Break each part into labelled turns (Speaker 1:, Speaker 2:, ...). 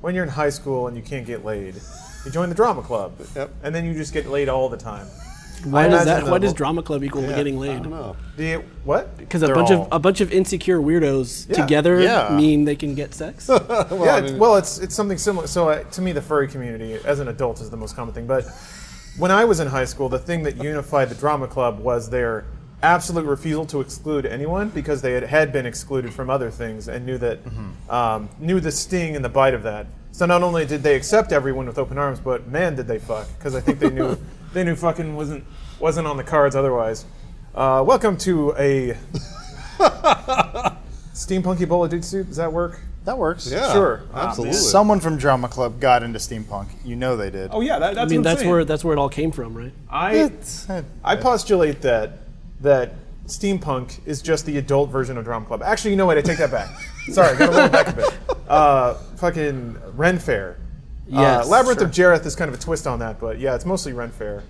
Speaker 1: when you're in high school and you can't get laid, you join the drama club.
Speaker 2: Yep.
Speaker 1: And then you just get laid all the time.
Speaker 3: Why
Speaker 1: I
Speaker 3: does
Speaker 1: imagine
Speaker 3: that? Why
Speaker 1: the-
Speaker 3: does drama club equal getting
Speaker 2: I
Speaker 3: laid?
Speaker 2: don't know.
Speaker 1: Do you, what?
Speaker 3: Because a
Speaker 1: Uh-huh. They're
Speaker 3: bunch
Speaker 1: all-
Speaker 3: of a bunch of insecure weirdos
Speaker 1: Yeah,
Speaker 3: together
Speaker 2: yeah.
Speaker 3: mean they can get sex.
Speaker 2: Well,
Speaker 1: yeah,
Speaker 2: I
Speaker 1: it's-
Speaker 2: mean-
Speaker 1: well, it's it's something similar. So uh, to me, the furry community as an adult is the most common thing. But when I was in high school, the thing that unified the drama club was their absolute refusal to exclude anyone because they had, had been excluded from other things and knew that
Speaker 2: Mm-hmm.
Speaker 1: um, knew the sting and the bite of that. So not only did they accept everyone with open arms, but man, did they fuck because I think they knew they knew fucking wasn't wasn't on the cards otherwise. Uh, welcome to a steampunky bowl of dude soup. Does that work?
Speaker 4: That works.
Speaker 2: Yeah,
Speaker 1: Sure.
Speaker 2: absolutely.
Speaker 4: Someone from Drama Club got into steampunk. You know they did.
Speaker 1: Oh yeah, that,
Speaker 3: I
Speaker 1: that's what
Speaker 3: mean,
Speaker 1: I'm
Speaker 3: that's
Speaker 1: saying.
Speaker 3: where that's where it all came from, right?
Speaker 1: I
Speaker 4: It's- uh,
Speaker 1: I postulate that that steampunk is just the adult version of drama club. Actually, you know what? I take that back. Sorry, got a little back a bit. Uh, fucking Ren Fair.
Speaker 3: Yes,
Speaker 1: uh, Labyrinth of Jareth is kind of a twist on that, but yeah, it's mostly Ren Fair.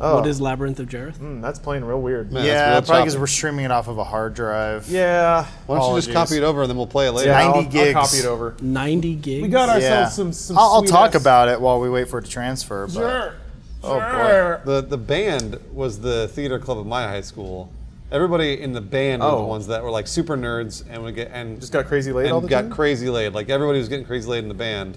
Speaker 1: Oh,
Speaker 3: What is Labyrinth of Jareth?
Speaker 1: mm, that's playing real weird.
Speaker 2: Man. That's
Speaker 4: yeah,
Speaker 2: real
Speaker 4: probably because
Speaker 2: choppy.
Speaker 4: we're streaming it off of a hard drive.
Speaker 1: Yeah.
Speaker 2: Why don't you just
Speaker 4: Apologies.
Speaker 2: copy it over and then we'll play it later?
Speaker 1: Yeah, I'll-
Speaker 4: 90 gigs.
Speaker 1: I'll copy it over.
Speaker 3: Ninety gigs.
Speaker 1: We got ourselves
Speaker 4: Yeah.
Speaker 1: some some.
Speaker 4: I'll, I'll
Speaker 1: sweet
Speaker 4: talk
Speaker 1: ass-
Speaker 4: about it while we wait for it to transfer. But
Speaker 1: Sure.
Speaker 4: Oh, boy.
Speaker 1: sure.
Speaker 2: The the band was the theater club of my high school. Everybody in the band were the
Speaker 1: Oh.
Speaker 2: ones that were like super nerds and would get and
Speaker 1: Just got crazy laid
Speaker 2: and
Speaker 1: all the
Speaker 2: got
Speaker 1: time?
Speaker 2: crazy laid. Like everybody was getting crazy laid in the band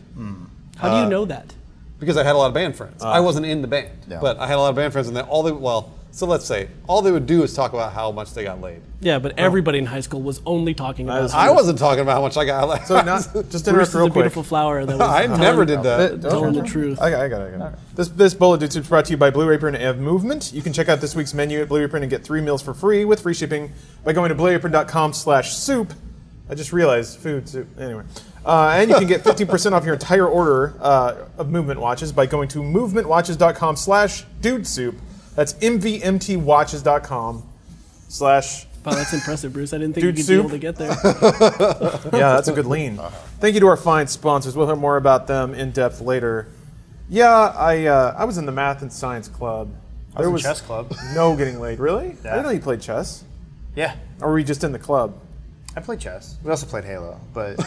Speaker 3: How
Speaker 1: uh,
Speaker 3: do you know that?
Speaker 2: because I had a lot of band friends. I wasn't in the band,
Speaker 4: Yeah.
Speaker 2: but I had a lot of band friends, and they, all they well, so let's say all they would do is talk about how much they got laid.
Speaker 3: Yeah, but everybody in high school was only talking about.
Speaker 1: is-
Speaker 2: I wasn't talking about how much I got laid.
Speaker 1: So not just to
Speaker 3: Bruce
Speaker 1: interrupt
Speaker 3: is
Speaker 1: real
Speaker 3: a
Speaker 1: quick.
Speaker 3: beautiful flower. That was
Speaker 2: I
Speaker 3: telling-
Speaker 2: never did that.
Speaker 1: Don't
Speaker 3: Telling the
Speaker 1: remember.
Speaker 3: truth.
Speaker 1: I got, I got it. I got it. This this bullet dude is brought to you by Blue Apron and Movement. You can check out this week's menu at Blue Apron and get three meals for free with free shipping by going to blueapron.com/soup. I just realized food soup. Anyway, uh, and you can get 15% off your entire order uh, of Movement watches by going to movementwatches.com/dude-soup. That's mvmtwatches.com slash
Speaker 3: Wow, that's impressive, Bruce. I didn't think
Speaker 1: Dude
Speaker 3: you'd
Speaker 1: soup.
Speaker 3: be able to get there.
Speaker 1: yeah, that's a good lean.
Speaker 4: Uh-huh.
Speaker 1: Thank you to our fine sponsors. We'll hear more about them in depth later. Yeah, I uh, I was in the math and science club.
Speaker 4: I was in chess club.
Speaker 1: No getting laid. Really? I
Speaker 4: Yeah.
Speaker 1: didn't know you played chess.
Speaker 4: Yeah,
Speaker 1: Or were you just in the club?
Speaker 4: I played chess. We also played Halo, but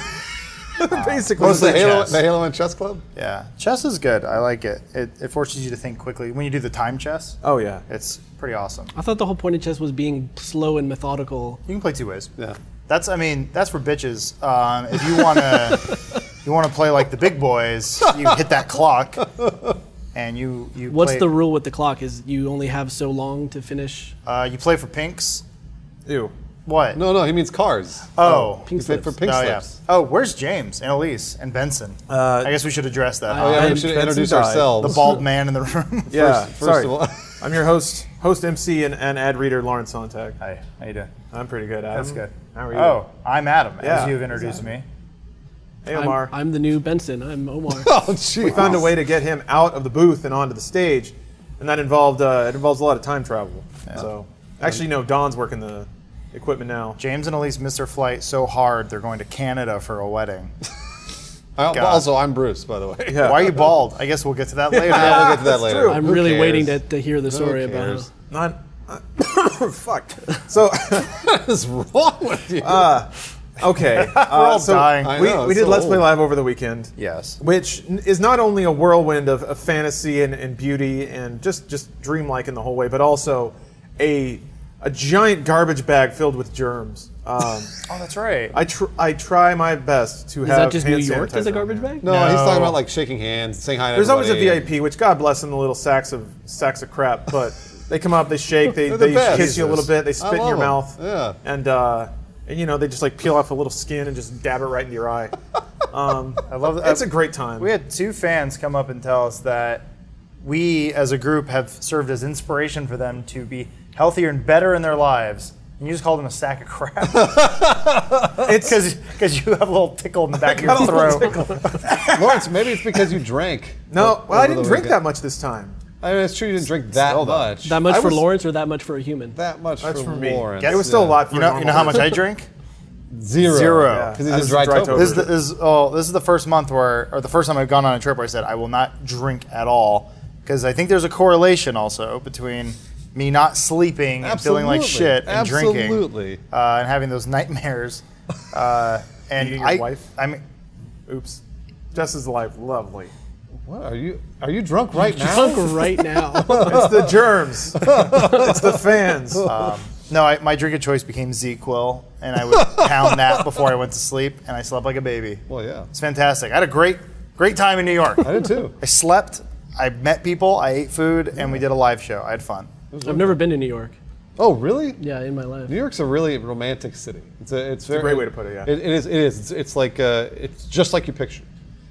Speaker 1: Basically,
Speaker 2: was the
Speaker 4: Uh, Mostly
Speaker 2: Halo,
Speaker 4: chess.
Speaker 2: the Halo and Chess Club?
Speaker 4: yeah, chess is good. I like it. It, it forces you to think quickly when you do the time chess.
Speaker 1: oh yeah.
Speaker 4: It's pretty awesome.
Speaker 3: I thought the whole point of chess was being slow and methodical.
Speaker 4: You can play two ways.
Speaker 2: Yeah.
Speaker 4: That's I mean that's for bitches. Um, if you wanna you wanna play like the big boys, you hit that clock, and you you
Speaker 3: What's
Speaker 4: play,
Speaker 3: the rule with the clock? Is you only have so long to finish?
Speaker 4: uh, you play for pinks.
Speaker 1: Ew.
Speaker 4: What?
Speaker 2: No, no, he means cars.
Speaker 4: Oh.
Speaker 3: Pink
Speaker 2: He played for
Speaker 3: slips.
Speaker 2: Pink
Speaker 4: oh yeah.
Speaker 2: Slips. Uh,
Speaker 4: Oh, where's James and Elise and Benson? I guess we should address that.
Speaker 2: Oh, yeah,
Speaker 1: And
Speaker 2: we should
Speaker 1: Benson
Speaker 2: introduce
Speaker 1: died.
Speaker 2: ourselves.
Speaker 4: the bald man in the room.
Speaker 1: Yeah.
Speaker 2: first
Speaker 1: sorry.
Speaker 2: of all-
Speaker 1: I'm your host, host MC, and, and ad reader Lawrence Sontag.
Speaker 4: Hi. How you doing?
Speaker 1: I'm pretty good. Adam.
Speaker 4: That's good.
Speaker 1: How are you?
Speaker 4: Oh, I'm Adam.
Speaker 1: Yeah,
Speaker 4: as you've introduced me.
Speaker 1: Hey
Speaker 3: I'm,
Speaker 1: Omar.
Speaker 3: I'm the new Benson. I'm Omar.
Speaker 2: Oh, gee.
Speaker 1: found a way to get him out of the booth and onto the stage, and that involved uh, it involves a lot of time travel. So actually, no, Don's working the equipment now.
Speaker 4: James and Elise missed their flight so hard they're going to Canada for a wedding.
Speaker 2: I-
Speaker 4: God.
Speaker 2: also, I'm Bruce, by the way. Yeah.
Speaker 4: Why are you bald? I guess we'll get to that later.
Speaker 2: we'll get to that
Speaker 1: That's
Speaker 2: later.
Speaker 1: true.
Speaker 3: I'm
Speaker 2: Who
Speaker 3: really
Speaker 2: cares?
Speaker 3: waiting to, to hear the story about.
Speaker 2: cares?
Speaker 3: How,
Speaker 1: Not. uh, fuck. So,
Speaker 2: What is wrong with you?
Speaker 1: Uh, okay. We're
Speaker 4: all dying. I
Speaker 1: We,
Speaker 2: know,
Speaker 1: we
Speaker 2: it's
Speaker 1: did
Speaker 2: so
Speaker 1: Let's Play
Speaker 2: old.
Speaker 1: Live over the weekend.
Speaker 4: yes.
Speaker 1: Which n- is not only a whirlwind of, of fantasy and, and beauty and just, just dreamlike in the whole way, but also a, a giant garbage bag filled with germs. Um,
Speaker 4: Oh, that's right.
Speaker 1: I, tr- I try my best to
Speaker 3: is
Speaker 1: have
Speaker 3: that just New
Speaker 1: hand
Speaker 3: York as
Speaker 1: sanitizer
Speaker 3: a
Speaker 1: on
Speaker 3: garbage
Speaker 1: hand.
Speaker 3: bag?
Speaker 2: no, he's talking
Speaker 4: No.
Speaker 2: about like shaking hands, saying hi to
Speaker 1: There's always a
Speaker 2: everybody.
Speaker 1: VIP, which God bless them, the little sacks of sacks of crap. But they come up, they shake, they,
Speaker 2: They're the
Speaker 1: they
Speaker 2: best.
Speaker 1: kiss you a little bit, they
Speaker 2: Jesus. I
Speaker 1: spit in your
Speaker 2: love
Speaker 1: mouth,
Speaker 2: 'em. Yeah.
Speaker 1: and uh, and you know they just like peel off a little skin and just dab it right into your eye.
Speaker 4: I love that.
Speaker 1: It's a great time.
Speaker 4: We had two fans come up and tell us that we, as a group, have served as inspiration for them to be healthier and better in their lives. And you just called them a sack of crap
Speaker 1: it's
Speaker 4: because you have a little tickle in the back of your
Speaker 1: got a little
Speaker 4: throat.
Speaker 2: Lawrence, maybe it's because you drank.
Speaker 1: no, well I
Speaker 2: Over
Speaker 1: didn't
Speaker 2: the
Speaker 1: drink
Speaker 2: weekend.
Speaker 1: that much this time.
Speaker 2: I mean, it's true you didn't drink that much.
Speaker 3: That much
Speaker 2: I
Speaker 3: for
Speaker 2: was-
Speaker 3: Lawrence or that much for a human?
Speaker 2: That much
Speaker 1: That's
Speaker 2: for,
Speaker 1: for me.
Speaker 2: Lawrence.
Speaker 1: It was still a lot for
Speaker 4: You know, you know how much I drink?
Speaker 2: Zero.
Speaker 4: Zero.
Speaker 1: Yeah.
Speaker 2: Because
Speaker 1: That's
Speaker 2: he's a dry,
Speaker 1: dry
Speaker 2: toast.
Speaker 1: toast.
Speaker 4: This is, the, this, is, oh, this is the first month where, or the first time I've gone on a trip where I said I will not drink at all because I think there's a correlation also between me not sleeping and feeling like
Speaker 2: Absolutely.
Speaker 4: shit and drinking,
Speaker 2: Absolutely.
Speaker 4: uh, and having those nightmares. Uh, and
Speaker 1: Beating your
Speaker 4: I,
Speaker 1: wife?
Speaker 4: I mean,
Speaker 1: Oops. Jess is alive. Lovely.
Speaker 2: What are you? Are you drunk right now?
Speaker 3: Drunk right now.
Speaker 1: It's the germs. it's the fans.
Speaker 4: No, I, my drink of choice became Z-Quil, and I would pound that before I went to sleep, and I slept like a baby.
Speaker 2: Well, yeah,
Speaker 4: It's fantastic. I had a great, great time in New York.
Speaker 2: I did too.
Speaker 4: I slept, I met people, I ate food, and we did a live show. I had fun.
Speaker 3: I've never been to New York.
Speaker 2: Oh, really?
Speaker 3: Yeah, in my life.
Speaker 2: New York's a really romantic city. It's a it's, very,
Speaker 1: great way to put it, yeah.
Speaker 2: it is. It is. It's, it's like uh, it's just like you picture.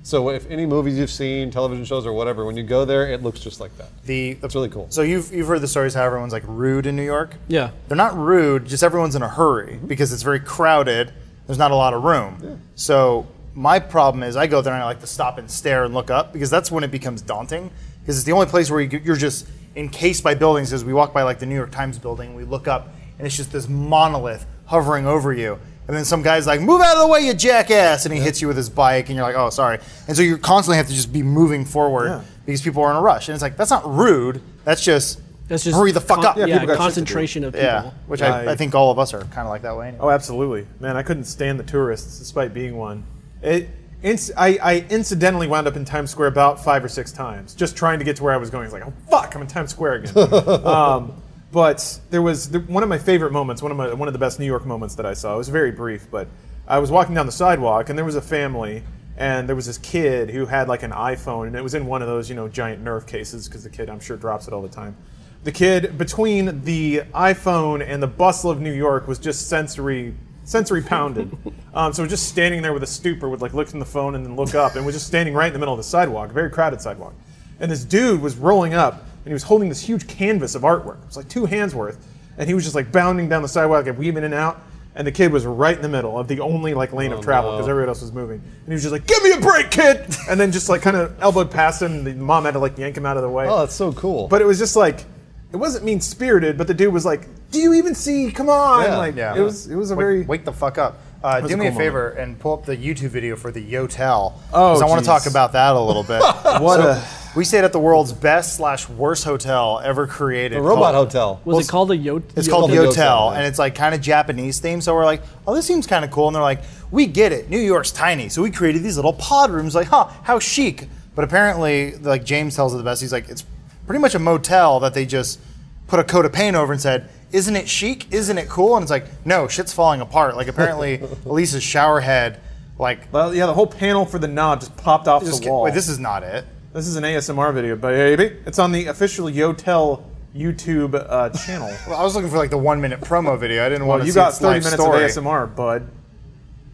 Speaker 2: So if any movies you've seen, television shows, or whatever, when you go there, it looks just like that.
Speaker 4: The, the
Speaker 2: That's really cool.
Speaker 4: so you've you've heard the stories how everyone's like rude in New York.
Speaker 3: Yeah.
Speaker 4: they're not rude, just everyone's in a hurry because it's very crowded. There's not a lot of room. So my problem is I go there and I like to stop and stare and look up because that's when it becomes daunting because it's the only place where you, you're just encased by buildings. Because we walk by like the New York Times building, we look up and it's just this monolith hovering over you. And then some guy's like, "Move out of the way, you jackass!" and he hits you with his bike, and you're like, "Oh, sorry." And so you constantly have to just be moving forward
Speaker 1: Yeah.
Speaker 4: because people are in a rush. And it's like that's not rude. That's just
Speaker 3: That's just
Speaker 4: hurry the fuck
Speaker 3: con-
Speaker 4: up.
Speaker 1: people got
Speaker 3: Yeah,
Speaker 1: shit to do.
Speaker 3: concentration of people.
Speaker 4: Yeah, which I, I
Speaker 1: Like-
Speaker 4: think all of us are kind of like that way. Anyway.
Speaker 1: Oh, absolutely, man! I couldn't stand the tourists, despite being one. It, inc- I, I incidentally wound up in Times Square about five or six times, just trying to get to where I was going. It's like, oh fuck, I'm in Times Square again. um, but there was the, one of my favorite moments, one of my one of the best New York moments that I saw. It was very brief, but I was walking down the sidewalk, and there was a family. And there was this kid who had like an iPhone, and it was in one of those, you know, giant Nerf cases because the kid, I'm sure, drops it all the time the kid between the iPhone and the bustle of New York was just sensory sensory pounded. um, so was just standing there with a stupor, would like look in the phone and then look up, and was just standing right in the middle of the sidewalk, very crowded sidewalk. And this dude was rolling up, and he was holding this huge canvas of artwork. It was like two hands worth, and he was just like bounding down the sidewalk and weaving in and out. And the kid was right in the middle of the only like lane
Speaker 2: Oh,
Speaker 1: of travel because everybody else was moving, and he was just like, "Give me a break, kid!" and then just like kind of elbowed past him. The mom had to like yank him out of the way.
Speaker 2: Oh, that's so cool.
Speaker 1: But it was just like it wasn't mean spirited, but the dude was like, "Do you even see? Come on!"
Speaker 2: Yeah,
Speaker 1: like
Speaker 4: yeah.
Speaker 1: it was it was a
Speaker 4: wake,
Speaker 1: very
Speaker 4: wake the fuck up. Uh,
Speaker 1: was
Speaker 4: do
Speaker 1: a
Speaker 4: me a
Speaker 1: cool
Speaker 4: favor and pull up the YouTube video for the Yotel.
Speaker 1: Oh,
Speaker 4: 'cause I want to
Speaker 1: geez.
Speaker 4: talk about that a little bit.
Speaker 1: what a
Speaker 4: we stayed at the world's best slash worst hotel ever created.
Speaker 2: the robot
Speaker 1: Oh.
Speaker 4: called-
Speaker 2: hotel.
Speaker 3: Was it called a Yot?
Speaker 4: It's called
Speaker 2: Yotel.
Speaker 4: Yotel,
Speaker 2: Yotel, yeah.
Speaker 4: and it's like kind of Japanese themed. So we're like, oh, this seems kind of cool. And they're like, we get it. New York's tiny, so we created these little pod rooms. Like, huh, how chic. But apparently, like James tells it the best. He's like, it's pretty much a motel that they just put a coat of paint over and said, isn't it chic? Isn't it cool? And it's like, no, shit's falling apart. Like apparently, Elisa's shower head, like,
Speaker 1: well, yeah. The whole panel for the knob just popped off
Speaker 4: just,
Speaker 1: the wall.
Speaker 4: wait,
Speaker 1: this,
Speaker 4: this is not it.
Speaker 1: is an ASMR video, baby. It's on the official Yotel YouTube uh, channel.
Speaker 4: Well, I was looking for like the one minute promo video. I didn't want
Speaker 1: well,
Speaker 4: to.
Speaker 1: you
Speaker 4: see
Speaker 1: got
Speaker 4: its
Speaker 1: 30
Speaker 4: life
Speaker 1: minutes
Speaker 4: story.
Speaker 1: of ASMR, bud.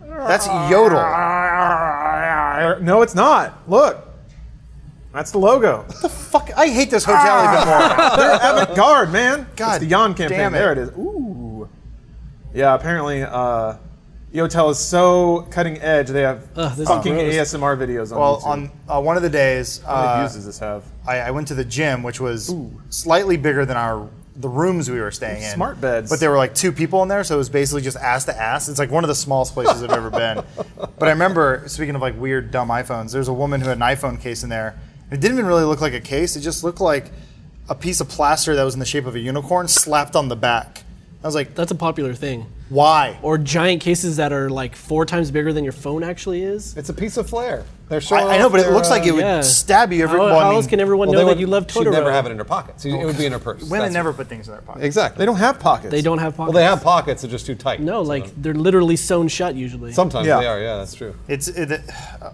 Speaker 4: That's Yodel.
Speaker 1: No, it's not. Look, that's the logo.
Speaker 4: Fuck, I hate this hotel even more.
Speaker 1: Avant Guard, man.
Speaker 4: God
Speaker 1: it's the Yon campaign.
Speaker 4: damn it.
Speaker 1: There it is. Ooh. Yeah, apparently uh, Yotel is so cutting edge. They have
Speaker 3: Ugh, this
Speaker 1: fucking
Speaker 3: is gross.
Speaker 1: ASMR videos on
Speaker 4: Well,
Speaker 1: YouTube.
Speaker 4: on uh, one of the days,
Speaker 1: How many
Speaker 4: uh,
Speaker 1: views does this have?
Speaker 4: I, I went to the gym, which was slightly bigger than our the rooms we were staying in.
Speaker 1: Smart beds.
Speaker 4: but there were like two people in there, so it was basically just ass to ass. It's like one of the smallest places I've ever been. But I remember speaking of like weird, dumb iPhones. There's a woman who had an iPhone case in there. It didn't even really look like a case. It just looked like a piece of plaster that was in the shape of a unicorn slapped on the back. I was like,
Speaker 3: That's a popular thing.
Speaker 4: why?
Speaker 3: Or giant cases that are like four times bigger than your phone actually is.
Speaker 2: It's a piece of flair. They're showing.
Speaker 4: I, I know,
Speaker 2: off
Speaker 4: but it
Speaker 2: their,
Speaker 4: looks like
Speaker 2: uh,
Speaker 4: it would
Speaker 3: yeah.
Speaker 4: stab you every.
Speaker 3: How,
Speaker 4: well, I
Speaker 3: how
Speaker 4: mean,
Speaker 3: else can everyone
Speaker 2: well,
Speaker 3: know
Speaker 2: they
Speaker 3: that
Speaker 2: would-
Speaker 3: you love
Speaker 2: She'd
Speaker 3: Totoro?
Speaker 2: never have it in her pocket. So it would be in her purse.
Speaker 4: Women
Speaker 2: That's-
Speaker 4: never put things in their pockets.
Speaker 2: Exactly.
Speaker 1: They don't have pockets.
Speaker 3: They don't have pockets.
Speaker 2: Well, they have pockets. They're just too tight.
Speaker 3: No,
Speaker 2: So-
Speaker 3: like they're literally sewn shut usually.
Speaker 2: sometimes
Speaker 1: Yeah.
Speaker 2: they are. Yeah, that's true.
Speaker 4: It's it, uh,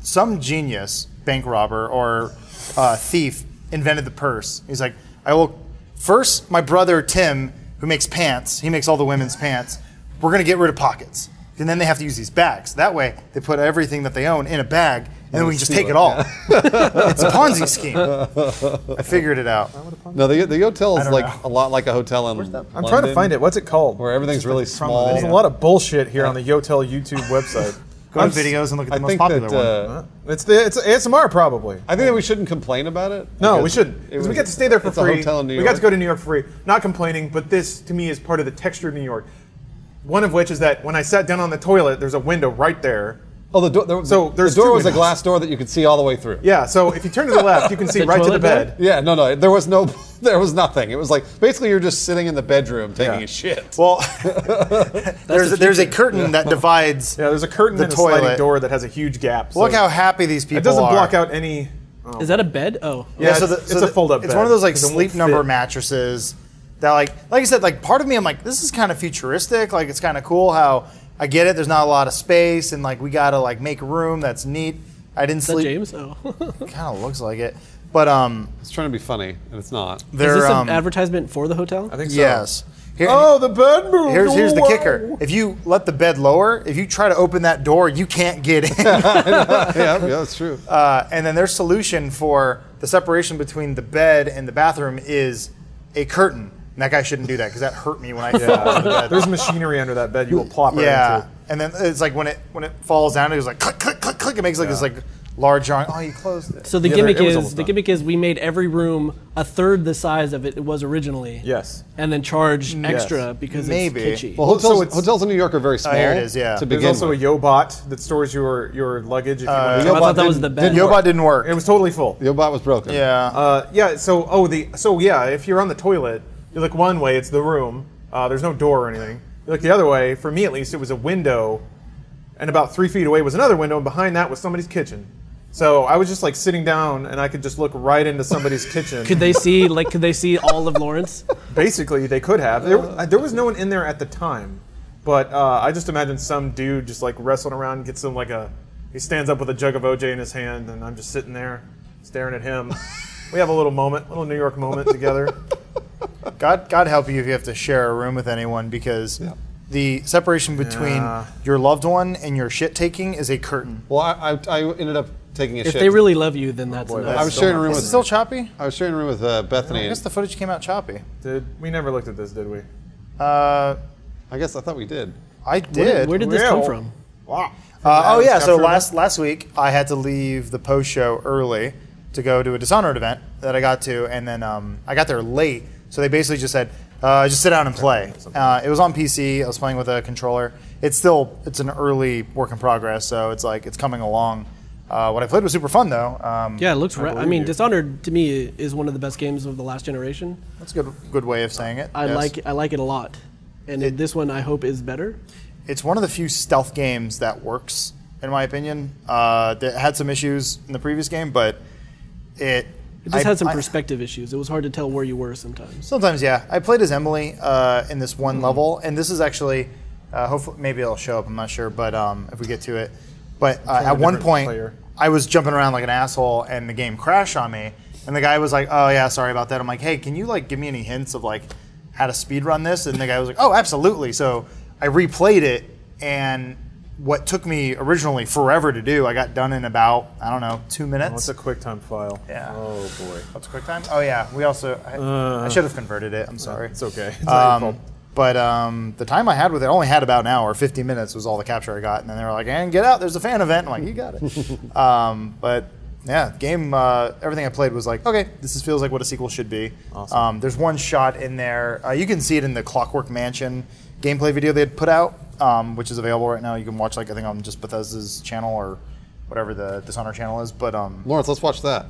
Speaker 4: some genius bank robber or uh, thief invented the purse. He's like, I will first my brother Tim, who makes pants. He makes all the women's pants. We're gonna get rid of pockets, and then they have to use these bags. That way, they put everything that they own in a bag, and then we can just take it all. it's a Ponzi scheme. I figured it out.
Speaker 2: No, the the hotel is
Speaker 4: don't
Speaker 2: like a
Speaker 4: know.
Speaker 2: lot like a hotel in.
Speaker 1: I'm trying to find it. What's it called?
Speaker 2: Where everything's really small.
Speaker 1: There's a lot of bullshit here on the Yotel YouTube website.
Speaker 4: Go to videos and look at the
Speaker 2: I
Speaker 4: most
Speaker 2: think
Speaker 4: popular
Speaker 2: that.
Speaker 4: one.
Speaker 2: Uh,
Speaker 1: It's the it's ASMR probably.
Speaker 2: I think that we shouldn't complain about it.
Speaker 1: No, we
Speaker 2: because
Speaker 1: shouldn't.
Speaker 2: it
Speaker 1: 'Cause we
Speaker 2: was-
Speaker 1: get to stay there for
Speaker 2: it's
Speaker 1: free.
Speaker 2: A hotel in New
Speaker 1: we
Speaker 2: York.
Speaker 1: got to go to New York for free. Not complaining, but this to me is part of the texture of New York. One of which is that when I sat down on the toilet, there's a window right there
Speaker 2: Oh, the door. The,
Speaker 1: So there's
Speaker 2: the door
Speaker 1: two
Speaker 2: was a
Speaker 1: windows.
Speaker 2: glass door that you could see all the way through.
Speaker 1: Yeah, so if you turn to the left, you can see
Speaker 3: The
Speaker 1: right to the
Speaker 3: toilet bed?
Speaker 1: bed.
Speaker 2: Yeah, no, no. There was no, there was nothing. It was like basically you're just sitting in the bedroom taking
Speaker 1: Yeah.
Speaker 2: a shit.
Speaker 1: uh,
Speaker 4: Well, there's a, there's a curtain that divides.
Speaker 1: Yeah, there's a curtain
Speaker 4: The
Speaker 1: and a sliding
Speaker 4: toilet.
Speaker 1: door that has a huge gap. so
Speaker 4: Look how happy these people
Speaker 1: it doesn't
Speaker 4: are.
Speaker 1: block out any.
Speaker 3: Is that a bed? Oh,
Speaker 1: Yeah,
Speaker 4: so
Speaker 1: it's-
Speaker 4: the-
Speaker 1: it's
Speaker 4: so
Speaker 1: a
Speaker 4: the-
Speaker 1: fold-up
Speaker 4: It's
Speaker 1: bed,
Speaker 4: one of those like
Speaker 1: 'cause it won't
Speaker 4: sleep number
Speaker 1: fit.
Speaker 4: mattresses that like like I said, like part of me I'm like, this is kind of futuristic. Like it's kind of cool how I get it. There's not a lot of space, and like we gotta like make room that's neat. I didn't
Speaker 3: is that
Speaker 4: sleep.
Speaker 3: James? Oh, is
Speaker 4: Kind of looks like it, but um,
Speaker 2: It's trying to be funny, and it's not.
Speaker 4: they're
Speaker 3: this
Speaker 4: um,
Speaker 3: an advertisement for the hotel?
Speaker 1: I think so.
Speaker 4: yes. Here-
Speaker 1: Oh, the bedroom.
Speaker 4: Here's, here's the
Speaker 1: Wow.
Speaker 4: kicker. If you let the bed lower, if you try to open that door, you can't get in.
Speaker 2: yeah, yeah, that's true.
Speaker 4: Uh, and then their solution for the separation between the bed and the bathroom is a curtain. And that guy shouldn't do that because that hurt me when I fell out of the bed.
Speaker 1: There's machinery under that bed. You will plop right
Speaker 4: yeah.
Speaker 1: into.
Speaker 4: And then it's like when it when it falls down, it was like click click click click. It makes like this like large drawing. Oh, you closed it.
Speaker 3: So the
Speaker 1: Yeah, there-
Speaker 3: gimmick
Speaker 1: it was
Speaker 3: is
Speaker 1: almost
Speaker 3: the
Speaker 1: done.
Speaker 3: gimmick is we made every room a third the size of it, it was originally.
Speaker 1: Yes.
Speaker 3: And then charged extra because
Speaker 4: Maybe.
Speaker 3: it's kitschy.
Speaker 2: Well, hotels,
Speaker 1: Uh, so it's- Oh,
Speaker 2: hotels in New York are very small.
Speaker 4: here it is, yeah.
Speaker 2: To
Speaker 4: There's
Speaker 2: begin
Speaker 1: There's also
Speaker 2: with. Uh,
Speaker 1: a Yobot that stores your your luggage. If you want
Speaker 3: I
Speaker 1: to.
Speaker 2: Yobot
Speaker 3: thought that was
Speaker 2: didn't-
Speaker 3: the
Speaker 2: didn't
Speaker 3: bed.
Speaker 2: work.
Speaker 4: Yobot didn't work.
Speaker 1: It was totally full.
Speaker 2: The Yobot was broken.
Speaker 4: yeah.
Speaker 1: Uh, yeah. So oh the so yeah if you're on the toilet you look one way it's the room uh, there's no door or anything you look the other way for me at least it was a window and about three feet away was another window and behind that was somebody's kitchen so I was just like sitting down and I could just look right into somebody's kitchen
Speaker 3: Could they see like could they see all of Lawrence?
Speaker 1: basically they could have there, uh, there was no one in there at the time but uh, I just imagine some dude just like wrestling around gets him like a he stands up with a jug of OJ in his hand and I'm just sitting there staring at him. We have a little moment, little New York moment together.
Speaker 4: God, God help you if you have to share a room with anyone because
Speaker 2: Yeah.
Speaker 4: the separation between
Speaker 1: Yeah.
Speaker 4: your loved one and your shit taking is a curtain.
Speaker 2: Well, I, I, I ended up taking a
Speaker 3: If
Speaker 2: shit.
Speaker 3: they really love you, then that's enough.
Speaker 2: I was sharing a room
Speaker 4: Is
Speaker 2: with
Speaker 4: it still choppy?
Speaker 2: I was sharing a room with uh, Bethany.
Speaker 4: I guess the footage came out choppy.
Speaker 1: Did we never looked at this, did we?
Speaker 4: Uh,
Speaker 2: I guess I thought we did.
Speaker 4: I
Speaker 3: Where did-
Speaker 4: did.
Speaker 3: Where did this come
Speaker 1: Well.
Speaker 3: from?
Speaker 1: Wow.
Speaker 4: Uh, oh
Speaker 1: Adam's
Speaker 4: yeah, so
Speaker 1: capture event?
Speaker 4: last last week I had to leave the post show early to go to a Dishonored event that I got to, and then um, I got there late. So they basically just said, uh, "Just sit down and play." Uh, it was on PC. I was playing with a controller. It's still it's an early work in progress, so it's like it's coming along. Uh, what I played was super fun though. Um,
Speaker 3: Yeah, it looks. Ra- I
Speaker 1: believe
Speaker 3: mean,
Speaker 1: you.
Speaker 3: Dishonored to me is one of the best games of the last generation.
Speaker 4: that's a good good way of saying it.
Speaker 3: I
Speaker 4: yes.
Speaker 3: like I like it a lot, and this one I hope is better.
Speaker 4: it's one of the few stealth games that works, in my opinion. Uh, that had some issues in the previous game, but it.
Speaker 3: It just
Speaker 4: I-
Speaker 3: had some
Speaker 4: I-
Speaker 3: perspective issues. It was hard to tell where you were sometimes.
Speaker 4: Sometimes, yeah. I played as Emily uh, in this
Speaker 1: Mm-hmm.
Speaker 4: one level, and this is actually, uh, hopefully, maybe it'll show up. I'm not sure, but um, if we get to it, but uh, at one
Speaker 1: different
Speaker 4: point,
Speaker 1: player.
Speaker 4: I was jumping around like an asshole, and the game crashed on me. And the guy was like, "Oh yeah, sorry about that." I'm like, "Hey, can you like give me any hints of like how to speed run this?" And the guy was like, "Oh, absolutely." So I replayed it, and what took me originally forever to do, I got done in about I don't know two minutes.
Speaker 1: What's a QuickTime file?
Speaker 4: Yeah.
Speaker 1: Oh boy.
Speaker 4: What's quick time? Oh yeah, we also I, I should have converted it. I'm sorry.
Speaker 1: Uh, It's okay. It's not your
Speaker 4: Um,
Speaker 1: fault.
Speaker 4: but um, the time I had with it, I only had about an hour, 50 minutes was all the capture I got. And then they were like, and get out, there's a fan event. I'm like, you got it. um, but yeah, the game, uh, everything I played was like, okay, this is, feels like what a sequel should be.
Speaker 1: Awesome.
Speaker 4: Um, there's one shot in there. Uh, you can see it in the Clockwork Mansion gameplay video they had put out, um, which is available right now. You can watch, like, I think on just Bethesda's channel or whatever the Dishonor channel is. But um,
Speaker 2: Lawrence, let's watch that.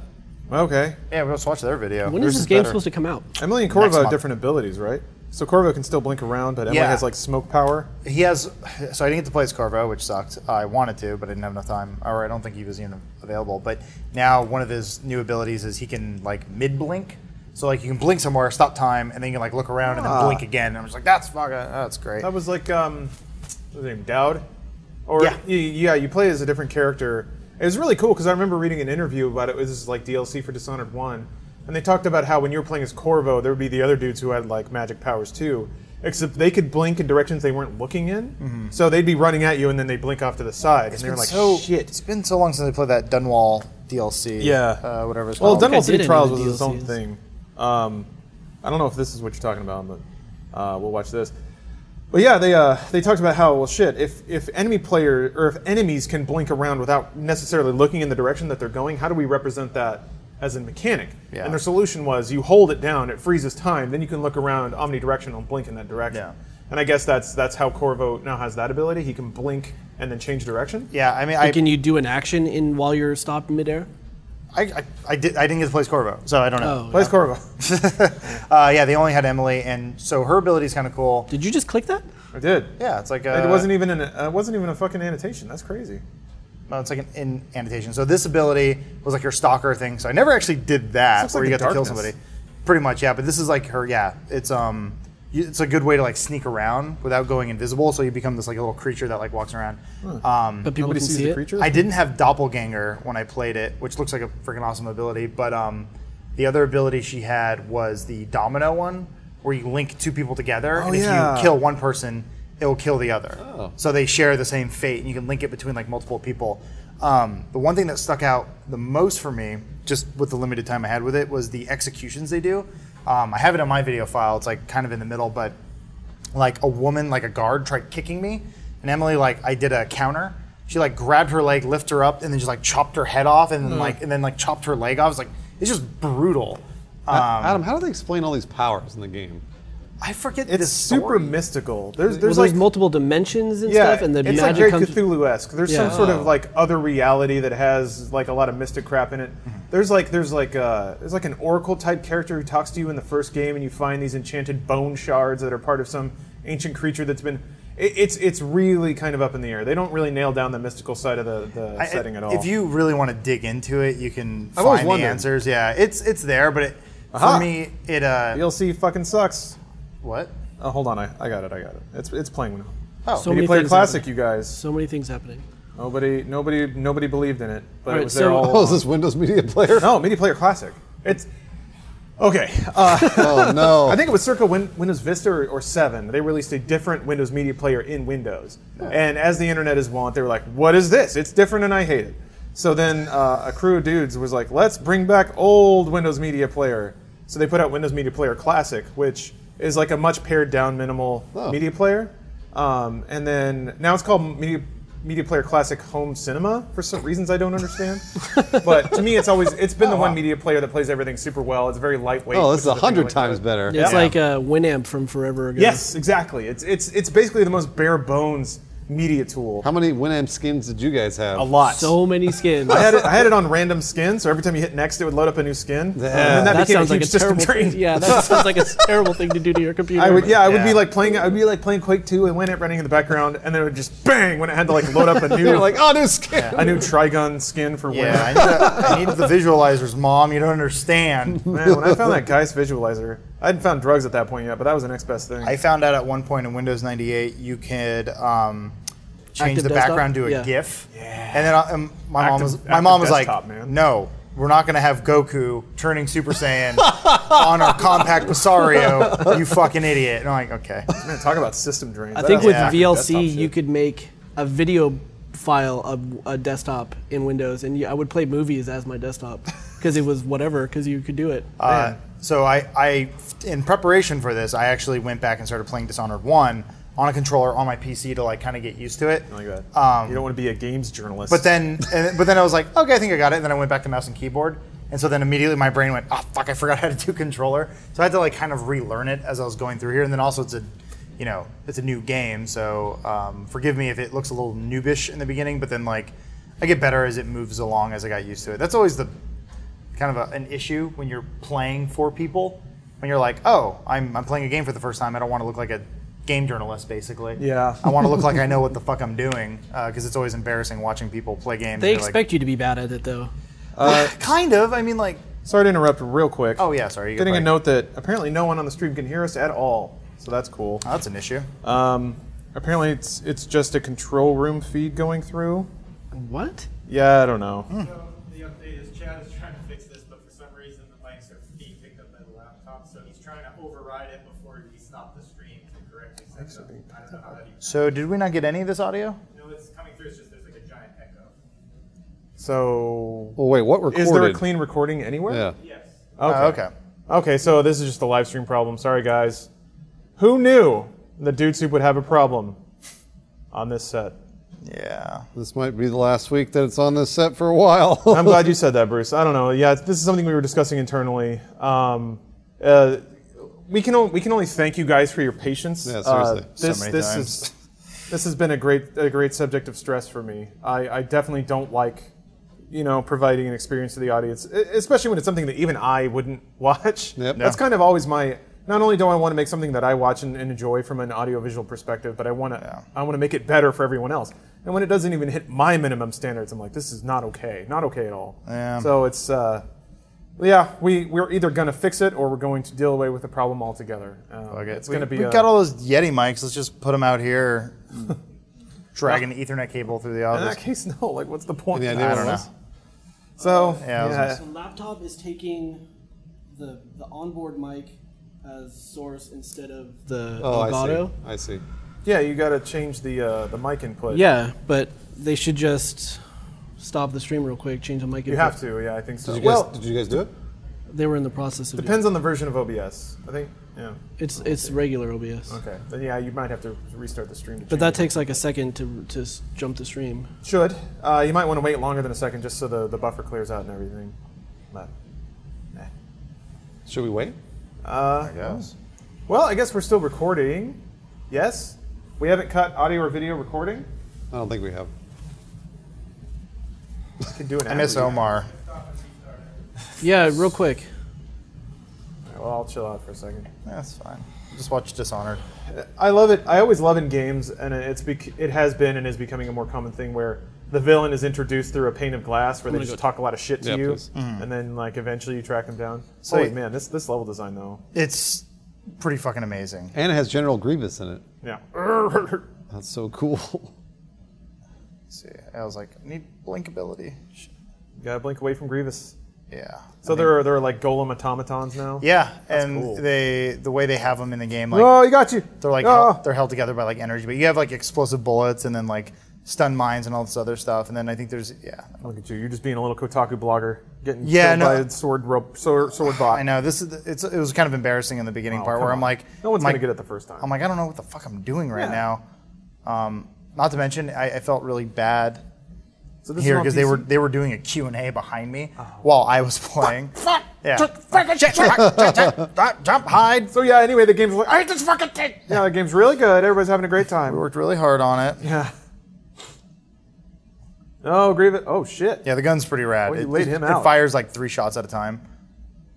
Speaker 1: Okay.
Speaker 4: yeah, we'll just watch their video.
Speaker 3: When
Speaker 4: Theirs
Speaker 3: is this
Speaker 4: is
Speaker 3: game
Speaker 4: better.
Speaker 3: supposed to come out?
Speaker 1: Emily and Corvo have
Speaker 4: month.
Speaker 1: different abilities, right? So Corvo can still blink around, but Emily
Speaker 4: Yeah.
Speaker 1: has like smoke power.
Speaker 4: he has so i didn't get to play as carvo which sucked i wanted to but i didn't have enough time or i don't think he was even available but now one of his new abilities is he can like mid blink so like you can blink somewhere stop time and then you can like look around and then blink again and i'm just like that's fucking that's great
Speaker 1: Ah. That was like um, what's his name Dowd, or
Speaker 4: Yeah.
Speaker 1: y- yeah, you play as a different character. It was really cool because I remember reading an interview about it. It was like DLC for Dishonored One, and they talked about how when you were playing as Corvo, there would be the other dudes who had like magic powers too, except they could blink in directions they weren't looking in. So they'd be running at you, and then they blink off to the side, and they were
Speaker 4: Mm-hmm. It's
Speaker 1: like,
Speaker 4: been so-
Speaker 1: "Shit."
Speaker 4: it's been so long since i played that dunwall dlc
Speaker 1: Yeah.
Speaker 4: uh, whatever it's
Speaker 1: Well,
Speaker 4: called
Speaker 1: Dunwall
Speaker 3: I did
Speaker 1: City
Speaker 3: any
Speaker 1: Trials
Speaker 3: of
Speaker 1: was
Speaker 3: the
Speaker 1: its own
Speaker 3: DLCs.
Speaker 1: thing. Um, I don't know if this is what you're talking about, but uh, we'll watch this. But yeah, they uh, they talked about how well shit if if enemy player or if enemies can blink around without necessarily looking in the direction that they're going, how do we represent that as a mechanic?
Speaker 4: Yeah.
Speaker 1: And their solution was you hold it down, it freezes time, then you can look around omnidirectional and blink in that direction.
Speaker 4: Yeah.
Speaker 1: And I guess that's that's how Corvo now has that ability. He can blink and then change direction?
Speaker 4: Yeah, I mean, I,
Speaker 3: Can you do an action in while you're stopped midair?
Speaker 4: I, I, I, did, I didn't get to place Corvo, so I don't know.
Speaker 1: Place Corvo.
Speaker 4: Uh, yeah, they only had Emily, and so her ability is kind of cool.
Speaker 3: Did you just click that?
Speaker 1: I did.
Speaker 4: Yeah, it's like a,
Speaker 1: It wasn't even an. Uh, it wasn't even a fucking annotation. That's crazy.
Speaker 4: well, Oh, it's like an in annotation. So this ability was like her stalker thing. So I never actually did
Speaker 1: This
Speaker 4: that,
Speaker 1: looks
Speaker 4: where
Speaker 1: like
Speaker 4: you
Speaker 1: the
Speaker 4: got to kill
Speaker 1: darkness.
Speaker 4: somebody. Pretty much, yeah. But this is like her. Yeah, it's um, you, it's a good way to like sneak around without going invisible. So you become this like little creature that like walks around. Um,
Speaker 3: But people
Speaker 1: Nobody
Speaker 3: can
Speaker 1: sees
Speaker 3: see
Speaker 1: the
Speaker 3: it.
Speaker 1: creature.
Speaker 4: I didn't have doppelganger when I played it, which looks like a freaking awesome ability. But um, the other ability she had was the domino one, where you link two people together, and if
Speaker 1: yeah.
Speaker 4: you kill one person, it will kill the other. So they share the same fate, and you can link it between like multiple people. Um, the one thing that stuck out the most for me, just with the limited time I had with it, was the executions they do. Um, I have it on my video file. It's like kind of in the middle, but like a woman, like a guard, tried kicking me, and Emily, like I did a counter. She like grabbed her leg, lifted her up, and then just like chopped her head off,
Speaker 1: Hmm.
Speaker 4: and then like and then like chopped her leg off. It's like it's just brutal.
Speaker 1: Um,
Speaker 4: Um,
Speaker 2: Adam, how do they explain all these powers in the game?
Speaker 4: I forget
Speaker 1: It's
Speaker 4: this
Speaker 1: super
Speaker 4: story.
Speaker 1: mystical. There's
Speaker 3: There's,
Speaker 1: there's
Speaker 3: well,
Speaker 1: like
Speaker 3: there's multiple dimensions and
Speaker 1: yeah,
Speaker 3: stuff, and the
Speaker 1: it's like
Speaker 3: magic
Speaker 1: very
Speaker 3: comes.
Speaker 1: Cthulhu-esque. There's
Speaker 3: Yeah.
Speaker 1: some sort of like other reality that has like a lot of mystic crap in it.
Speaker 4: Mm-hmm.
Speaker 1: There's like there's like uh there's like an oracle type character who talks to you in the first game, and you find these enchanted bone shards that are part of some ancient creature that's been. It, it's it's really kind of up in the air. They don't really nail down the mystical side of the, the
Speaker 4: I-
Speaker 1: setting at all.
Speaker 4: If you really want to dig into it, you can
Speaker 2: I've always
Speaker 4: find the
Speaker 2: wondered.
Speaker 4: answers. Yeah, it's it's there, but it,
Speaker 1: Aha.
Speaker 4: for me, it uh,
Speaker 1: DLC fucking sucks.
Speaker 4: what?
Speaker 1: Oh, hold on, I, I got it, I got it. It's it's playing now.
Speaker 4: Oh,
Speaker 1: Media
Speaker 3: So many
Speaker 1: Player
Speaker 3: things
Speaker 1: Classic,
Speaker 3: happening.
Speaker 1: you guys.
Speaker 3: So many things happening.
Speaker 1: Nobody nobody nobody believed in it, but it
Speaker 3: Alright,
Speaker 1: was there
Speaker 3: so-
Speaker 1: all.
Speaker 2: Oh, is this Windows Media Player?
Speaker 1: No, Media Player Classic. It's okay. Uh,
Speaker 2: Oh no!
Speaker 1: I think it was circa Win- Windows Vista or, or Seven. They released a different Windows Media Player in Windows, and as the internet is wont, they were like, "What is this? It's different, and I hate it." So then uh, a crew of dudes was like, "Let's bring back old Windows Media Player." So they put out Windows Media Player Classic, which is like a much pared down, minimal
Speaker 2: Oh.
Speaker 1: media player. Um, and then now it's called Media, Media Player Classic Home Cinema for some reasons I don't understand. but to me, it's always it's been the one media player that plays everything super well. It's very lightweight.
Speaker 2: oh, this is
Speaker 1: which the
Speaker 2: a
Speaker 1: thing I
Speaker 2: hundred
Speaker 1: like
Speaker 2: times
Speaker 1: about it.
Speaker 2: better.
Speaker 3: It's
Speaker 1: Yeah.
Speaker 3: like a Winamp from forever ago.
Speaker 1: Yes, exactly. It's it's it's basically the most bare bones media tool.
Speaker 2: How many Winamp skins did you guys have?
Speaker 4: A lot.
Speaker 3: So many skins.
Speaker 1: I had, it, I had it on random skin, so every time you hit next, it would load up a new skin. And then that,
Speaker 3: that
Speaker 1: became a
Speaker 3: sounds
Speaker 1: huge
Speaker 3: like a
Speaker 1: system
Speaker 3: terrible.
Speaker 1: drain.
Speaker 3: Thing. Yeah, that sounds like a terrible thing to do to your computer.
Speaker 1: I would, yeah, I would be
Speaker 4: Yeah.
Speaker 1: like playing, I would be like playing Quake 2 and Winamp running in the background, and then it would just bang when it had to like load up a new,
Speaker 2: You're like, oh, new skin.
Speaker 1: a new Trigun skin for Winamp.
Speaker 4: Yeah, I need, a, I need the visualizers, mom. You don't understand.
Speaker 1: Man, when I found that Geist visualizer, I hadn't found drugs at that point yet, but that was the next best thing.
Speaker 4: I found out at one point in Windows 98 you could um, change
Speaker 3: Active
Speaker 4: the
Speaker 3: desktop?
Speaker 4: background to a
Speaker 3: Yeah.
Speaker 4: GIF. And then I, um, my mom
Speaker 1: Active-
Speaker 4: was my mom was
Speaker 1: active desktop,
Speaker 4: like,
Speaker 1: man.
Speaker 4: "No, we're not going to have Goku turning Super Saiyan on our compact Pisario. You fucking idiot!" And I'm like, "Okay."
Speaker 1: Man, talk about system drains.
Speaker 3: I
Speaker 1: That
Speaker 3: think
Speaker 4: Oh,
Speaker 1: was
Speaker 3: with
Speaker 1: fucking desktop
Speaker 3: VLC,
Speaker 1: shit.
Speaker 3: you could make a video file of a desktop in Windows, and you, I would play movies as my desktop because it was whatever, because you could do it.
Speaker 4: Uh, so I, I, in preparation for this, I actually went back and started playing Dishonored One on a controller on my PC to like kind of get used to it.
Speaker 1: Like that.
Speaker 4: Um,
Speaker 1: you don't want to be a games journalist.
Speaker 4: But then, and, but then I was like, okay, I think I got it. And then I went back to mouse and keyboard, and so then immediately my brain went, oh fuck, I forgot how to do controller. So I had to like kind of relearn it as I was going through here. And then also it's a, you know, it's a new game, so um, forgive me if it looks a little noobish in the beginning. But then like, I get better as it moves along as I got used to it. That's always the kind of a, an issue when you're playing for people. When you're like, oh, I'm, I'm playing a game for the first time. I don't want to look like a game journalist, basically.
Speaker 1: Yeah.
Speaker 4: I want to look like I know what the fuck I'm doing because it's always embarrassing watching people play games.
Speaker 3: they
Speaker 4: You're like,
Speaker 3: expect you to be bad at it, though.
Speaker 4: kind of. I mean, like,
Speaker 1: sorry to interrupt real quick.
Speaker 4: oh yeah, sorry. You
Speaker 1: Getting
Speaker 4: got
Speaker 1: a
Speaker 4: right.
Speaker 1: note that apparently no one on the stream can hear us at all, so that's cool.
Speaker 4: Oh, that's an issue.
Speaker 1: Um, apparently it's it's just a control room feed going through.
Speaker 3: What?
Speaker 1: Yeah, I don't know.
Speaker 5: So the update is Chad is trying to fix this, but for some reason the mics are being picked up by the laptop, so he's trying to override it before he stopped the stream to correctly set it up. I don't know how that even.
Speaker 4: so did we not get any of this audio?
Speaker 5: No, it's coming through. It's just there's like a giant echo.
Speaker 1: So
Speaker 2: Well, wait, what recorded?
Speaker 1: is there a clean recording anywhere?
Speaker 2: Yeah.
Speaker 5: Yes.
Speaker 1: Okay.
Speaker 4: Oh, okay.
Speaker 1: Okay, so this is just a live stream problem. Sorry guys. Who knew the dude soup would have a problem on this set?
Speaker 4: Yeah.
Speaker 2: This might be the last week that it's on this set for a while.
Speaker 1: I'm glad you said that, Bruce. I don't know. Yeah, it's- this is something we were discussing internally. Um, uh, we can only, we can only thank you guys for your patience. Uh,
Speaker 2: Yeah, seriously.
Speaker 1: this
Speaker 4: So many
Speaker 1: this
Speaker 4: times.
Speaker 1: is This has been a great a great subject of stress for me. I, I definitely don't like, you know, providing an experience to the audience, e- especially when it's something that even I wouldn't watch.
Speaker 2: Yep.
Speaker 1: That's
Speaker 2: No.
Speaker 1: kind of always my. Not only do I want to make something that I watch and, and enjoy from an audiovisual perspective, but I want to I want to make it better for everyone else. And when it doesn't even hit my minimum standards, I'm like, this is not okay, not okay at all.
Speaker 4: Yeah.
Speaker 1: So it's. Uh, yeah, we, we're either going to fix it or we're going to deal away with the problem altogether. Um, It's going to be
Speaker 4: We
Speaker 1: a-
Speaker 4: got all those Yeti mics. Let's just put them out here. Drag an Ethernet cable through the
Speaker 1: In
Speaker 4: office.
Speaker 1: that case, no. Like, what's the point?
Speaker 2: Any idea
Speaker 4: I
Speaker 2: what
Speaker 4: don't
Speaker 2: it
Speaker 4: know.
Speaker 2: was?
Speaker 1: So,
Speaker 4: Yeah, I was
Speaker 1: yeah,
Speaker 3: So laptop is taking the the onboard mic as source instead of the
Speaker 2: Oh,
Speaker 3: Elgato.
Speaker 2: I see. I see.
Speaker 1: yeah, you got to change the uh, the mic input.
Speaker 3: Yeah, but they should just stop the stream real quick, change the mic.
Speaker 1: you have to. Yeah, I think so.
Speaker 2: Did you guys,
Speaker 1: well,
Speaker 2: did you guys do it?
Speaker 3: They were in the process of
Speaker 1: depends on the version of OBS. I think. Yeah.
Speaker 3: It. It's it's regular OBS,
Speaker 1: Okay. Then yeah, you might have to restart the stream. To
Speaker 3: but
Speaker 1: change
Speaker 3: that
Speaker 1: it.
Speaker 3: takes like a second to to s- jump the stream.
Speaker 1: should. Uh, you might want to wait longer than a second just so the, the buffer clears out and everything. But, nah.
Speaker 2: Should we wait?
Speaker 1: Uh,
Speaker 4: I guess.
Speaker 1: Well, I guess we're still recording. Yes. We haven't cut audio or video recording.
Speaker 2: I don't think we have.
Speaker 1: We can do an.
Speaker 4: I miss
Speaker 1: ad read.
Speaker 4: Omar.
Speaker 3: Yeah, real quick.
Speaker 1: All right, Well, I'll chill out for a second.
Speaker 4: That's fine. Just watch Dishonored.
Speaker 1: I love it. I always love in games, and it's bec- it has been and is becoming a more common thing where the villain is introduced through a pane of glass where they
Speaker 3: gonna
Speaker 1: just
Speaker 3: go-
Speaker 1: talk a lot of shit to
Speaker 2: Yeah,
Speaker 1: you,
Speaker 2: please.
Speaker 1: and then like eventually you track them down.
Speaker 4: Mm. So
Speaker 1: Holy
Speaker 4: y-
Speaker 1: man, this this level design though,
Speaker 4: It's pretty fucking amazing.
Speaker 2: And it has General Grievous in it.
Speaker 1: yeah.
Speaker 2: That's so cool.
Speaker 4: Let's see, I was like, I need blinkability. Sh-
Speaker 1: Gotta blink away from Grievous.
Speaker 4: Yeah.
Speaker 1: So there are there are like golem automatons now.
Speaker 4: Yeah, and
Speaker 1: cool.
Speaker 4: they the way they have them in the game, like
Speaker 1: Oh, you got you.
Speaker 4: they're like
Speaker 1: oh.
Speaker 4: held, they're held together by like energy, but you have like explosive bullets and then like stun mines and all this other stuff, and then I think there's yeah,
Speaker 1: Look at you. You're just being a little Kotaku blogger, getting
Speaker 4: Yeah,
Speaker 1: killed
Speaker 4: no.
Speaker 1: by a sword rope, sword, sword bot.
Speaker 4: I know this is the- it's it was kind of embarrassing in the beginning
Speaker 1: Oh,
Speaker 4: part
Speaker 1: come
Speaker 4: where
Speaker 1: on.
Speaker 4: I'm like,
Speaker 1: no one's
Speaker 4: my-
Speaker 1: gonna get it the first time.
Speaker 4: I'm like, I don't know what the fuck I'm doing right
Speaker 1: Yeah.
Speaker 4: now. Um, not to mention, I, I felt really bad
Speaker 1: so this is Oh.
Speaker 4: here
Speaker 1: on
Speaker 4: because they
Speaker 1: PC.
Speaker 4: were they were doing a Q and A behind me while I was playing.
Speaker 6: Fuck.
Speaker 4: Yeah.
Speaker 6: Fuck, fuck, shit, fuck, shit, shit, jump, jump, hide.
Speaker 1: So yeah. Anyway, the game's like,
Speaker 6: I hate this fucking thing.
Speaker 1: yeah, the game's really good. Everybody's having a great time.
Speaker 4: We worked really hard on it.
Speaker 1: Yeah. Oh, Grievous. Oh, shit.
Speaker 4: Yeah, the gun's pretty rad.
Speaker 1: Well, you
Speaker 4: it,
Speaker 1: laid
Speaker 4: it-
Speaker 1: him
Speaker 4: it
Speaker 1: out.
Speaker 4: fires like three shots at a time,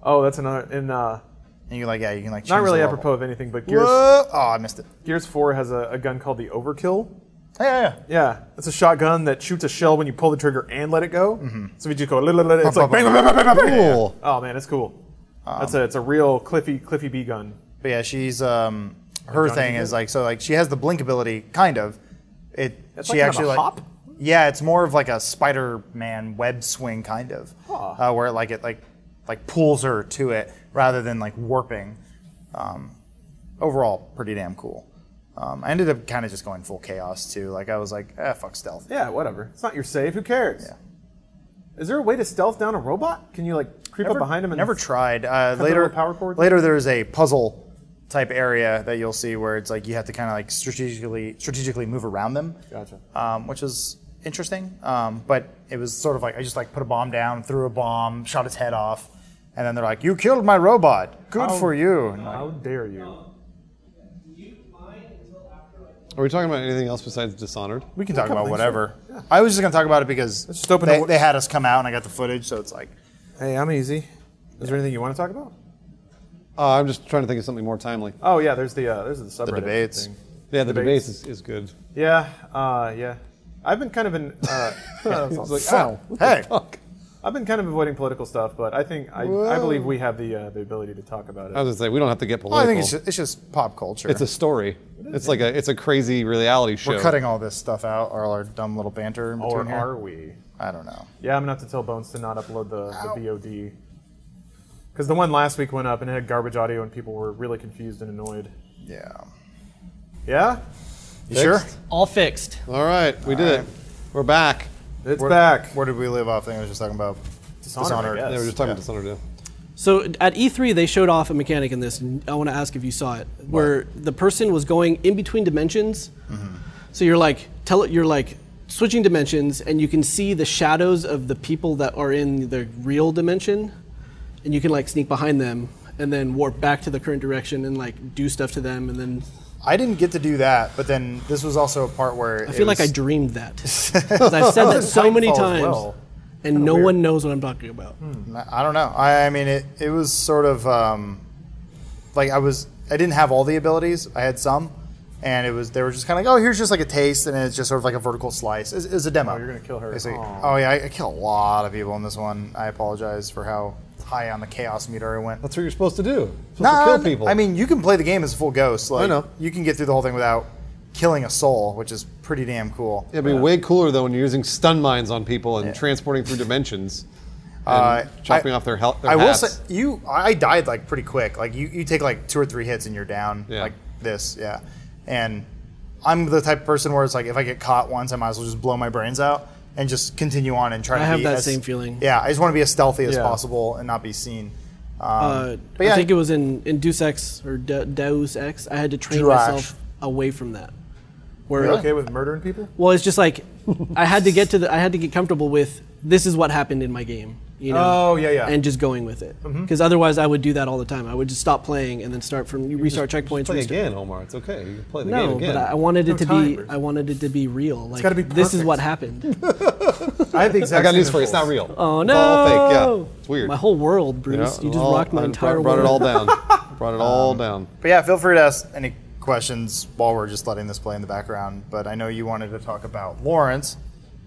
Speaker 1: Oh, that's another. And uh,
Speaker 4: and you like yeah, you can like change
Speaker 1: not really
Speaker 4: the level.
Speaker 1: apropos of anything, but Gears,
Speaker 4: Whoa! Oh, I missed it.
Speaker 1: Gears 4 has a, a gun called the Overkill.
Speaker 4: Yeah, yeah, yeah.
Speaker 1: Yeah, it's a shotgun that shoots a shell when you pull the trigger and let it go.
Speaker 4: Mm-hmm.
Speaker 1: So we just go, "Let- let- let it-" it's like, bang, bang, bang, bang, bang, bang.
Speaker 2: Cool.
Speaker 1: oh man, it's cool.
Speaker 4: Um.
Speaker 1: that's a, it's a real Cliffy Cliffy B gun.
Speaker 4: But yeah, she's um, her
Speaker 1: Johnny
Speaker 4: thing is
Speaker 1: Depp?
Speaker 4: like so like she has the blink ability, kind of. It
Speaker 1: That's
Speaker 4: she
Speaker 1: like kind of
Speaker 4: actually
Speaker 1: a
Speaker 4: like
Speaker 1: hop?
Speaker 4: yeah, it's more of like a Spider-Man web swing kind of,
Speaker 1: Huh.
Speaker 4: uh, where it, like it like like pulls her to it rather than like warping. Um, overall, pretty damn cool. Um, I ended up kind of just going full chaos too. Like I was like, eh, fuck stealth.
Speaker 1: Yeah, whatever. It's not your save. Who cares?
Speaker 4: Yeah.
Speaker 1: Is there a way to stealth down a robot? Can you like creep up behind him and
Speaker 4: never tried. Uh,
Speaker 1: the
Speaker 4: later,
Speaker 1: little power cord?
Speaker 4: later there's a puzzle type area that you'll see where it's like you have to kind of like strategically strategically move around them.
Speaker 1: Gotcha.
Speaker 4: Um, which is interesting, um, but it was sort of like I just like put a bomb down, threw a bomb, shot its head off, and then they're like, "You killed my robot. Good
Speaker 1: How-
Speaker 4: for you." And like,
Speaker 1: How dare you?
Speaker 2: Are we talking about anything else besides Dishonored?
Speaker 4: we can talk about whatever. I was just gonna talk about it because
Speaker 1: just open
Speaker 4: they,
Speaker 1: the-
Speaker 4: they had us come out and I got the footage, so it's like
Speaker 1: Hey, I'm easy. Is there anything you want to talk about?
Speaker 2: Uh, I'm just trying to think of something more timely.
Speaker 1: Oh yeah, there's the uh, there's the subreddit
Speaker 4: debates.
Speaker 1: thing.
Speaker 2: Yeah, the
Speaker 1: Debates.
Speaker 2: debates, is, is good.
Speaker 1: Yeah, uh, yeah. I've been kind of in. Uh,
Speaker 2: It's like,
Speaker 1: oh, Fuck.
Speaker 2: ow, what
Speaker 4: Hey.
Speaker 2: the fuck?
Speaker 1: I've been kind of avoiding political stuff, but I think I, I
Speaker 2: Whoa.
Speaker 1: believe we have the uh, the ability to talk about
Speaker 2: I
Speaker 1: it.
Speaker 2: was gonna say we don't have to get
Speaker 4: well,
Speaker 2: political.
Speaker 4: I think it's just, it's just pop culture.
Speaker 2: It's a story. It's like a it's a crazy reality show.
Speaker 4: We're cutting all this stuff out, all our dumb little banter. In between
Speaker 1: Or
Speaker 4: here.
Speaker 1: are we?
Speaker 4: I don't know.
Speaker 1: Yeah, I'm gonna have to tell Bones to not upload the, the VOD because the one last week went up and it had garbage audio and people were really confused and annoyed.
Speaker 4: Yeah.
Speaker 1: Yeah,
Speaker 4: You sure?
Speaker 3: All fixed.
Speaker 2: All right, we did it. We're back.
Speaker 1: it's back.
Speaker 4: Where did we live off? I think I was just talking about
Speaker 1: Dishonored, I guess.
Speaker 2: Yeah, we were just talking about Dishonored. Yeah.
Speaker 3: So at E3, they showed off a mechanic in this. And I want to ask if you saw it, where the person was going in between dimensions. So you're like, tell you're like switching dimensions, and you can see the shadows of the people that are in the real dimension, and you can like sneak behind them, and then warp back to the current direction and like do stuff to them, and then
Speaker 4: I didn't get to do that, but then this was also a part where
Speaker 3: I feel like I dreamed that. 'Cause I've said that so many
Speaker 4: Titanfall as
Speaker 3: times,
Speaker 4: well.
Speaker 3: and no one knows what I'm talking about.
Speaker 4: I don't know. I, I mean, it, it was sort of um, like I was I didn't have all the abilities. I had some, and it was they were just kind of like, oh, here's just like a taste, and it's just sort of like a vertical slice. It's, it's a demo.
Speaker 1: Oh, you're gonna kill her.
Speaker 4: Basically.
Speaker 1: Aw.
Speaker 4: Oh yeah, I, I kill a lot of people in this one. I apologize for how high on the chaos meter I went.
Speaker 2: That's what you're supposed to do. You're supposed
Speaker 4: Nah,
Speaker 2: to kill people.
Speaker 4: I mean, you can play the game as a full ghost. Like,
Speaker 2: know.
Speaker 4: You can get through the whole thing without killing a soul, which is pretty damn cool.
Speaker 2: it'd be way cooler though when you're using stun mines on people and transporting through dimensions, and
Speaker 4: Uh,
Speaker 2: chopping
Speaker 4: I-
Speaker 2: off their health. Their
Speaker 4: I will
Speaker 2: hats.
Speaker 4: say you I died like pretty quick. Like you, you take like two or three hits and you're down.
Speaker 2: Yeah.
Speaker 4: Like this, yeah. And I'm the type of person where it's like if I get caught once, I might as well just blow my brains out and just continue on and try
Speaker 3: I
Speaker 4: to
Speaker 3: have
Speaker 4: be
Speaker 3: that
Speaker 4: as-
Speaker 3: same feeling.
Speaker 4: Yeah, I just want to be as stealthy as
Speaker 1: Yeah.
Speaker 4: possible and not be seen. Um,
Speaker 3: Uh,
Speaker 4: but yeah,
Speaker 3: I think it was in, in Deus Ex or De- Deus Ex. I had to train
Speaker 4: Drash.
Speaker 3: myself away from that. Where
Speaker 1: You're okay with murdering people?
Speaker 3: well, it's just like I had to get to the I had to get comfortable with this is what happened in my game. You know.
Speaker 1: Oh, yeah, yeah.
Speaker 3: And just going with it,
Speaker 2: Mm-hmm.
Speaker 3: because otherwise I would do that all the time. I would just stop playing and then start from you restart checkpoints.
Speaker 2: play
Speaker 3: restart-
Speaker 2: again, Omar. It's okay. You can play the
Speaker 3: No,
Speaker 2: game again.
Speaker 3: but I wanted it
Speaker 1: No
Speaker 3: to be
Speaker 1: timers.
Speaker 3: I wanted it to be real. Like
Speaker 1: gotta be
Speaker 3: this is
Speaker 1: perfect.
Speaker 3: what happened.
Speaker 1: I had the exact
Speaker 2: I got
Speaker 1: same
Speaker 2: news for you. It's not
Speaker 1: impulse.
Speaker 2: real.
Speaker 3: Oh
Speaker 2: It's
Speaker 3: no!
Speaker 2: all fake. Yeah, it's weird.
Speaker 3: My whole world,
Speaker 2: Yeah,
Speaker 3: Bruce. you just
Speaker 2: all-
Speaker 3: rocked my
Speaker 2: I
Speaker 3: entire
Speaker 2: brought,
Speaker 3: world.
Speaker 2: Brought it all down. brought it all down.
Speaker 4: but yeah, feel free to ask any questions while we're just letting this play in the background. But I know you wanted to talk about Lawrence,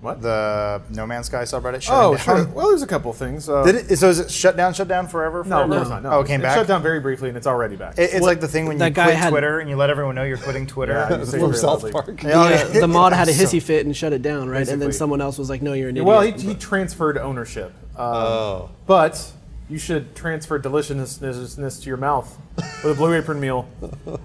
Speaker 1: What?
Speaker 4: the No Man's Sky subreddit. shutting
Speaker 1: oh,
Speaker 4: down.
Speaker 1: sure. Well, there's a couple things. Uh,
Speaker 4: Did it, so is it shut down, shut down forever?
Speaker 1: No,
Speaker 4: forever?
Speaker 1: no, no. no.
Speaker 4: Oh, it came back?
Speaker 1: Shut down very briefly, and it's already back.
Speaker 4: It- it's like the thing when you
Speaker 3: that guy
Speaker 4: quit
Speaker 3: had-
Speaker 4: Twitter and you let everyone know you're quitting Twitter.
Speaker 1: Yeah,
Speaker 4: and
Speaker 1: you
Speaker 4: you
Speaker 1: say
Speaker 4: say-
Speaker 2: From
Speaker 1: Really?
Speaker 2: South Park.
Speaker 4: Yeah,
Speaker 3: Oh, Yeah, the mod had a
Speaker 4: So-
Speaker 3: hissy fit and shut it down, right? And then
Speaker 1: Basically.
Speaker 3: someone else was like, "No, you're an idiot."
Speaker 1: well, he, he transferred ownership. Um,
Speaker 2: Oh.
Speaker 1: But you should transfer deliciousness to your mouth with a Blue Apron meal.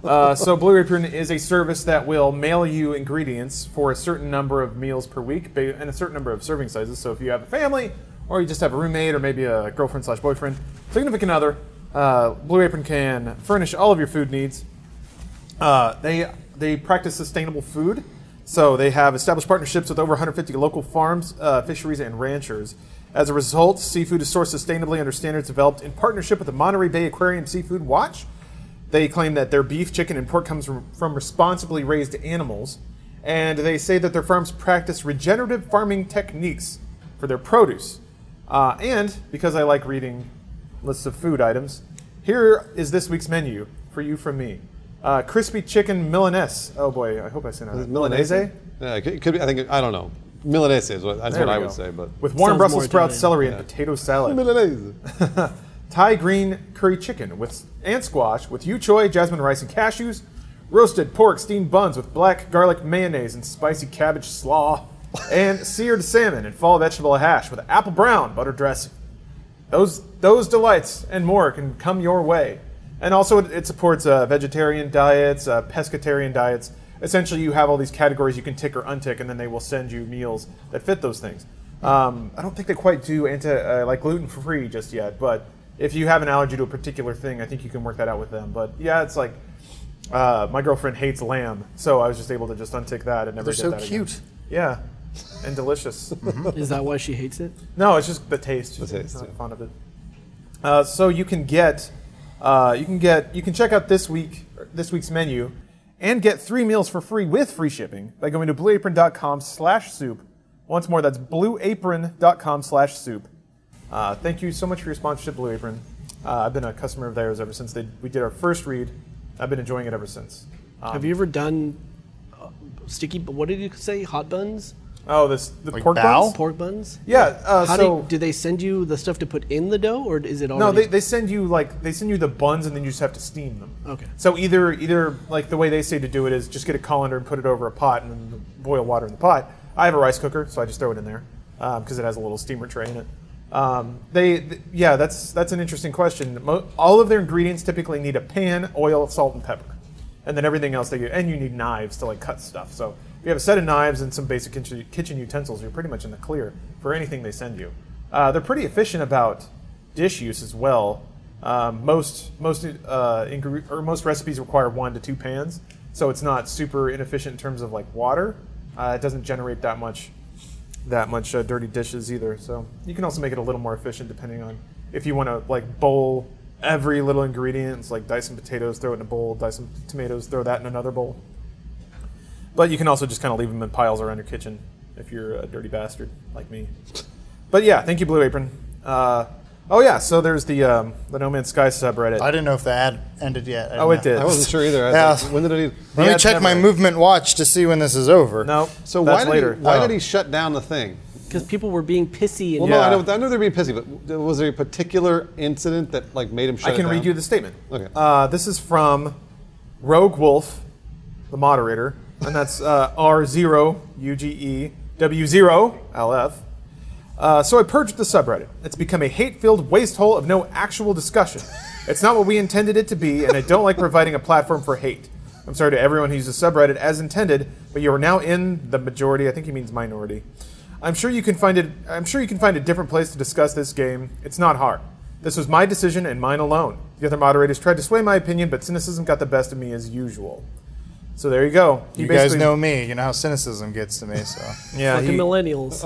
Speaker 1: Uh, so Blue Apron is a service that will mail you ingredients for a certain number of meals per week ba- and a certain number of serving sizes. So if you have a family, or you just have a roommate, or maybe a girlfriend slash boyfriend, significant other, uh, Blue Apron can furnish all of your food needs. Uh, they they practice sustainable food, so they have established partnerships with over 150 local farms, uh, fisheries, and ranchers. As a result, seafood is sourced sustainably under standards developed in partnership with the Monterey Bay Aquarium Seafood Watch. They claim that their beef, chicken, and pork comes from, from responsibly raised animals, and they say that their farms practice regenerative farming techniques for their produce. Uh, and because I like reading lists of food items, here is this week's menu for you from me: uh, crispy chicken milanese. Oh boy, I hope I said that. right.
Speaker 2: Milanese? Yeah, it could- it could be. I think I don't know. Milanese is what that's
Speaker 1: There
Speaker 2: what
Speaker 1: we
Speaker 2: I
Speaker 1: go.
Speaker 2: would say, but
Speaker 1: with warm
Speaker 3: Sounds
Speaker 1: Brussels
Speaker 3: more
Speaker 1: sprouts,
Speaker 3: Italian.
Speaker 1: celery, and potato salad.
Speaker 2: Milanese.
Speaker 1: Thai green curry chicken with and squash with yu choy, jasmine rice, and cashews. Roasted pork steamed buns with black garlic mayonnaise and spicy cabbage slaw. And seared salmon and fall vegetable hash with apple brown butter dressing. Those those delights and more can come your way. And also, it, it supports uh, vegetarian diets, uh, pescatarian diets. Essentially, you have all these categories you can tick or untick, and then they will send you meals that fit those things. Um, I don't think they quite do anti uh, like gluten free just yet, but if you have an allergy to a particular thing, I think you can work that out with them. But yeah, it's like uh, my girlfriend hates lamb, so I was just able to just untick that and never
Speaker 4: They're
Speaker 1: get
Speaker 4: so
Speaker 1: that again.
Speaker 4: cute.
Speaker 1: Yeah, and delicious.
Speaker 3: Is that why she hates it?
Speaker 1: No, it's just the taste. The
Speaker 2: taste,
Speaker 1: Not
Speaker 2: yeah.
Speaker 1: fond of it. Uh, so you can get, uh, you can get, you can check out this week, this week's menu, and get three meals for free with free shipping by going to blueapron.com/soup. Once more, that's blueapron.com/soup. Uh, thank you so much for your sponsorship, Blue Apron. Uh, I've been a customer of theirs ever since they, we did our first read. I've been enjoying it ever since.
Speaker 3: Have you ever done uh, sticky? What did you say? Hot buns,
Speaker 1: Oh, this the
Speaker 4: Like
Speaker 1: pork
Speaker 4: bao?
Speaker 1: buns.
Speaker 3: pork buns.
Speaker 1: Yeah. Uh,
Speaker 3: How
Speaker 1: so
Speaker 3: do, do they send you the stuff to put in the dough, or is it
Speaker 1: No,
Speaker 3: already?
Speaker 1: they, they send you like they send you the buns and then you just have to steam them.
Speaker 3: Okay.
Speaker 1: So either either like the way they say to do it is just get a colander and put it over a pot and then boil water in the pot. I have a rice cooker, so I just throw it in there because it has a little steamer tray in it. Um, they th- yeah, that's that's an interesting question. Mo- all of their ingredients typically need a pan, oil, salt, and pepper, and then everything else they get. And you need knives to like cut stuff. So if you have a set of knives and some basic kitchen, kitchen utensils, you're pretty much in the clear for anything they send you. Uh, they're pretty efficient about dish use as well. Um, most most uh, ingre- or most recipes require one to two pans, so it's not super inefficient in terms of like water. Uh, it doesn't generate that much that much uh, dirty dishes either. So you can also make it a little more efficient depending on if you want to like bowl every little ingredient. It's like dice some potatoes, throw it in a bowl, dice some tomatoes, throw that in another bowl. But you can also just kind of leave them in piles around your kitchen if you're a dirty bastard like me. But yeah, thank you, Blue Apron. Uh, oh yeah, so there's the um, the No Man's Sky subreddit.
Speaker 4: I didn't know if the ad ended yet. I
Speaker 1: Oh, it
Speaker 4: didn't know.
Speaker 1: did.
Speaker 2: I wasn't sure either. I
Speaker 4: Yeah.
Speaker 2: was like, when did it? Even?
Speaker 4: Let
Speaker 1: The
Speaker 4: me
Speaker 1: ad's
Speaker 4: check my
Speaker 1: never-
Speaker 4: movement watch to see when this is over.
Speaker 1: no,
Speaker 2: So
Speaker 1: that's
Speaker 2: why did
Speaker 1: later. Uh,
Speaker 2: he, why
Speaker 4: Oh.
Speaker 2: did he shut down the thing?
Speaker 3: because people were being pissy and
Speaker 2: Well, no, I
Speaker 1: Yeah.
Speaker 2: know, I know they're being pissy, but w- was there a particular incident that like made him shut?
Speaker 1: I can
Speaker 2: it down?
Speaker 1: read you the statement.
Speaker 2: Okay.
Speaker 1: Uh, this is from Rogue Wolf, the moderator, and that's uh, E R0UGEW0LF. Uh, so I purged the subreddit. It's become a hate filled waste hole of no actual discussion. It's not what we intended it to be, and I don't like providing a platform for hate. I'm sorry to everyone who uses subreddit as intended, but you are now in the majority. I think he means minority. I'm sure you can find it. I'm sure you can find a different place to discuss this game. It's not hard. This was my decision and mine alone. The other moderators tried to sway my opinion, but cynicism got the best of me as usual. So there you go. He
Speaker 4: You guys
Speaker 1: basically-
Speaker 4: know me. You know how cynicism gets to me. So
Speaker 1: Yeah,
Speaker 3: fucking
Speaker 1: he-
Speaker 3: millennials.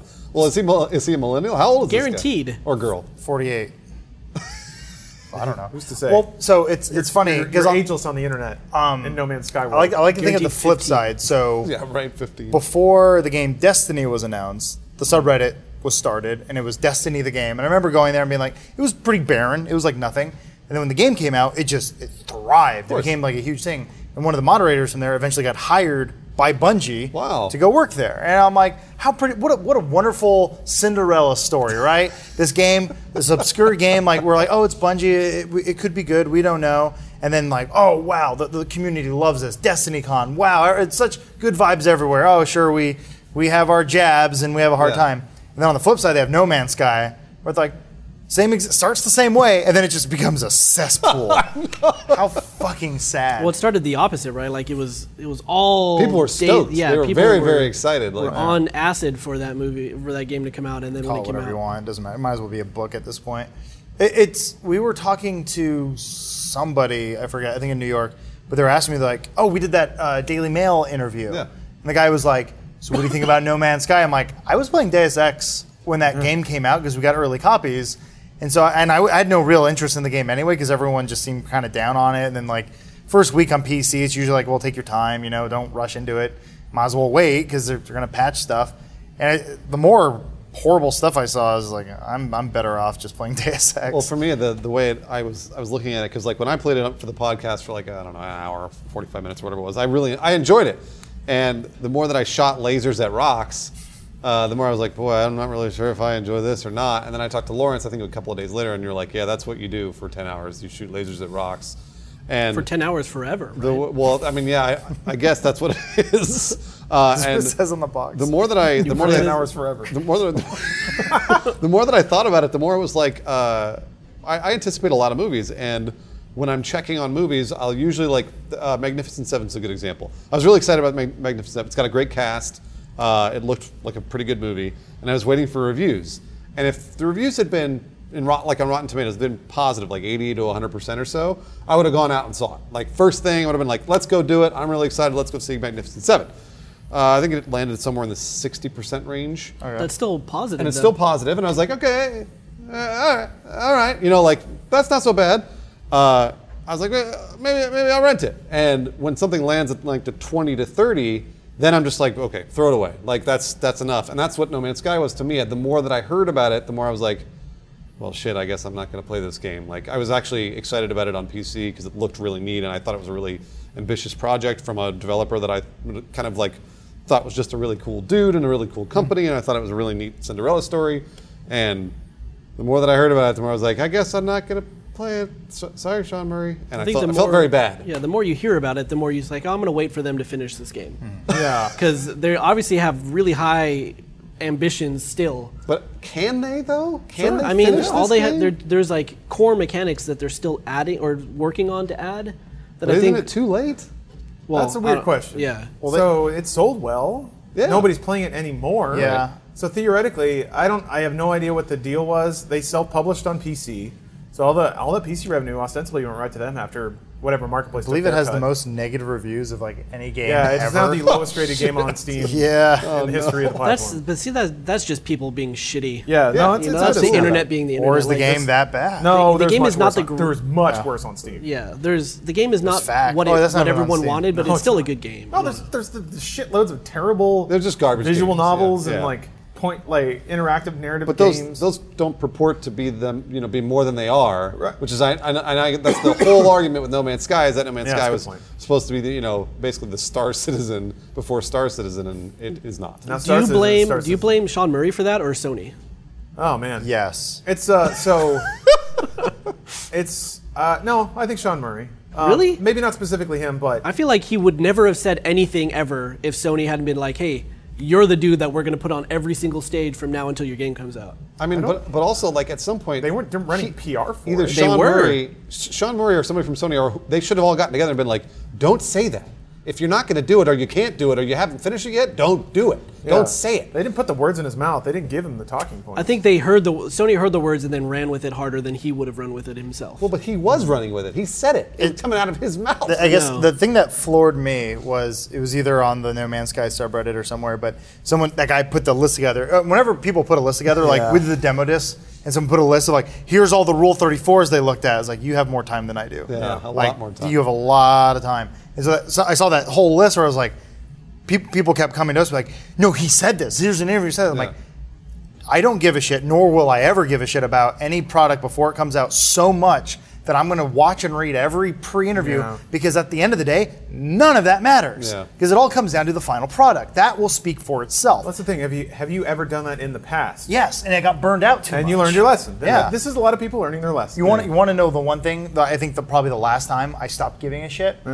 Speaker 2: Well, is he mil- is he a millennial? How old is this guy?
Speaker 3: Guaranteed.
Speaker 2: or girl?
Speaker 4: 48. I don't know. Who's
Speaker 1: to say?
Speaker 4: Well, so it's it's funny
Speaker 1: you're,
Speaker 4: because
Speaker 1: you're
Speaker 4: I
Speaker 1: ageless on the internet
Speaker 4: Um,
Speaker 1: in No Man's Sky. World.
Speaker 4: like I like to think of the
Speaker 3: Guaranteed
Speaker 4: flip
Speaker 3: 15.
Speaker 4: side. So
Speaker 2: Yeah, right, fifteen.
Speaker 4: before the game Destiny was announced, the subreddit was started, and it was Destiny the game. And I remember going there and being like, it was pretty barren. It was like nothing. And then when the game came out, it just it thrived. It became like a huge thing. And one of the moderators from there eventually got hired by Bungie
Speaker 2: Wow.
Speaker 4: to go work there. And I'm like, how pretty! What a, what a wonderful Cinderella story, right? this game, this obscure game, like we're like, oh, it's Bungie. It, it could be good. We don't know. And then like, oh wow, the, the community loves this. Destiny Con, wow, er, it's such good vibes everywhere. Oh sure, we we have our jabs and we have a hard
Speaker 2: Yeah.
Speaker 4: time. And then on the flip side, they have No Man's Sky, where it's like. Same ex- starts the same way, and then it just becomes a cesspool. How fucking sad.
Speaker 3: Well, it started the opposite, right? Like it was, it was all
Speaker 2: people were
Speaker 3: day-
Speaker 2: stoked.
Speaker 3: yeah,
Speaker 2: they were
Speaker 3: people
Speaker 2: very,
Speaker 3: were-
Speaker 2: very excited.
Speaker 3: were
Speaker 2: Like,
Speaker 3: on acid for that movie, for that game to come out, and then
Speaker 4: call
Speaker 3: when it
Speaker 4: it
Speaker 3: came
Speaker 4: whatever
Speaker 3: out,
Speaker 4: you want. It doesn't matter. It might as well be a book at this point. It, it's we were talking to somebody I forget. I think in New York, but they were asking me like, "Oh, we did that uh, Daily Mail interview,"
Speaker 2: Yeah.
Speaker 4: and the guy was like, "So what do you think about No Man's Sky?" I'm like, "I was playing Deus Ex when
Speaker 1: Mm.
Speaker 4: that game came out because we got early copies." And so, and I, I had no real interest in the game anyway because everyone just seemed kind of down on it. And then, like, first week on PC, it's usually like, well, take your time, you know, don't rush into it. Might as well wait because they're, they're going to patch stuff. And I, the more horrible stuff I saw, I was like, I'm, I'm better off just playing Deus Ex.
Speaker 2: Well, for me, the the way it, I was I was looking at it because like when I played it up for the podcast for like I don't know an hour, forty five minutes, or whatever it was, I really I enjoyed it. And the more that I shot lasers at rocks, uh, the more I was like, boy, I'm not really sure if I enjoy this or not. And then I talked to Lawrence, I think a couple of days later, and you're like, yeah, that's what you do for ten hours. You shoot lasers at rocks. And
Speaker 3: for ten hours forever.
Speaker 2: the,
Speaker 3: right?
Speaker 2: well, I mean, yeah, I, I guess that's what it is. Uh,
Speaker 4: That's what
Speaker 2: and
Speaker 4: it says on the box.
Speaker 2: the more that I, the more
Speaker 1: put
Speaker 2: that
Speaker 1: in
Speaker 2: I-
Speaker 1: hours forever.
Speaker 2: The more that, the more that I thought about it, the more it was like uh, I, I anticipate a lot of movies, and when I'm checking on movies, I'll usually like uh, Magnificent Seven's a good example. I was really excited about Mag- Magnificent Seven. It's got a great cast. Uh, it looked like a pretty good movie, and I was waiting for reviews. And if the reviews had been in rot, like on Rotten Tomatoes, been positive, like 80 to 100 percent or so, I would have gone out and saw it. Like first thing, I would have been like, "Let's go do it! I'm really excited. Let's go see Magnificent 7. Uh, I think it landed somewhere in the 60 percent range
Speaker 3: That's still positive.
Speaker 2: and it's
Speaker 3: though.
Speaker 2: still positive. And I was like, okay, uh, all right, all right, you know, like that's not so bad. Uh, I was like, eh, maybe maybe I'll rent it. And when something lands at like the twenty to thirty, then I'm just like, okay, throw it away. Like that's that's enough. And that's what No Man's Sky was to me. The more that I heard about it, the more I was like. Well, shit. I guess I'm not going to play this game. Like, I was actually excited about it on PC because it looked really neat, and I thought it was a really ambitious project from a developer that I kind of like thought was just a really cool dude and a really cool company, and I thought it was a really neat Cinderella story. And the more that I heard about it, the more I was like, I guess I'm not gonna play it. So, sorry, Sean Murray. And I, felt, I felt very bad.
Speaker 3: Yeah, the more you hear about it, the more you're just like, oh, I'm going to wait for them to finish this game.
Speaker 4: Hmm.
Speaker 1: yeah.
Speaker 3: Because they obviously have really high ambitions still.
Speaker 2: But can they though? Can they
Speaker 3: I mean,
Speaker 2: finish
Speaker 3: all
Speaker 2: this
Speaker 3: they
Speaker 2: game?
Speaker 3: have, there- there's like core mechanics that they're still adding or working on to add. That
Speaker 2: But
Speaker 3: I
Speaker 2: isn't
Speaker 3: think
Speaker 2: it too late?
Speaker 3: well,
Speaker 1: That's a
Speaker 3: I
Speaker 1: weird
Speaker 3: don't-
Speaker 1: question.
Speaker 3: Yeah.
Speaker 1: Well, uh, so it sold well.
Speaker 2: Yeah.
Speaker 1: Nobody's playing it anymore.
Speaker 4: Yeah. Right.
Speaker 1: So theoretically, I don't. I have no idea what the deal was. They self-published on PC, so all the all the PC revenue ostensibly went right to them after whatever marketplace.
Speaker 4: I believe
Speaker 1: took
Speaker 4: it
Speaker 1: their
Speaker 4: has
Speaker 1: cut.
Speaker 4: the most negative reviews of like any game
Speaker 1: Yeah,
Speaker 4: ever.
Speaker 1: it's now the lowest rated game Oh, on Steam
Speaker 4: yeah.
Speaker 1: in the history of the
Speaker 3: Oh, That's
Speaker 1: platform.
Speaker 3: but see that that's just people being shitty.
Speaker 1: yeah, no, it's,
Speaker 3: you know,
Speaker 1: it's-
Speaker 3: that's
Speaker 1: it's
Speaker 3: the
Speaker 1: not
Speaker 3: internet
Speaker 1: bad.
Speaker 3: being the internet.
Speaker 4: or is the
Speaker 3: like,
Speaker 4: game
Speaker 3: that's-
Speaker 4: that bad?
Speaker 1: No,
Speaker 3: the
Speaker 1: there's
Speaker 3: game
Speaker 1: much
Speaker 3: is not
Speaker 1: worse
Speaker 3: the
Speaker 1: on-
Speaker 3: gr-
Speaker 1: there is much worse on Steam.
Speaker 3: Yeah, there's the game is not
Speaker 4: fact.
Speaker 3: what,
Speaker 4: Oh,
Speaker 3: it,
Speaker 4: that's not
Speaker 3: what
Speaker 4: even on
Speaker 3: everyone
Speaker 4: Steam.
Speaker 3: wanted, but
Speaker 1: No,
Speaker 3: it's
Speaker 1: it's
Speaker 3: still a
Speaker 1: not.
Speaker 3: good game.
Speaker 1: No, there's there's the, the shitloads of terrible.
Speaker 2: They're just garbage
Speaker 1: Visual
Speaker 2: games, yeah,
Speaker 1: novels and
Speaker 2: yeah.
Speaker 1: like point like interactive narrative
Speaker 2: But those
Speaker 1: games.
Speaker 2: those don't purport to be them, you know, be more than they are. Right. Which is, I, I, and I, that's the whole argument with No Man's Sky is that No Man's
Speaker 1: Yeah, that's
Speaker 2: Sky
Speaker 1: a good
Speaker 2: was
Speaker 1: point.
Speaker 2: supposed to be, the, you know, basically the Star Citizen before Star Citizen, and it is not.
Speaker 1: Now
Speaker 3: do
Speaker 1: Star
Speaker 3: you
Speaker 1: Citizen-
Speaker 3: blame
Speaker 1: Star
Speaker 3: do you
Speaker 1: Citizen.
Speaker 3: blame Sean Murray for that or Sony?
Speaker 1: Oh man.
Speaker 4: Yes.
Speaker 1: It's uh so. it's uh no, I think Sean Murray. Uh,
Speaker 3: Really?
Speaker 1: Maybe not specifically him, but
Speaker 3: I feel like he would never have said anything ever if Sony hadn't been like, "Hey, you're the dude that we're going to put on every single stage from now until your game comes out."
Speaker 2: I mean, but, but also like at some point
Speaker 1: they weren't running PR for
Speaker 2: either
Speaker 1: it.
Speaker 2: Sean
Speaker 3: were.
Speaker 2: Murray, Sh- Sean Murray, or somebody from Sony, or who- they should have all gotten together and been like, "Don't say that. If you're not going to do it, or you can't do it, or you haven't finished it yet, don't do it.
Speaker 1: Yeah.
Speaker 2: Don't say it."
Speaker 1: They didn't put the words in his mouth. They didn't give him the talking point.
Speaker 3: I think they heard the Sony heard the words and then ran with it harder than he would have run with it himself.
Speaker 2: Well, but he was running with it. He said it. It, was coming out of his mouth.
Speaker 4: I guess
Speaker 3: No.
Speaker 4: the thing that floored me was it was either on the No Man's Sky subreddit or somewhere, but someone that guy put the list together. Uh, Whenever people put a list together, like
Speaker 2: Yeah.
Speaker 4: with the demo disc, and someone put a list of like, here's all the Rule 34s they looked at. It's like you have more time than I do.
Speaker 2: Yeah, a lot
Speaker 4: Like,
Speaker 2: more time.
Speaker 4: You have a lot of time. And so, that, so I saw that whole list where I was like, peop people kept coming to us like, no, he said this. Here's an interview. He said it. I'm
Speaker 2: Yeah.
Speaker 4: like. I don't give a shit, nor will I ever give a shit about any product before it comes out so much that I'm going to watch and read every pre-interview
Speaker 1: Yeah.
Speaker 4: because at the end of the day, none of that matters
Speaker 2: Yeah.
Speaker 4: because it all comes down to the final product. That will speak for itself.
Speaker 1: That's the thing. Have you have you ever done that in the past?
Speaker 4: yes, and it got burned out too
Speaker 1: And
Speaker 4: much.
Speaker 1: you learned your lesson. Then
Speaker 4: Yeah.
Speaker 1: This is a lot of people learning their lesson.
Speaker 4: You want you want to know the one thing that I think the probably the last time I stopped giving a shit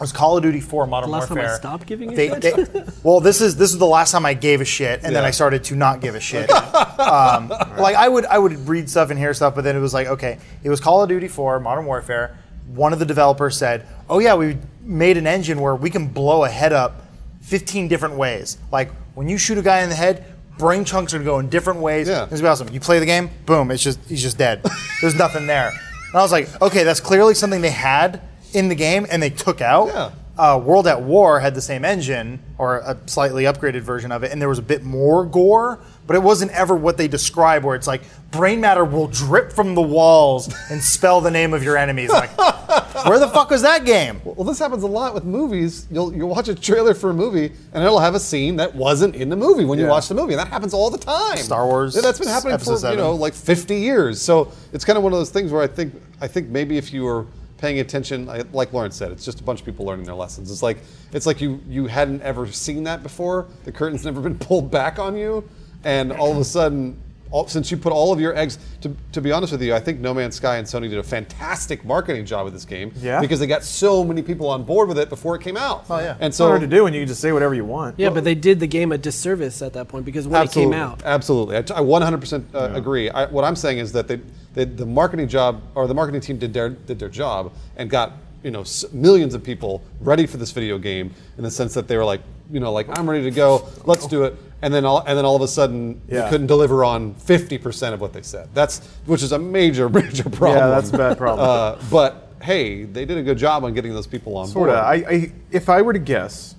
Speaker 4: was Call of Duty 4 Modern
Speaker 3: The last time I
Speaker 4: Warfare.
Speaker 3: stopped giving a
Speaker 4: They-
Speaker 3: shit?
Speaker 4: they- well, this is this is the last time I gave a shit, and then
Speaker 2: Yeah.
Speaker 4: I started to not give a shit. um, Like I would I would read stuff and hear stuff, but then it was like okay, it was Call of Duty 4 Modern Warfare. One of the developers said, "Oh yeah, we made an engine where we can blow a head up 15 different ways. Like when you shoot a guy in the head." Brain chunks are going to go in different ways.
Speaker 2: Yeah.
Speaker 4: It's gonna be awesome. You play the game, boom, it's just he's just dead. There's nothing there. And I was like, okay, that's clearly something they had in the game and they took out.
Speaker 2: Yeah.
Speaker 4: Uh, World at War had the same engine or a slightly upgraded version of it, and there was a bit more gore, but it wasn't ever what they describe, where it's like brain matter will drip from the walls and spell the name of your enemies. Like, where the fuck was that game?
Speaker 2: Well, this happens a lot with movies. You'll you'll watch a trailer for a movie, and it'll have a scene that wasn't in the movie when you
Speaker 1: Yeah.
Speaker 2: watch the movie. And that happens all the time.
Speaker 4: Star Wars,
Speaker 2: Yeah, that's been happening for
Speaker 4: Episode
Speaker 2: you know
Speaker 4: seven.
Speaker 2: like 50 years. So it's kind of one of those things where I think I think maybe if you were paying attention, I- like Lawrence said, it's just a bunch of people learning their lessons. It's like it's like you you hadn't ever seen that before. The curtain's never been pulled back on you, and all of a sudden. All, since you put all of your eggs, to, to be honest with you, I think No Man's Sky and Sony did a fantastic marketing job with this game
Speaker 1: Yeah.
Speaker 2: because they got so many people on board with it before it came out. Oh
Speaker 4: yeah.
Speaker 2: and
Speaker 1: It's hard
Speaker 2: so
Speaker 1: to do, and you can just say whatever you want.
Speaker 3: yeah, but they did the game a disservice at that point because when
Speaker 2: absolutely,
Speaker 3: it came out,
Speaker 2: Absolutely, I, t- I 100% uh, agree. I, what I'm saying is that they, they, the marketing job or the marketing team did their did their job and got you know s- millions of people ready for this video game in the sense that they were like you know like I'm ready to go, let's do it, and then all and then all of a sudden you
Speaker 1: Yeah.
Speaker 2: couldn't deliver on 50% of what they said. That's which is a major major problem.
Speaker 1: Yeah, that's a bad problem.
Speaker 2: Uh, but hey, they did a good job on getting those people on
Speaker 1: Sort of.
Speaker 2: board.
Speaker 1: I, I, if I were to guess,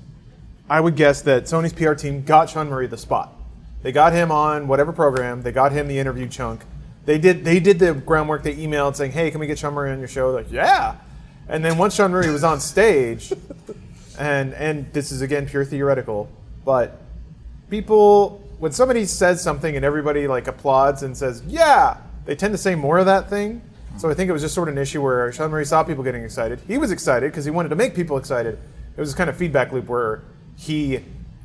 Speaker 1: I would guess that Sony's PR team got Sean Murray the spot. They got him on whatever program. They got him the interview chunk. They did. They did the groundwork. They emailed saying, "Hey, can we get Sean Murray on your show?" Like, yeah. And then once Sean Murray was on stage, and and this is again pure theoretical, but people when somebody says something and everybody like applauds and says yeah they tend to say more of that thing so i think it was just sort of an issue where sean murray saw people getting excited he was excited because he wanted to make people excited it was kind of feedback loop where he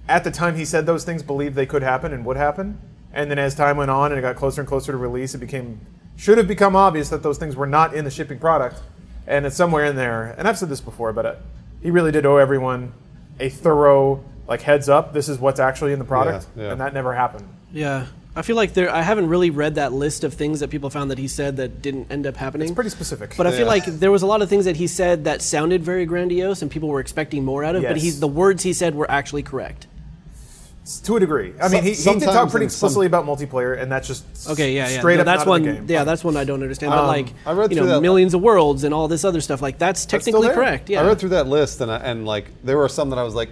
Speaker 1: at the time he said those things believed they could happen and would happen and then as time went on and it got closer and closer to release it became should have become obvious that those things were not in the shipping product and it's somewhere in there and i've said this before but uh, he really did owe everyone a thorough like heads up this is what's actually in the product
Speaker 2: Yeah, yeah.
Speaker 1: and that never happened
Speaker 3: yeah, I feel like there I haven't really read that list of things that people found that he said that didn't end up happening.
Speaker 1: it's pretty specific
Speaker 3: But I
Speaker 2: Yeah.
Speaker 3: feel like there was a lot of things that he said that sounded very grandiose and people were expecting more out of. But
Speaker 1: Yes.
Speaker 3: he's the words he said were actually correct.
Speaker 1: S- To a degree. I mean, he, he did
Speaker 2: sometimes
Speaker 1: talk pretty
Speaker 2: in some-
Speaker 1: explicitly about multiplayer, and that's just s-
Speaker 3: Okay, yeah, yeah.
Speaker 1: straight
Speaker 3: No,
Speaker 1: up
Speaker 3: that's
Speaker 1: not in
Speaker 3: one.
Speaker 1: the game.
Speaker 3: Yeah, that's one I don't understand. but like,
Speaker 2: I read
Speaker 3: you
Speaker 2: through
Speaker 3: know,
Speaker 2: that-
Speaker 3: millions of worlds and all this other stuff. Like, that's
Speaker 1: still
Speaker 3: technically
Speaker 1: there.
Speaker 3: correct. Yeah.
Speaker 2: I read through that list and I, and like there were some that I was like,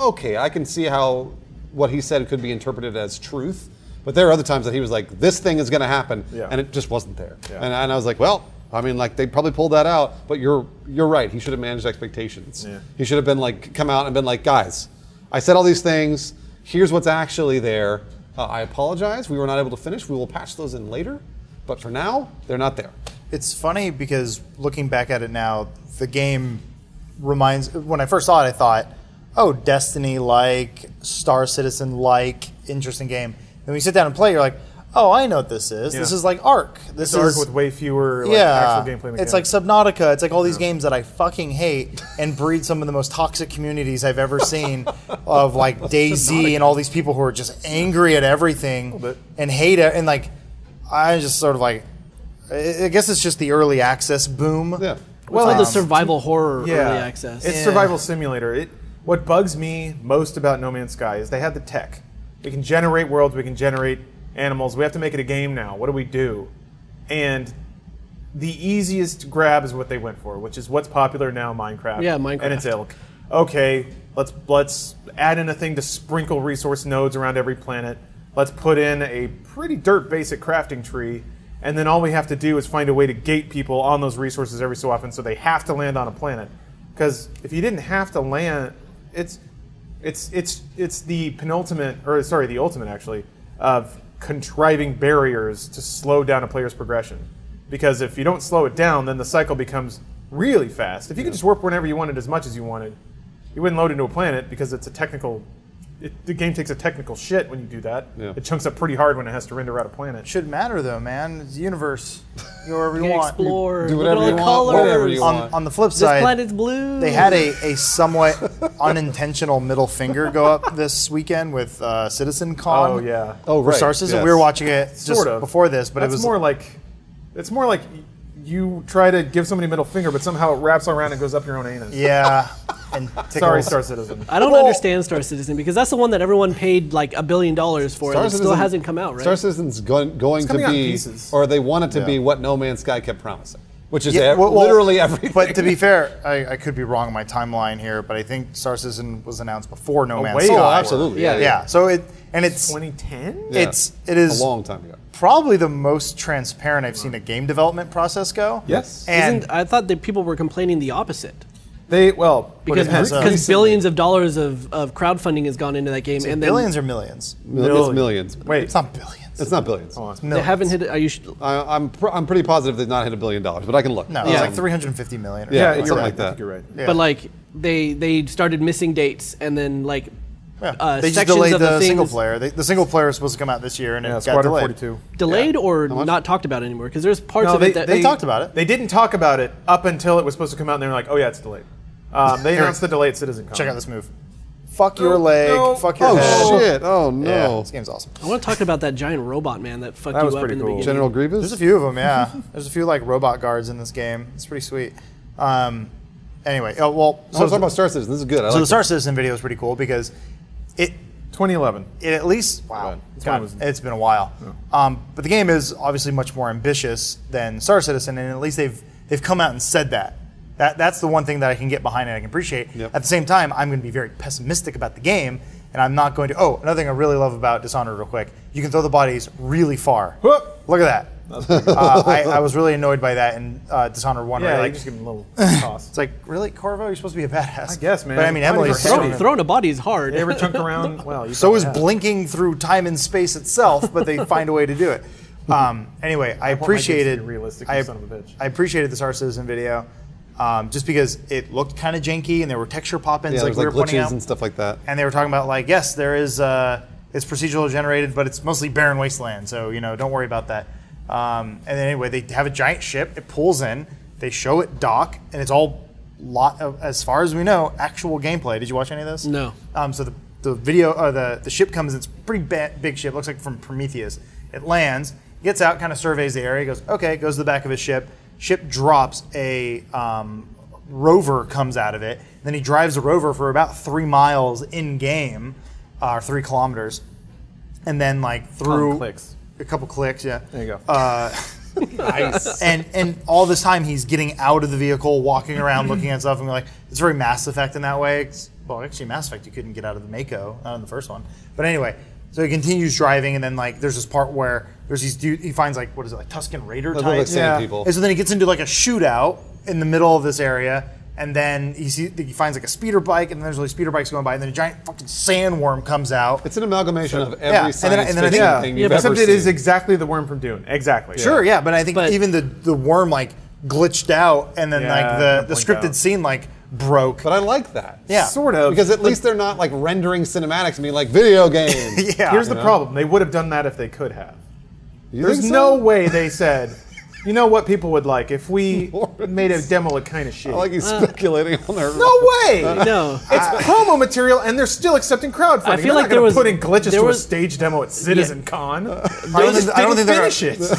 Speaker 2: okay, I can see how what he said could be interpreted as truth, but there are other times that he was like, this thing is going to happen,
Speaker 1: Yeah.
Speaker 2: and it just wasn't there.
Speaker 1: Yeah.
Speaker 2: And, and I was like, well, I mean, like they probably pulled that out, but you're you're right. He should have managed expectations.
Speaker 1: Yeah.
Speaker 2: He should have been like come out and been like, guys, I said all these things. Here's what's actually there. Uh, I apologize. We were not able to finish. We will patch those in later, but for now, they're not there.
Speaker 4: It's funny because looking back at it now, the game reminds. When I first saw it, I thought, "Oh, Destiny like, Star Citizen like, interesting game." And when you sit down and play, you're like, "Oh, I know what this is. This
Speaker 1: Yeah.
Speaker 4: is like Ark. This
Speaker 1: It's Ark
Speaker 4: is
Speaker 1: with way fewer like, actual gameplay mechanics.
Speaker 4: it's like Subnautica. It's like all these games that I fucking hate and breed some of the most toxic communities I've ever seen of like Daisy and all these people who are just angry at everything
Speaker 1: bit.
Speaker 4: and hate it. And like, I just sort of like, I I guess it's just the early access boom.
Speaker 2: Yeah.
Speaker 3: well, the survival horror early access.
Speaker 1: It's
Speaker 4: Yeah.
Speaker 1: survival simulator. It what bugs me most about No Man's Sky is they had the tech. We can generate worlds, we can generate animals. We have to make it a game now. What do we do? And the easiest grab is what they went for, which is what's popular now, Minecraft.
Speaker 3: Yeah, Minecraft.
Speaker 1: And its ilk. Okay, let's let's add in a thing to sprinkle resource nodes around every planet. Let's put in a pretty dirt basic crafting tree, and then all we have to do is find a way to gate people on those resources every so often, so they have to land on a planet. Because if you didn't have to land, it's it's it's it's the penultimate, or sorry, the ultimate actually, of contriving barriers to slow down a player's progression. Because if you don't slow it down, then the cycle becomes really fast. If you could just warp whenever you wanted, as much as you wanted, you wouldn't load into a planet because it's a technical. It, the game takes a technical shit when you do that.
Speaker 2: Yeah.
Speaker 1: It chunks up pretty hard when it has to render out a planet.
Speaker 4: Should matter though, man. It's the universe. Go wherever you
Speaker 3: You
Speaker 4: want.
Speaker 3: explore.
Speaker 2: Do
Speaker 3: look at
Speaker 2: whatever
Speaker 3: all
Speaker 2: you
Speaker 3: the
Speaker 2: want,
Speaker 3: colors.
Speaker 2: whatever you want.
Speaker 4: On, on the flip
Speaker 3: This
Speaker 4: side,
Speaker 3: planet's blue.
Speaker 4: They had a, a somewhat unintentional middle finger go up this weekend with uh, Citizen Con.
Speaker 1: Oh, yeah.
Speaker 2: Oh,
Speaker 4: For
Speaker 2: right,
Speaker 4: Star Citizen.
Speaker 2: yes.
Speaker 4: We were watching it just
Speaker 1: sort of
Speaker 4: before this, but
Speaker 1: That's
Speaker 4: it was
Speaker 1: more like it's more like y- you try to give somebody middle finger, but somehow it wraps around and goes up your own anus.
Speaker 4: yeah. And
Speaker 1: Sorry,
Speaker 4: tickles.
Speaker 1: Star Citizen.
Speaker 3: I don't
Speaker 4: Well-
Speaker 3: understand Star Citizen because that's the one that everyone paid like a billion dollars for, and it still hasn't come out, right?
Speaker 2: Star Citizen's going, going to
Speaker 1: coming out in
Speaker 2: be,
Speaker 1: pieces.
Speaker 2: or they want it to be
Speaker 4: Yeah.
Speaker 2: what No Man's Sky kept promising, which is
Speaker 4: Yeah,
Speaker 2: ev-
Speaker 4: well- well,
Speaker 2: literally everything.
Speaker 4: But to be fair, I, I could be wrong on my timeline here, but I think Star Citizen was announced before No Man's
Speaker 1: way
Speaker 4: Sky.
Speaker 1: before.
Speaker 2: oh, absolutely, yeah,
Speaker 3: Yeah.
Speaker 4: Yeah. So it and it's
Speaker 1: 2010.
Speaker 2: yeah.
Speaker 4: it's it is
Speaker 2: a long time ago.
Speaker 4: probably the most transparent I've seen a game development process go.
Speaker 2: Yes.
Speaker 4: And
Speaker 1: uh,
Speaker 3: Isn't, I thought that people were complaining the opposite
Speaker 1: They well
Speaker 3: because
Speaker 1: it has,
Speaker 4: uh,
Speaker 3: because billions of dollars of, of crowdfunding has gone into that game, and then
Speaker 4: billions or millions?
Speaker 2: Mil- It's millions.
Speaker 1: wait,
Speaker 4: It's not billions.
Speaker 2: It's not billions.
Speaker 4: It's
Speaker 3: they
Speaker 4: millions.
Speaker 3: haven't hit. Are you? sh-
Speaker 2: I, I'm pr- I'm pretty positive they've not hit a billion dollars, but I can look.
Speaker 4: No,
Speaker 3: Yeah.
Speaker 4: it's like 350 million. Or
Speaker 1: yeah,
Speaker 2: something
Speaker 1: you're right.
Speaker 2: like
Speaker 1: I think
Speaker 2: that.
Speaker 1: You're right.
Speaker 4: Yeah.
Speaker 3: But like they they started missing dates, and then like
Speaker 4: Yeah.
Speaker 3: uh,
Speaker 4: they just
Speaker 3: sections
Speaker 4: delayed
Speaker 3: of
Speaker 4: the,
Speaker 3: the
Speaker 4: single
Speaker 3: things-
Speaker 4: player. They, the single player was supposed to come out this year, and
Speaker 1: Yeah,
Speaker 4: it got
Speaker 1: Squadron
Speaker 4: delayed.
Speaker 1: 42.
Speaker 3: delayed or
Speaker 2: much?
Speaker 3: not talked about anymore because there's parts
Speaker 1: No,
Speaker 3: of
Speaker 1: they-
Speaker 3: it that
Speaker 4: They talked about it.
Speaker 1: They didn't talk about it up until it was supposed to come out, and they were like, "Oh yeah, it's delayed." Um, they announced the delayed Citizen Con.
Speaker 4: Check out this move. Fuck your leg.
Speaker 1: no.
Speaker 4: Fuck your
Speaker 2: Oh
Speaker 4: head.
Speaker 2: shit! Oh no!
Speaker 4: Yeah, this game's awesome.
Speaker 3: I want to talk about that giant robot man that fucked
Speaker 1: That
Speaker 3: you
Speaker 1: was
Speaker 3: up
Speaker 1: pretty
Speaker 3: in the
Speaker 1: cool.
Speaker 3: beginning.
Speaker 2: General Grievous.
Speaker 4: There's a few of them. Yeah, there's a few like robot guards in this game. It's pretty sweet. Um, anyway, oh
Speaker 2: I
Speaker 4: well.
Speaker 2: want to talk about Star Citizen. This is good. I
Speaker 4: so
Speaker 2: like
Speaker 4: the Star Citizen video is pretty cool because it
Speaker 1: 2011.
Speaker 4: it at least wow,
Speaker 1: Right.
Speaker 4: it's, God,
Speaker 1: Time was-
Speaker 4: it's been a while. Um, but the game is obviously much more ambitious than Star Citizen, and at least they've they've come out and said that. That that's the one thing that I can get behind and I can appreciate.
Speaker 2: Yep.
Speaker 4: At the same time, I'm going to be very pessimistic about the game, and I'm not going to. Oh, another thing I really love about Dishonored, real quick, you can throw the bodies really far.
Speaker 1: Whoop.
Speaker 4: Look at that. uh, I, I was really annoyed by that in uh, Dishonored One. where
Speaker 1: Yeah,
Speaker 4: like,
Speaker 1: you just give them a little
Speaker 4: it's
Speaker 1: toss.
Speaker 4: like really, Corvo, you're supposed to be a badass. I
Speaker 1: guess, man.
Speaker 4: But I mean,
Speaker 1: Not even Corvo.
Speaker 4: Emily's strong.
Speaker 3: Throwing, throwing a body is hard.
Speaker 1: They were chunked around. Well, you
Speaker 4: So
Speaker 1: thought
Speaker 4: is
Speaker 1: that.
Speaker 4: blinking through time and space itself, but they find a way to do it. Um, anyway, I
Speaker 1: want my games to be
Speaker 4: appreciated.
Speaker 1: realistic, you
Speaker 4: I,
Speaker 1: son of a bitch.
Speaker 4: I appreciated the Star Citizen video, um, just because it looked kind of janky and there were texture pop-ins,
Speaker 2: Yeah,
Speaker 4: like
Speaker 2: there's
Speaker 4: we
Speaker 2: like
Speaker 4: were pointing
Speaker 2: glitches
Speaker 4: out,
Speaker 2: and stuff like that.
Speaker 4: and they were talking about like, yes, there is. Uh, it's procedural generated, but it's mostly barren wasteland, so you know, don't worry about that. Um, and then anyway, they have a giant ship. It pulls in. They show it dock, and it's all lot of, as far as we know, actual gameplay. Did you watch any of this?
Speaker 3: No.
Speaker 4: Um, so the, the video or the, the ship comes. It's a pretty ba- big ship. Looks like from Prometheus. It lands, gets out, kind of surveys the area. Goes okay. Goes to the back of his ship. Ship drops a um, rover comes out of it. Then he drives the rover for about three miles in game. uh, or three kilometers, and then like through
Speaker 1: clicks.
Speaker 4: a couple clicks, yeah.
Speaker 1: There you go.
Speaker 4: nice. And and all this time he's getting out of the vehicle, walking around, looking at stuff, and we're like it's very Mass Effect in that way. It's- well, actually, Mass Effect you couldn't get out of the Mako, not in the first one. But anyway, so he continues driving, and then like there's this part where there's these dude he finds like what is it like Tuscan Raider
Speaker 2: Those look like
Speaker 4: types.
Speaker 2: sand
Speaker 1: Yeah.
Speaker 2: people.
Speaker 4: And so then he gets into like a shootout in the middle of this area, and then he see, he finds like a speeder bike, and then there's like speeder bikes going by, and then a giant fucking sandworm comes out.
Speaker 2: It's an amalgamation of every
Speaker 4: Yeah, and then I-
Speaker 2: science
Speaker 4: and then I
Speaker 2: fiction
Speaker 4: think-
Speaker 2: thing
Speaker 1: yeah,
Speaker 2: you've
Speaker 1: but
Speaker 2: ever
Speaker 1: except
Speaker 2: seen.
Speaker 1: it is exactly the worm from Dune. Exactly.
Speaker 4: Sure, yeah, but I think
Speaker 3: But-
Speaker 4: even the the worm like glitched out, and then
Speaker 1: Yeah,
Speaker 4: like
Speaker 1: that
Speaker 4: the the
Speaker 1: blinked
Speaker 4: scripted
Speaker 1: out.
Speaker 4: scene like broke.
Speaker 2: but I like that.
Speaker 4: yeah,
Speaker 1: Sort of.
Speaker 2: Because at least they're not like rendering cinematics and being like video games.
Speaker 4: Yeah,
Speaker 1: Here's the
Speaker 2: know?
Speaker 1: problem. They would have done that if they could have.
Speaker 2: You
Speaker 1: There's
Speaker 2: think
Speaker 1: no
Speaker 2: so?
Speaker 1: way they said, you know what people would like if we
Speaker 2: Morons.
Speaker 1: made a demo look kind of shit.
Speaker 2: I like he's
Speaker 4: Uh.
Speaker 2: speculating on their.
Speaker 1: no way.
Speaker 2: Uh,
Speaker 3: No.
Speaker 1: It's promo material, and they're still accepting crowdfunding.
Speaker 3: I feel
Speaker 1: they're
Speaker 3: like
Speaker 1: not
Speaker 3: there
Speaker 1: gonna
Speaker 3: was-
Speaker 1: put in glitches
Speaker 3: there
Speaker 1: to
Speaker 3: was-
Speaker 1: a stage demo at Citizen Con.
Speaker 2: Uh,
Speaker 1: I
Speaker 4: don't think- I don't think they're gonna-
Speaker 1: finish it.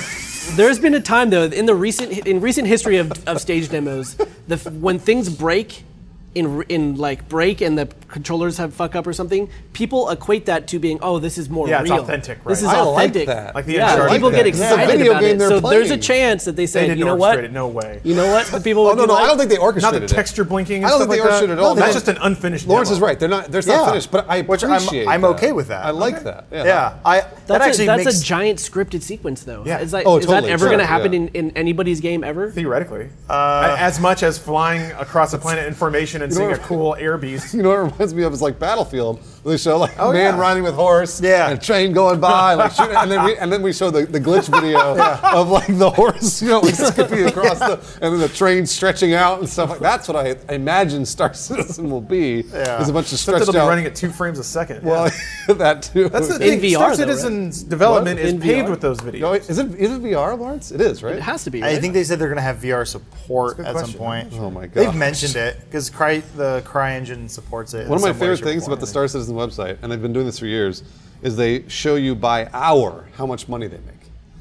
Speaker 3: There's been a time though in the recent in recent history of, of stage demos, the f- when things break, in in like break and the controllers have fuck up or something, people equate that to being oh this is more
Speaker 1: Yeah, it's
Speaker 3: real.
Speaker 1: authentic,
Speaker 3: This
Speaker 1: right.
Speaker 3: is
Speaker 2: I like
Speaker 3: authentic.
Speaker 2: that. Like
Speaker 1: the
Speaker 3: yeah,
Speaker 1: Uncharted
Speaker 3: people
Speaker 1: thing.
Speaker 3: get
Speaker 1: It's a
Speaker 3: excited
Speaker 2: video
Speaker 3: about
Speaker 2: game
Speaker 3: it.
Speaker 2: they're
Speaker 3: So there's a
Speaker 2: playing.
Speaker 3: chance that they
Speaker 1: They
Speaker 3: said
Speaker 1: didn't
Speaker 3: you know
Speaker 1: orchestrate
Speaker 3: what
Speaker 1: it. No way.
Speaker 3: you know what the people
Speaker 2: Oh
Speaker 3: would
Speaker 2: no
Speaker 3: be
Speaker 2: no!
Speaker 3: like-
Speaker 2: I don't think they
Speaker 1: Not the
Speaker 2: orchestrated it.
Speaker 1: texture blinking. And
Speaker 2: I don't
Speaker 1: stuff
Speaker 2: think they
Speaker 1: like that.
Speaker 2: orchestrated it at all.
Speaker 1: That's
Speaker 2: They
Speaker 1: just an unfinished.
Speaker 2: Lawrence
Speaker 1: demo.
Speaker 2: is right. They're not. They're
Speaker 4: Yeah.
Speaker 2: not finished. But I
Speaker 4: Which I'm-
Speaker 2: appreciate.
Speaker 4: I'm okay with that.
Speaker 2: I like
Speaker 1: Okay.
Speaker 2: that. Yeah.
Speaker 4: yeah. I that
Speaker 3: That's,
Speaker 4: actually
Speaker 3: a, that's
Speaker 4: makes
Speaker 3: a giant scripted sequence, though.
Speaker 1: Yeah.
Speaker 3: Is that,
Speaker 2: Oh,
Speaker 3: is that
Speaker 2: totally,
Speaker 3: ever
Speaker 2: sure,
Speaker 3: going to happen
Speaker 2: yeah.
Speaker 3: in, in anybody's game ever?
Speaker 1: Theoretically, A- as much as flying across a planet in formation and
Speaker 2: know
Speaker 1: seeing a
Speaker 2: what-
Speaker 1: cool air beast.
Speaker 2: You know what it reminds me of is like Battlefield. They show like
Speaker 1: Oh,
Speaker 2: man
Speaker 1: yeah.
Speaker 2: riding with horse,
Speaker 4: Yeah.
Speaker 2: and a train going by, like shooting, and then we and then we show the, the glitch video of like the horse, you know, like skipping across the, and then the train stretching out and stuff like. That's what I, I imagine Star Citizen will be.
Speaker 4: Yeah.
Speaker 2: Is a bunch of
Speaker 1: Except
Speaker 2: stretched
Speaker 1: it'll be
Speaker 2: out.
Speaker 1: running at two frames a second.
Speaker 2: well, that too.
Speaker 1: That's the
Speaker 2: Yeah.
Speaker 1: thing.
Speaker 3: VR,
Speaker 1: Star
Speaker 3: though,
Speaker 1: Citizen's development
Speaker 3: What?
Speaker 1: is
Speaker 3: In
Speaker 1: paved
Speaker 3: VR?
Speaker 1: with those videos.
Speaker 2: No, is it is it VR, Lawrence? It is, right?
Speaker 3: It has to be.
Speaker 4: I
Speaker 3: right?
Speaker 4: think they said they're going to have VR support
Speaker 1: That's a
Speaker 4: at
Speaker 1: good
Speaker 4: some
Speaker 1: question.
Speaker 4: point.
Speaker 2: Oh my god!
Speaker 4: They've mentioned it because Cry, the CryEngine supports it. in
Speaker 2: One of my
Speaker 4: some way,
Speaker 2: favorite
Speaker 4: shape, or
Speaker 2: things about the
Speaker 4: form.
Speaker 2: Star Citizen website, and they've been doing this for years, is they show you by hour how much money they make.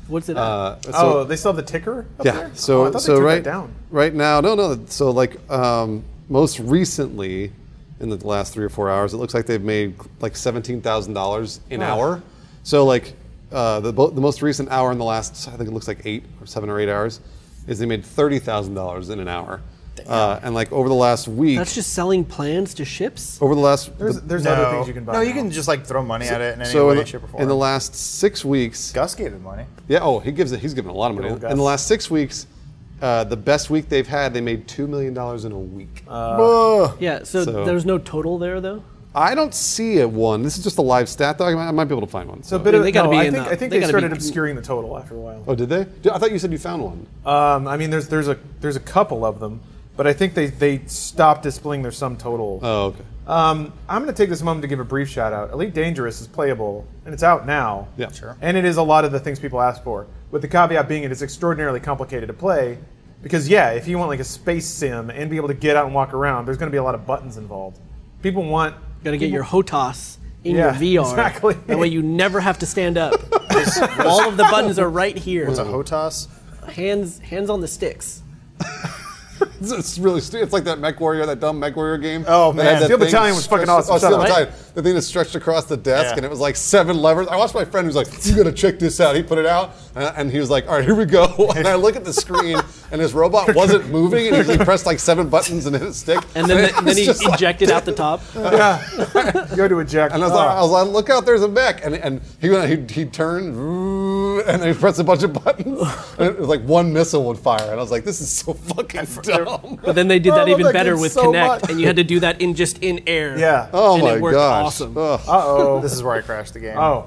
Speaker 3: What's it?
Speaker 2: Uh, so-
Speaker 1: oh, they still have the ticker. Up
Speaker 2: yeah.
Speaker 1: There?
Speaker 2: So
Speaker 1: oh, I thought
Speaker 2: so
Speaker 1: they took
Speaker 2: right
Speaker 1: that down.
Speaker 2: right now, no no. So like um, most recently, in the last three or four hours, it looks like they've made like seventeen thousand dollars an hour. So like uh, the bo- the most recent hour in the last I think it looks like eight or seven or eight hours is they made thirty thousand dollars in an hour. Uh, and like over the last week,
Speaker 3: That's just selling plans to ships.
Speaker 2: over the last
Speaker 1: There's,
Speaker 2: the-
Speaker 1: there's
Speaker 4: No,
Speaker 1: other things you can buy.
Speaker 4: No, you
Speaker 1: now.
Speaker 4: can just like throw money at it in any
Speaker 2: so
Speaker 4: way,
Speaker 2: in the,
Speaker 4: shape, or form.
Speaker 2: in the last six weeks,
Speaker 4: Gus gave it money.
Speaker 2: yeah. Oh, he gives it. He's given a lot of money.
Speaker 1: old
Speaker 2: In
Speaker 1: Gus.
Speaker 2: the last six weeks, uh, the best week they've had, they made two million dollars in a week.
Speaker 1: Uh,
Speaker 3: Yeah. So,
Speaker 2: so-
Speaker 3: there's no total there, though.
Speaker 2: I don't see it one. This is just a live stat document. I might be able to find one.
Speaker 1: So
Speaker 2: So,
Speaker 1: a bit
Speaker 3: I mean,
Speaker 1: of,
Speaker 3: they gotta
Speaker 1: no,
Speaker 3: be
Speaker 1: I
Speaker 3: in
Speaker 1: think,
Speaker 3: the-
Speaker 1: I think
Speaker 3: they
Speaker 1: they,
Speaker 3: gotta be
Speaker 1: started
Speaker 3: con-
Speaker 1: obscuring the total after a while.
Speaker 2: oh, did they? Dude, I thought you said you found one.
Speaker 1: Um, I mean, there's there's a there's a couple of them, but I think they they stopped displaying their sum total.
Speaker 3: Uh,
Speaker 2: oh, okay.
Speaker 1: Um, I'm going to take this moment to give a brief shout out. Elite Dangerous is playable, and it's out now.
Speaker 2: Yeah. Sure.
Speaker 1: And it is a lot of the things people ask for, with the caveat being it is extraordinarily complicated to play. Because yeah, if you want like a space sim and be able to get out and walk around, there's going to be a lot of buttons involved. People want
Speaker 3: Got to get your HOTAS in
Speaker 1: Yeah,
Speaker 3: your VR.
Speaker 1: exactly.
Speaker 3: That way you never have to stand up. All of the buttons are right here.
Speaker 4: It's a Hotas.
Speaker 3: Hands, hands on the sticks.
Speaker 2: It's, it's really stupid. It's like that Mech Warrior, that dumb Mech Warrior game.
Speaker 4: Oh,
Speaker 2: They
Speaker 4: man.
Speaker 2: had that
Speaker 1: Steel
Speaker 2: thing
Speaker 1: Battalion was fucking
Speaker 2: stretched-
Speaker 1: awesome.
Speaker 2: Oh, Steel
Speaker 1: Shut up.
Speaker 2: Battalion. The thing that stretched across the desk,
Speaker 4: Yeah.
Speaker 2: and it was like seven levers. I watched my friend who's like, "You gotta check this out." He put it out, uh, and he was like, "All right, here we go." And I look at the screen, and his robot wasn't moving, and he like pressed like seven buttons and hit a stick.
Speaker 3: And then,
Speaker 2: it
Speaker 3: the, then
Speaker 2: was
Speaker 3: he
Speaker 2: just like-
Speaker 3: ejected out the top.
Speaker 1: go to eject.
Speaker 2: And I was, like, I was like, look out, there's a mech. And, and he went, he'd, he'd turn, "Vroom," and then he pressed a bunch of buttons. And it was like one missile would fire. And I was like, this is so fucking dumb.
Speaker 3: But then they did
Speaker 2: I
Speaker 3: that
Speaker 2: love
Speaker 3: even
Speaker 2: that
Speaker 3: better
Speaker 2: game
Speaker 3: with
Speaker 2: so
Speaker 3: Connect,
Speaker 2: much.
Speaker 3: and you had to do that in just in air.
Speaker 1: Yeah.
Speaker 2: Oh
Speaker 3: and
Speaker 2: my
Speaker 3: it worked
Speaker 2: gosh.
Speaker 3: awesome.
Speaker 2: Ugh.
Speaker 1: uh oh.
Speaker 4: This is where I crashed the game.
Speaker 1: Oh,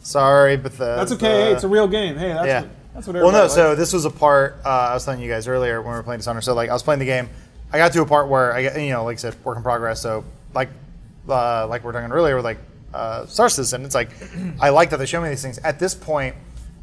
Speaker 4: sorry, but the
Speaker 1: that's okay. hey, it's a real game. Hey, that's
Speaker 4: yeah.
Speaker 1: what, that's what.
Speaker 4: well, no.
Speaker 1: everybody likes.
Speaker 4: So this was a part uh, I was telling you guys earlier when we were playing Dishonored. So like I was playing the game, I got to a part where I got you know like I said work in progress. So like uh, like we were talking earlier with like uh, Star Citizen, it's like I like that they show me these things. At this point,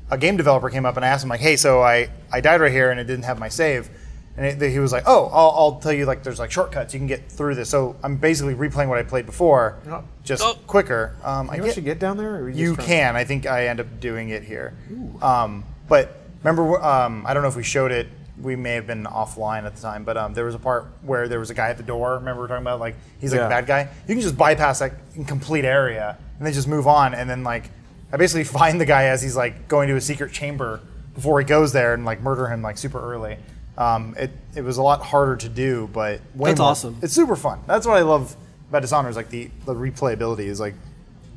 Speaker 4: a game developer came up and asked him like, hey, so I I died right here and it didn't have my save. And it, he was like, "Oh, I'll, I'll tell you. Like, there's like shortcuts you can get through this. So I'm basically replaying what I played before,
Speaker 1: No.
Speaker 4: just
Speaker 3: Oh.
Speaker 4: quicker. Um, I
Speaker 1: you
Speaker 4: get-
Speaker 1: actually get down there. Or you
Speaker 4: you
Speaker 1: just trying-
Speaker 4: can. I think I end up doing it here. Um, but remember, um, I don't know if we showed it we may have been offline at the time, but um, there was a part where there was a guy at the door. Remember we were talking about like he's like
Speaker 1: Yeah.
Speaker 4: a bad guy. You can just bypass that incomplete area and then just move on. And then like I basically find the guy as he's like going to a secret chamber before he goes there and like murder him like super early. Um, it it was a lot harder to do, but way
Speaker 3: That's
Speaker 4: more-
Speaker 3: awesome.
Speaker 4: It's super fun. That's what I love about Dishonored is like the the replayability is like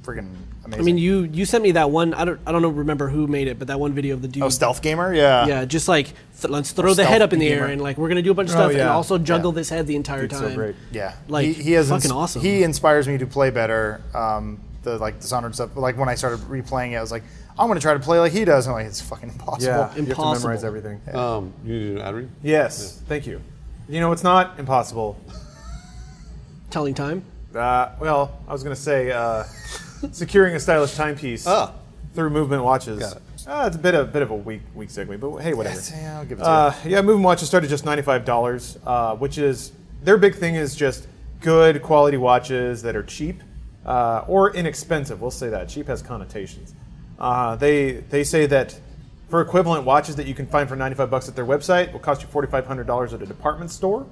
Speaker 4: freaking amazing.
Speaker 3: I mean, you you sent me that one. I don't I don't know, remember who made it, but that one video of the dude.
Speaker 4: oh, stealth gamer, yeah,
Speaker 3: Yeah, just like th- let's throw the
Speaker 4: stealth
Speaker 3: head up in the air
Speaker 4: gamer.
Speaker 3: and like we're gonna do a bunch of stuff and
Speaker 1: yeah.
Speaker 3: also juggle this head the entire
Speaker 1: It's
Speaker 3: time.
Speaker 1: so great.
Speaker 4: Yeah,
Speaker 3: Like,
Speaker 4: he, he has
Speaker 3: fucking awesome.
Speaker 4: He inspires me to play better. Um, the like Dishonored stuff. Like when I started replaying it, I was like, I'm gonna try to play like he does. And I'm like, it's fucking impossible.
Speaker 1: Yeah, you have to
Speaker 3: Impossible.
Speaker 1: memorize everything.
Speaker 2: Um, you need an ad read?
Speaker 1: Yes, thank you. You know, it's not impossible.
Speaker 3: Telling time.
Speaker 1: Uh, well, I was going to say uh, securing a stylish timepiece
Speaker 2: Ah.
Speaker 1: through movement watches.
Speaker 2: Got it.
Speaker 1: Uh, it's a bit of bit of a weak weak segue, but hey, whatever.
Speaker 4: Yeah, I'll give it to
Speaker 1: Uh, yeah, movement watches start at just ninety five dollars, uh, which is their big thing is just good quality watches that are cheap uh, or inexpensive. We'll say that cheap has connotations. Uh, they they say that for equivalent watches that you can find for ninety five bucks at their website will cost you forty five hundred dollars at a department store,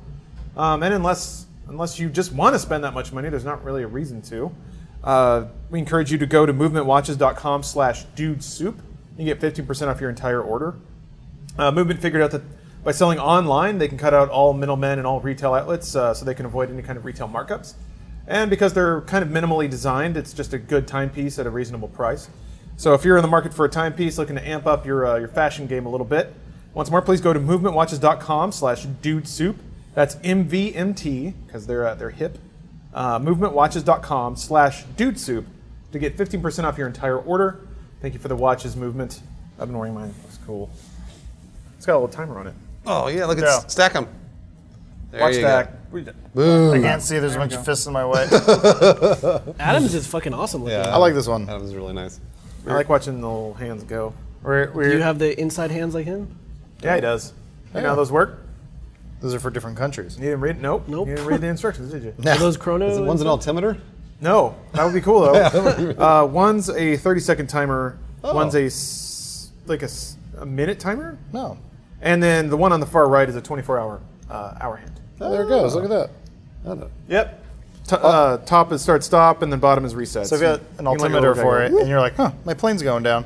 Speaker 1: um, and unless unless you just want to spend that much money, there's not really a reason to. Uh, we encourage you to go to movementwatches.com slash dude soup. You get 15% off your entire order. Uh, Movement figured out that by selling online, they can cut out all middlemen and all retail outlets uh, so they can avoid any kind of retail markups. And because they're kind of minimally designed, it's just a good timepiece at a reasonable price. So if you're in the market for a timepiece looking to amp up your, uh, your fashion game a little bit, once more, please go to movementwatches.com slash dude soup. That's MVMT because they're, uh, they're hip. Uh, movementwatches.com slash dude soup to get 15% off your entire order. Thank you for the watches movement. I've been wearing mine. It's cool. It's got a little timer on it.
Speaker 2: Oh yeah, look at
Speaker 4: Yeah.
Speaker 2: stack them.
Speaker 4: Watch that. I can't see. There's a bunch of fists in my way.
Speaker 3: Adams is fucking awesome looking.
Speaker 4: I like this one.
Speaker 2: That was really nice.
Speaker 1: I like watching the little hands go.
Speaker 4: We're, we're,
Speaker 3: Do you have the inside hands like him?
Speaker 1: Yeah, he does. You know how those work?
Speaker 4: those are for different countries.
Speaker 1: You didn't read? Nope.
Speaker 3: Nope.
Speaker 1: You didn't read the instructions, did you?
Speaker 3: Are those chrono?
Speaker 2: Is it one's an altimeter?
Speaker 1: No. That would be cool though. uh, one's a 30 second timer.
Speaker 2: Oh.
Speaker 1: One's a s- like a, s- a minute timer,
Speaker 4: No.
Speaker 1: and then the one on the far right is a 24 hour uh, hour hand.
Speaker 4: Oh, there it goes. Look at that.
Speaker 2: I don't know.
Speaker 1: Yep. T- uh, top is start stop, and then bottom is reset.
Speaker 4: So I've got
Speaker 1: you can let
Speaker 4: an
Speaker 1: your
Speaker 4: altimeter
Speaker 1: little guy
Speaker 4: for
Speaker 1: go.
Speaker 4: it, and you're like, huh, my plane's going down.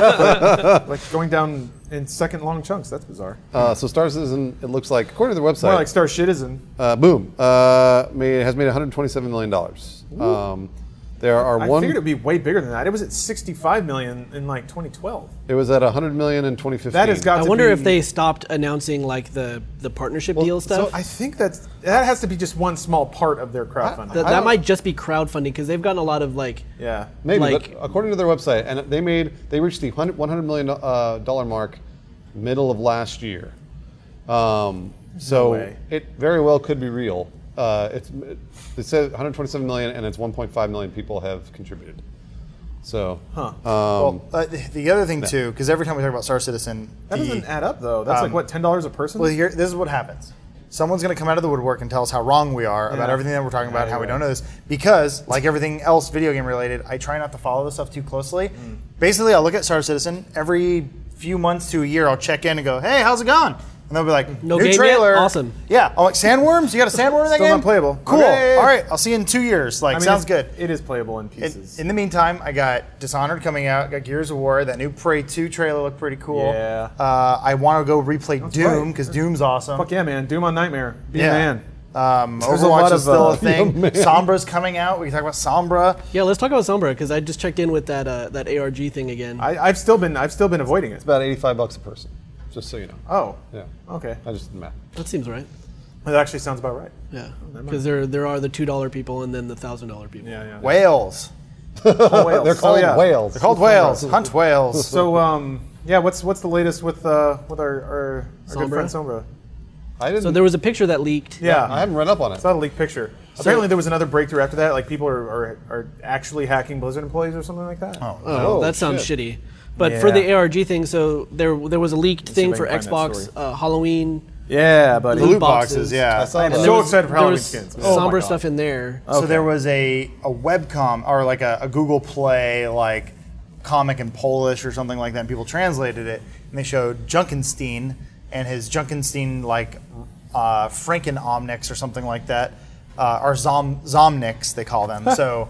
Speaker 1: Like going down in second long chunks. That's bizarre.
Speaker 2: Uh, so Star Citizen, it looks like according to their website,
Speaker 1: More like Star Citizen.
Speaker 2: uh, boom, uh, made, has made 127 million dollars. Um, there are
Speaker 1: I
Speaker 2: one.
Speaker 1: figured it'd be way bigger than that. It was at 65 million in like 2012.
Speaker 2: it was at 100 million in 2015.
Speaker 1: That has got.
Speaker 3: I
Speaker 1: to
Speaker 3: wonder
Speaker 1: be-
Speaker 3: if they stopped announcing like the the partnership deal
Speaker 1: So
Speaker 3: stuff.
Speaker 1: I think that's that has to be just one small part of their crowdfunding.
Speaker 3: that
Speaker 2: I
Speaker 3: that
Speaker 2: don't-
Speaker 3: might just be crowdfunding because they've gotten a lot of like.
Speaker 1: yeah.
Speaker 2: Maybe,
Speaker 3: Like-
Speaker 2: but according to their website, and they made they reached the 100 100 million uh, dollar mark middle of last year. Um, so
Speaker 1: way.
Speaker 2: it very well could be real. Uh, it's it, it says 127 million, and it's 1.5 million people have contributed. So
Speaker 4: well, uh, the other thing too, because every time we talk about Star Citizen,
Speaker 1: That
Speaker 4: the-
Speaker 1: doesn't add up though. That's like
Speaker 4: um,
Speaker 1: what ten dollars a person.
Speaker 4: Well, here, this is what happens. Someone's going to come out of the woodwork and tell us how wrong we are about
Speaker 1: Yeah.
Speaker 4: everything that we're talking about,
Speaker 1: Yeah,
Speaker 4: how we
Speaker 1: yeah.
Speaker 4: don't know this. Because, like everything else video game related, I try not to follow this stuff too closely.
Speaker 1: Mm.
Speaker 4: Basically, I'll look at Star Citizen every few months to a year. I'll check in and go, "Hey, how's it going?" And they'll be like,
Speaker 3: No
Speaker 4: "New
Speaker 3: game yet?
Speaker 4: trailer,
Speaker 3: Awesome.
Speaker 4: Yeah, I'm like, "Sandworms? You got a sandworm in that
Speaker 1: Still
Speaker 4: game?
Speaker 1: not playable.
Speaker 4: Cool.
Speaker 1: Okay.
Speaker 4: All right, I'll see you in two years. Like,
Speaker 1: I mean,
Speaker 4: sounds
Speaker 1: it's-
Speaker 4: good."
Speaker 1: It is playable in pieces.
Speaker 4: In, in the meantime, I got Dishonored coming out, got Gears of War, that new Prey 2 trailer looked pretty cool.
Speaker 1: Yeah.
Speaker 4: Uh, I want to go replay Doom
Speaker 1: right.
Speaker 4: because Doom's awesome.
Speaker 1: Fuck yeah, man! Doom on Nightmare. Be a man.
Speaker 4: Um,
Speaker 1: There's a
Speaker 4: Overwatch
Speaker 1: lot
Speaker 4: is
Speaker 1: of,
Speaker 4: still
Speaker 1: uh,
Speaker 4: a thing. Sombra's coming out. We can talk about Sombra.
Speaker 3: Yeah, let's talk about Sombra because I just checked in with that uh, that ARG thing again.
Speaker 1: I, I've still been I've still been avoiding it.
Speaker 2: it's about 85 bucks a person, just so you know.
Speaker 1: Oh.
Speaker 2: Yeah,
Speaker 1: Okay.
Speaker 2: I just did the math.
Speaker 3: that seems right.
Speaker 1: That actually sounds about right.
Speaker 3: Yeah, because there there are the two dollar people and then the thousand dollar people.
Speaker 1: Yeah. Yeah.
Speaker 4: Whales.
Speaker 1: whales.
Speaker 2: They're
Speaker 1: Oh,
Speaker 2: called
Speaker 1: yeah.
Speaker 2: whales.
Speaker 4: They're called whales. Hunt whales.
Speaker 1: So um yeah, what's what's the latest with uh with our our, our good
Speaker 3: Sombra?
Speaker 1: friend Sombra?
Speaker 2: I didn't.
Speaker 3: So there was a picture that leaked.
Speaker 1: Yeah.
Speaker 2: I haven't read up on it.
Speaker 1: It's not a leaked picture. Apparently, there was another breakthrough after that. Like people are, are, are actually hacking Blizzard employees or something like that. Oh,
Speaker 3: Oh,
Speaker 2: Oh,
Speaker 3: that sounds
Speaker 2: shit.
Speaker 3: shitty. But for the
Speaker 1: Yeah.
Speaker 3: ARG thing, so there there was a leaked thing
Speaker 1: if I
Speaker 3: for
Speaker 1: can find that
Speaker 3: Xbox
Speaker 1: story.
Speaker 3: uh, Halloween.
Speaker 1: yeah, buddy.
Speaker 3: Loot
Speaker 4: Loot boxes.
Speaker 3: boxes.
Speaker 2: I
Speaker 4: Yeah.
Speaker 2: saw that.
Speaker 1: So
Speaker 3: there
Speaker 1: excited for Halloween
Speaker 3: there was
Speaker 1: skins. Oh my
Speaker 3: Somber
Speaker 1: God.
Speaker 3: stuff in there.
Speaker 4: So there was a a webcom or like a, a Google Play like comic in Polish or something like that, and people translated it, and they showed Junkenstein and his Junkenstein like uh, Franken Omnix or something like that uh, are Zom- Zomnics they call them. so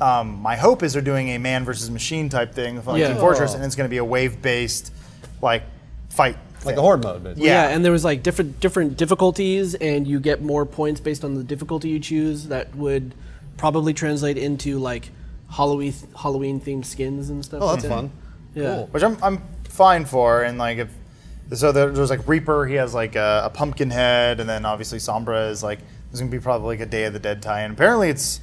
Speaker 4: um, my hope is they're doing a man versus machine type thing with like
Speaker 3: Yeah.
Speaker 4: Team Fortress, and it's going to be a wave based like fight.
Speaker 2: like
Speaker 4: thing.
Speaker 2: a horde mode. Basically.
Speaker 4: Yeah.
Speaker 3: Yeah. and there was like different different difficulties, and you get more points based on the difficulty you choose. That would probably translate into like Halloween Halloween themed skins and stuff.
Speaker 2: Oh,
Speaker 3: like
Speaker 2: that's
Speaker 3: that.
Speaker 2: fun.
Speaker 3: Yeah.
Speaker 4: which I'm I'm fine for. And like if so, there, there's like Reaper. He has like a, a pumpkin head, and then obviously Sombra is like there's gonna be probably like a Day of the Dead tie. And apparently it's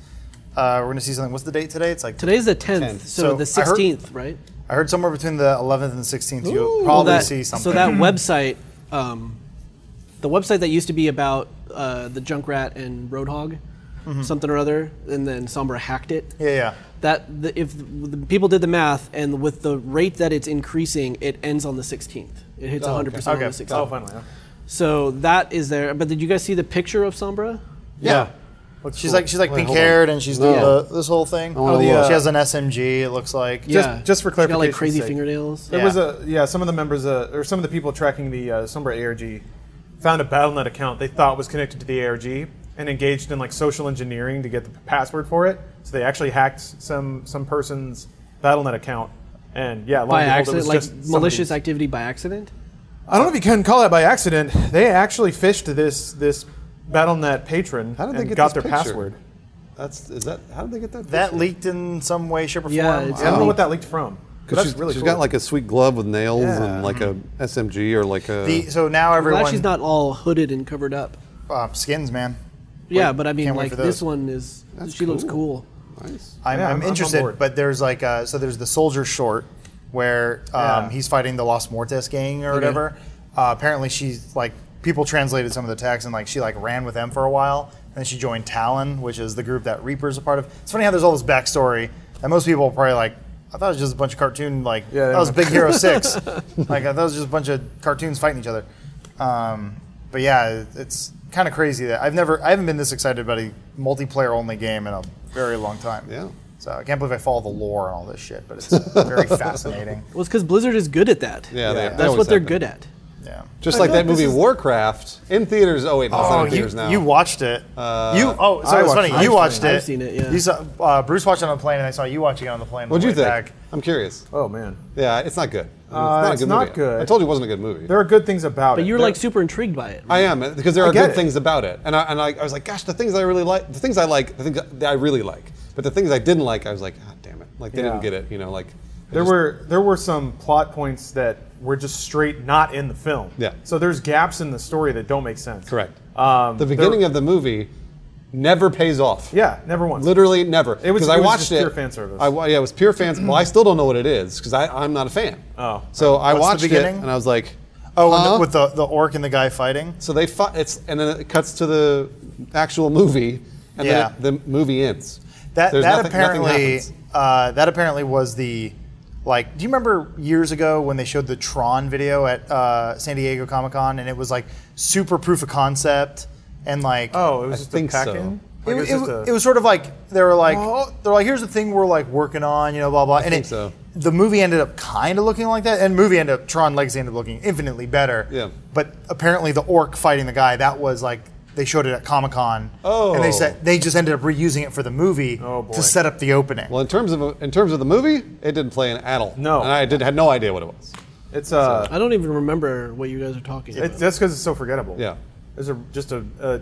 Speaker 4: uh, we're gonna see something. What's the date today? It's like
Speaker 3: Today's the tenth,
Speaker 2: 10th.
Speaker 3: so,
Speaker 4: So
Speaker 3: the
Speaker 4: I heard-
Speaker 3: sixteenth, right?
Speaker 4: I heard somewhere between the 11th and 16th. You'll probably
Speaker 3: that-
Speaker 4: see something.
Speaker 3: So that website, um, the website that used to be about uh, the Junkrat and Roadhog, something or other, and then Sombra hacked it.
Speaker 4: yeah, yeah.
Speaker 3: That the, if the people did the math, and with the rate that it's increasing, it ends on the 16th. It hits 100% on
Speaker 4: Okay.
Speaker 3: the 16th.
Speaker 1: Oh, finally. okay.
Speaker 3: So that is there. But did you guys see the picture of Sombra?
Speaker 2: Yeah.
Speaker 4: She's like she's like
Speaker 2: Wait,
Speaker 4: pink
Speaker 2: hold on.
Speaker 4: haired and she's doing
Speaker 3: No.
Speaker 4: the, this whole thing.
Speaker 2: wanna
Speaker 1: Oh, the, look.
Speaker 4: she has an SMG. It looks like.
Speaker 1: Yeah. just for
Speaker 3: She's got, like
Speaker 1: clarification's
Speaker 3: crazy
Speaker 1: sake.
Speaker 3: fingernails.
Speaker 1: There
Speaker 4: Yeah.
Speaker 1: was a yeah. Some of the members uh, or some of the people tracking the uh, Sombra ARG found a BattleNet account they thought was connected to the ARG and engaged in like social engineering to get the password for it. So they actually hacked some some person's BattleNet account. And yeah, lo and
Speaker 3: By
Speaker 1: behold, it
Speaker 3: accident,
Speaker 1: was
Speaker 3: like
Speaker 1: just somebody's-
Speaker 3: malicious activity by accident.
Speaker 1: I don't know if you can call that by accident. They actually fished this this BattleNet patron
Speaker 2: How did they
Speaker 1: and
Speaker 2: get
Speaker 1: got their
Speaker 2: this picture?
Speaker 1: password.
Speaker 2: That's is that? How did they get that?
Speaker 4: That
Speaker 2: picture?
Speaker 4: leaked in some way, shape, or form.
Speaker 3: Yeah,
Speaker 1: I don't
Speaker 2: Wow.
Speaker 1: know what that leaked from. But
Speaker 2: 'Cause
Speaker 1: That's
Speaker 2: she's,
Speaker 1: really
Speaker 2: she's
Speaker 1: cool.
Speaker 2: got like a sweet glove with nails
Speaker 1: Yeah.
Speaker 2: and like a SMG or like a.
Speaker 4: The, so now everyone
Speaker 3: Glad she's not all hooded and covered up.
Speaker 4: uh, skins, man.
Speaker 3: Yeah, but I mean,
Speaker 4: can't wait
Speaker 3: like
Speaker 4: for
Speaker 3: this
Speaker 4: those.
Speaker 3: one is.
Speaker 2: That's
Speaker 3: she looks
Speaker 2: cool.
Speaker 3: cool.
Speaker 2: nice.
Speaker 4: I'm,
Speaker 1: Yeah, I'm- I'm
Speaker 4: I'm,
Speaker 1: on
Speaker 4: interested,
Speaker 1: board.
Speaker 4: but there's like uh, so there's the soldier short where um,
Speaker 1: Yeah.
Speaker 4: he's fighting the Los Muertes gang or whatever. Uh, apparently, she's like people translated some of the text and like she like ran with them for a while, and then she joined Talon, which is the group that Reaper's a part of. It's funny how there's all this backstory that most people are probably like. I thought it was just a bunch of cartoon like
Speaker 1: Yeah, they
Speaker 4: that was
Speaker 1: don't
Speaker 4: Big Hero Six, like I thought it was just a bunch of cartoons fighting each other. Um, but yeah, it- it's kind of crazy that I've never I haven't been this excited about a multiplayer only game in a very long time.
Speaker 2: Yeah.
Speaker 4: So I can't believe I follow the lore and all this shit, but it's very fascinating.
Speaker 3: Well, it's because Blizzard is good at that.
Speaker 2: Yeah, they- they
Speaker 3: that's
Speaker 2: always
Speaker 3: what they're
Speaker 2: have
Speaker 3: good
Speaker 2: been.
Speaker 3: at.
Speaker 4: Yeah.
Speaker 2: Just like
Speaker 1: feel
Speaker 2: that
Speaker 1: like this
Speaker 2: movie
Speaker 1: is-
Speaker 2: Warcraft in theaters. Oh wait, no, it's not
Speaker 4: Oh,
Speaker 2: in
Speaker 4: you,
Speaker 2: theaters now. Uh,
Speaker 4: you watched it. you oh, so
Speaker 1: I
Speaker 4: it's
Speaker 1: watched
Speaker 4: funny.
Speaker 1: it.
Speaker 4: You
Speaker 1: I've
Speaker 4: watched
Speaker 1: seen
Speaker 4: it.
Speaker 3: it. I've seen it, yeah.
Speaker 4: You saw uh, Bruce watched it on the plane, and I saw you watching it on the plane. on
Speaker 2: What'd
Speaker 4: the
Speaker 2: you
Speaker 4: way
Speaker 2: think?
Speaker 4: Back.
Speaker 2: I'm curious.
Speaker 1: oh man,
Speaker 2: Yeah, it's not good. It's
Speaker 1: Uh,
Speaker 2: not a
Speaker 1: it's
Speaker 2: good
Speaker 1: not
Speaker 2: movie.
Speaker 1: good.
Speaker 2: I told you it wasn't a good movie.
Speaker 1: there are good things about it.
Speaker 3: But you were
Speaker 1: There-
Speaker 3: like super intrigued by it.
Speaker 2: I am because there are
Speaker 1: get
Speaker 2: good
Speaker 1: it.
Speaker 2: things about it, and I, and I, I was like, gosh, the things I really like, the things I like, the things that I really like, but the things I didn't like, I was like, ah, damn it, like they
Speaker 1: Yeah.
Speaker 2: didn't get it, you know, like
Speaker 1: There were there were some plot points that were just straight not in the film.
Speaker 2: Yeah.
Speaker 1: So there's gaps in the story that don't make sense.
Speaker 2: correct.
Speaker 1: Um,
Speaker 2: the beginning of the movie never pays off.
Speaker 1: yeah, never once.
Speaker 2: Literally never.
Speaker 1: It was-
Speaker 2: 'Cause
Speaker 1: it
Speaker 2: I
Speaker 1: was
Speaker 2: watched
Speaker 1: just
Speaker 2: it.
Speaker 1: pure fan service.
Speaker 2: I, wa- yeah, it was pure fan. well, I still don't know what it is because I'm not a fan.
Speaker 1: Oh.
Speaker 2: So I
Speaker 4: What's the
Speaker 2: watched it
Speaker 4: beginning?
Speaker 2: and I was like,
Speaker 4: Oh, and the-
Speaker 2: huh?
Speaker 4: with the, the orc and the guy fighting.
Speaker 2: so they fought. It's and then it cuts to the actual movie, and
Speaker 4: Yeah.
Speaker 2: then it, the movie ends.
Speaker 4: That
Speaker 2: There's
Speaker 4: that
Speaker 2: nothing- nothing
Speaker 4: apparently
Speaker 2: happens.
Speaker 4: uh, that apparently was the like. Do you remember years ago when they showed the Tron video at uh, San Diego Comic Con and it was like super proof of concept and like
Speaker 1: oh, it was
Speaker 2: I
Speaker 1: just
Speaker 2: think
Speaker 1: a pack
Speaker 2: so.
Speaker 1: in.
Speaker 4: It,
Speaker 1: Like,
Speaker 4: wa-
Speaker 1: was
Speaker 4: it,
Speaker 1: just
Speaker 4: wa-
Speaker 1: a-
Speaker 4: it was sort of like they were like they're like here's the thing we're like working on you know blah blah and
Speaker 2: think
Speaker 4: it,
Speaker 2: so.
Speaker 4: the movie ended up kind of looking like that and the movie ended up Tron Legacy ended up looking infinitely better
Speaker 2: Yeah.
Speaker 4: but apparently the orc fighting the guy that was like they showed it at Comic Con and
Speaker 2: Oh.
Speaker 4: they said they just ended up reusing it for the movie
Speaker 1: Oh, boy.
Speaker 4: to set up the opening
Speaker 2: Well, in terms of in terms of the movie, it didn't play an at all.
Speaker 1: No.
Speaker 2: and I did had no idea what it was.
Speaker 1: it's uh,
Speaker 3: I don't even remember what you guys are talking
Speaker 1: it's,
Speaker 3: about.
Speaker 1: that's because it's so forgettable.
Speaker 2: Yeah.
Speaker 1: There's a just a. a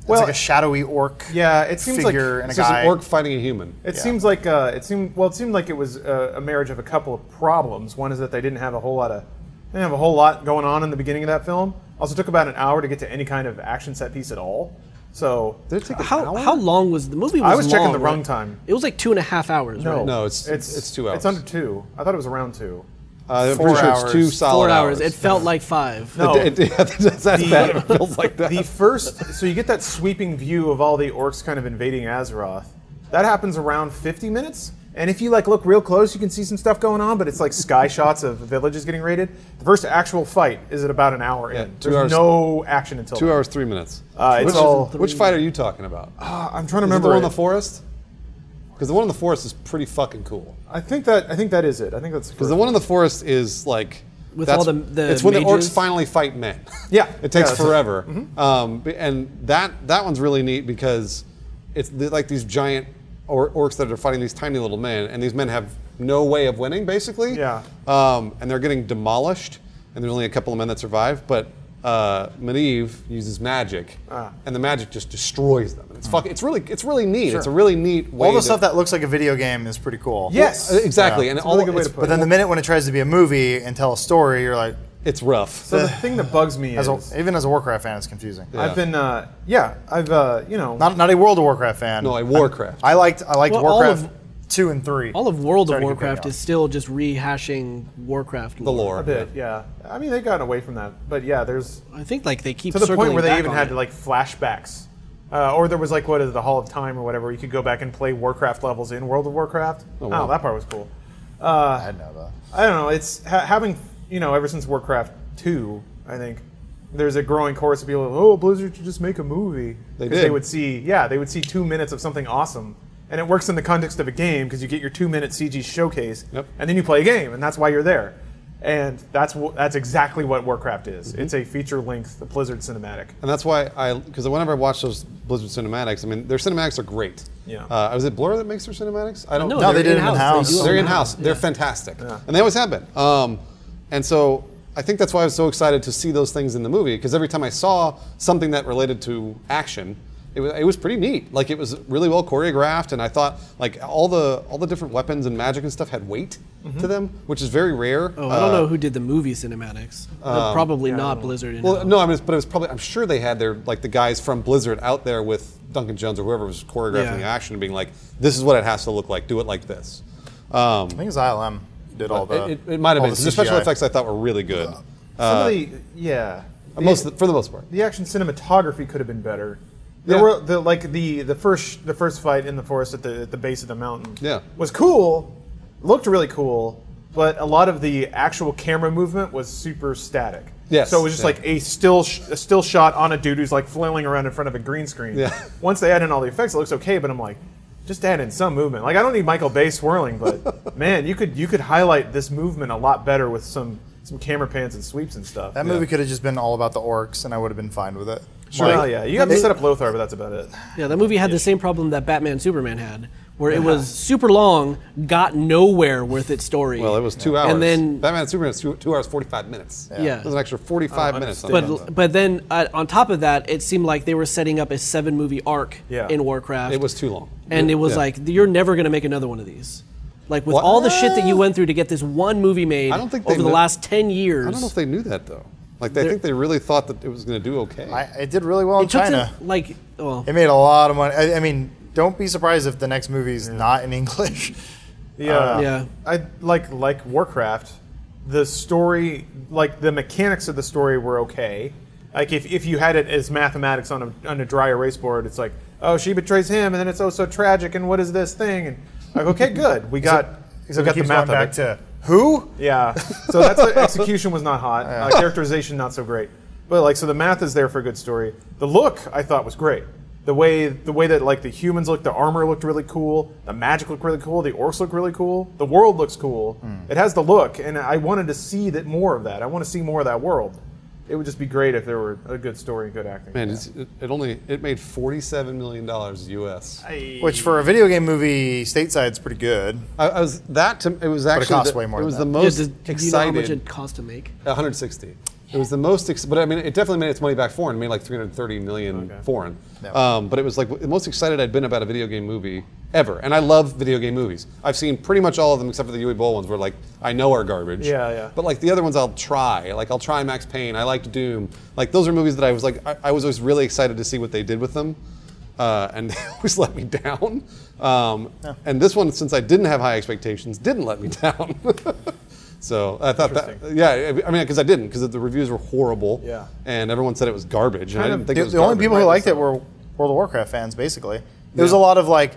Speaker 4: it's
Speaker 1: well,
Speaker 4: like a shadowy orc
Speaker 1: yeah, it seems like
Speaker 4: figure and a
Speaker 2: It's just
Speaker 4: guy
Speaker 2: an orc fighting a human.
Speaker 1: It
Speaker 4: Yeah.
Speaker 1: seems like uh, it seemed well. It seemed like it was uh, a marriage of a couple of problems. One is that they didn't have a whole lot of they didn't have a whole lot going on in the beginning of that film. Also, took about an hour to get to any kind of action set piece at all. So
Speaker 2: Did it take an
Speaker 3: How,
Speaker 2: hour? Uh,
Speaker 3: how long was the movie? Was
Speaker 1: I was checking
Speaker 3: long,
Speaker 1: the wrong
Speaker 3: right?
Speaker 1: time.
Speaker 3: It was like two and a half hours.
Speaker 1: No,
Speaker 3: right?
Speaker 2: No, it's- it's two hours.
Speaker 1: It's under two. I thought it was around two.
Speaker 2: Uh, I'm
Speaker 4: Four
Speaker 2: pretty sure
Speaker 4: hours.
Speaker 2: it's two solid
Speaker 3: four hours. It felt like five.
Speaker 1: No,
Speaker 2: It- it- that's bad. if It feels like that.
Speaker 1: the first. So you get that sweeping view of all the orcs kind of invading Azeroth. That happens around 50 minutes. And if you like look real close, you can see some stuff going on, but it's like sky shots of villages getting raided. The first actual fight is at about an hour
Speaker 2: Yeah,
Speaker 1: in.
Speaker 2: two
Speaker 1: There's
Speaker 2: hours-
Speaker 1: no action until
Speaker 2: two
Speaker 1: then.
Speaker 2: hours three minutes.
Speaker 1: Uh, it's
Speaker 2: which,
Speaker 1: all-
Speaker 2: which fight are you talking about?
Speaker 1: Uh, I'm trying to
Speaker 2: Is it
Speaker 1: remember.
Speaker 2: the one in
Speaker 1: it.
Speaker 2: the forest? Because the one in the forest is pretty fucking cool.
Speaker 1: I think that I think that is it. I think that's
Speaker 2: Because the one in the forest is like
Speaker 3: with
Speaker 2: That's-
Speaker 3: all the the
Speaker 2: it's when the orcs
Speaker 3: mages.
Speaker 2: finally fight men.
Speaker 1: Yeah.
Speaker 2: it takes
Speaker 1: Yeah, Mm-hmm. that's it.
Speaker 2: forever. Um, b- and that that one's really neat because it's th- like these giant or- orcs that are fighting these tiny little men, and these men have no way of winning basically.
Speaker 1: Yeah.
Speaker 2: Um, and they're getting demolished, and there's only a couple of men that survive. But uh, Medivh uses magic,
Speaker 1: Ah.
Speaker 2: and the magic just destroys them. And it's fuck. It's really it's really neat. It's a really neat way.
Speaker 4: All the
Speaker 2: to-
Speaker 4: stuff that looks like a video game is pretty cool.
Speaker 1: Yes.
Speaker 2: Uh, exactly,
Speaker 4: Yeah.
Speaker 2: and
Speaker 1: It's a
Speaker 2: all
Speaker 1: really good way
Speaker 2: it's,
Speaker 1: to put
Speaker 4: But then the minute when it tries to be a movie and tell a story, you're like,
Speaker 2: it's rough.
Speaker 1: So the thing that bugs me
Speaker 4: as
Speaker 1: is
Speaker 4: a, even as a Warcraft fan, it's confusing.
Speaker 1: I've been uh, yeah I've uh, you know
Speaker 4: Not not a World of Warcraft fan.
Speaker 2: No, a Warcraft.
Speaker 4: I liked I liked
Speaker 3: Well, all
Speaker 4: Warcraft
Speaker 3: of-
Speaker 4: two and three.
Speaker 3: all of World
Speaker 4: Sorry
Speaker 3: of
Speaker 4: to cut you
Speaker 3: Warcraft
Speaker 4: off.
Speaker 3: is still just rehashing Warcraft
Speaker 2: the lore.
Speaker 1: a bit yeah I mean they've gotten away from that but yeah there's
Speaker 3: I think like they keep
Speaker 1: to the point where they even had
Speaker 3: to
Speaker 1: like flashbacks, uh, or there was like what is it, the Hall of Time or whatever. You could go back and play Warcraft levels in World of Warcraft. Oh,
Speaker 2: wow.
Speaker 1: that part was cool.
Speaker 4: I know that.
Speaker 1: I don't know. It's ha- having you know ever since Warcraft two, I think there's a growing chorus of people. Oh, Blizzard should just make a movie.
Speaker 2: They
Speaker 1: 'Cause
Speaker 2: did.
Speaker 1: They would see yeah, they would see two minutes of something awesome. And it works in the context of a game because you get your two-minute CG showcase,
Speaker 2: Yep.
Speaker 1: and then you play a game, and that's why you're there. And that's wh- that's exactly what Warcraft is.
Speaker 2: Mm-hmm.
Speaker 1: It's a feature-length Blizzard cinematic.
Speaker 2: And that's why I, because whenever I watch those Blizzard cinematics, I mean, their cinematics are great.
Speaker 1: Yeah.
Speaker 2: Uh, is it Blur that makes their cinematics? I don't
Speaker 3: No,
Speaker 2: know.
Speaker 4: No,
Speaker 3: they're
Speaker 4: they did it
Speaker 3: in-house.
Speaker 4: in-house.
Speaker 3: They do it
Speaker 2: They're
Speaker 3: now.
Speaker 2: in house. They're fantastic, and they always have been. Um, and so I think that's why I was so excited to see those things in the movie because every time I saw something that related to action, it was, it was pretty neat. Like it was really well choreographed, and I thought like all the all the different weapons and magic and stuff had weight to them, which is very rare.
Speaker 3: Mm-hmm. Oh, I don't
Speaker 2: Uh,
Speaker 3: know who did the movie cinematics. They're probably not Blizzard.
Speaker 2: um, Well,
Speaker 3: in-house.
Speaker 2: no, I mean, but it was probably. I'm sure they had their like the guys from Blizzard out there with Duncan Jones or whoever was choreographing
Speaker 3: Yeah.
Speaker 2: the action, and being like, "This is what it has to look like. Do it like this." Um,
Speaker 4: I think it's ILM did all the.
Speaker 2: it, it- it might have
Speaker 4: all
Speaker 2: been
Speaker 4: the
Speaker 2: the special
Speaker 4: CGI.
Speaker 2: effects. I thought were really good, Uh,
Speaker 1: Some of the yeah, the,
Speaker 2: most for the most part.
Speaker 1: the action cinematography could have been better. There
Speaker 2: Yeah.
Speaker 1: were the like the the first the first fight in the forest at the at the base of the mountain.
Speaker 2: Yeah.
Speaker 1: was cool, looked really cool, but a lot of the actual camera movement was super static.
Speaker 2: Yes,
Speaker 1: So it was just
Speaker 2: yeah.
Speaker 1: like a still sh- a still shot on a dude who's like flailing around in front of a green screen.
Speaker 2: Yeah.
Speaker 1: Once they add in all the effects, it looks okay. But I'm like, just add in some movement. Like I don't need Michael Bay swirling, but man, you could you could highlight this movement a lot better with some some camera pans and sweeps and stuff.
Speaker 4: That movie could have just been all about the orcs, and I would have been fine with it.
Speaker 1: Sure.
Speaker 4: Like,
Speaker 1: Well, yeah, you have to set up Lothar, but that's about it.
Speaker 3: Yeah, that movie had the same problem that Batman Superman had, where it was super long, got nowhere with its story.
Speaker 2: Well, it was two hours.
Speaker 3: And then,
Speaker 2: Batman and Superman is two, two hours forty five minutes.
Speaker 3: Yeah. Uh,
Speaker 2: it was an extra forty five minutes. on that.
Speaker 3: but but then uh, on top of that, it seemed like they were setting up a seven movie arc
Speaker 1: Yeah.
Speaker 3: in Warcraft.
Speaker 2: it was too long.
Speaker 3: and it was
Speaker 2: Yeah.
Speaker 3: like you're never gonna make another one of these. Like with
Speaker 2: What?
Speaker 3: all the shit that you went through to get this one movie made
Speaker 2: I don't think they
Speaker 3: over the
Speaker 2: kn-
Speaker 3: last ten years.
Speaker 2: I don't know if they knew that though. Like they think they really thought that it was going to do okay.
Speaker 4: I, it did really well in
Speaker 3: it took
Speaker 4: China.
Speaker 3: them, like oh, well,
Speaker 4: It made a lot of money. I, I mean, don't be surprised if the next movie's not in English.
Speaker 1: Yeah,
Speaker 3: yeah.
Speaker 1: I like like Warcraft. The story, like the mechanics of the story, were okay. Like if, if you had it as mathematics on a on a dry erase board, it's like, oh, she betrays him, and then it's oh so tragic, and what is this thing? And like, okay, good, we got we
Speaker 4: Except
Speaker 1: got
Speaker 4: it
Speaker 1: the
Speaker 4: keeps
Speaker 1: math
Speaker 4: going
Speaker 1: of
Speaker 4: back
Speaker 1: it.
Speaker 4: to who?
Speaker 1: Yeah. So that's the execution was not hot. Uh, characterization not so great. But like so the math is there for a good story. The look I thought was great. The way the way that like the humans looked, the armor looked really cool, the magic looked really cool, the orcs look really cool, the world looks cool.
Speaker 4: Hmm.
Speaker 1: It has the look, and I wanted to see that more of that. I want to see more of that world. It would just be great if there were a good story and good acting.
Speaker 2: Man, it's, it, it only it made forty seven million dollars U.S.
Speaker 4: Which for a video game movie stateside's pretty good.
Speaker 2: I, I was that to, it was actually
Speaker 4: costs
Speaker 2: the,
Speaker 4: way more
Speaker 2: it
Speaker 4: than
Speaker 2: was
Speaker 4: that.
Speaker 2: the
Speaker 3: Yeah,
Speaker 2: most
Speaker 3: does- do you know how
Speaker 2: excited Oh,
Speaker 3: much it cost to make?
Speaker 2: 160 it was the most ex- but I mean it definitely made its money back foreign it made like 330 million foreign um, but it was like w- the most excited I'd been about a video game movie ever and I love video game movies I've seen pretty much all of them except for the Yui Bowl ones where like I know are garbage
Speaker 1: Yeah, yeah.
Speaker 2: but like the other ones I'll try like I'll try Max Payne I liked Doom like those are movies that I was like I, I was always really excited to see what they did with them uh, and they always let me down um, and this one since I didn't have high expectations didn't let me down So I thought that, yeah, I- I mean, because I didn't, because the reviews were horrible.
Speaker 1: Yeah.
Speaker 2: And everyone said it was garbage. and I
Speaker 1: Kind
Speaker 2: didn't
Speaker 1: of-
Speaker 2: think
Speaker 4: The,
Speaker 2: it was
Speaker 4: the only
Speaker 2: garbage.
Speaker 4: people who liked it were World of Warcraft fans, basically. It was a lot of like,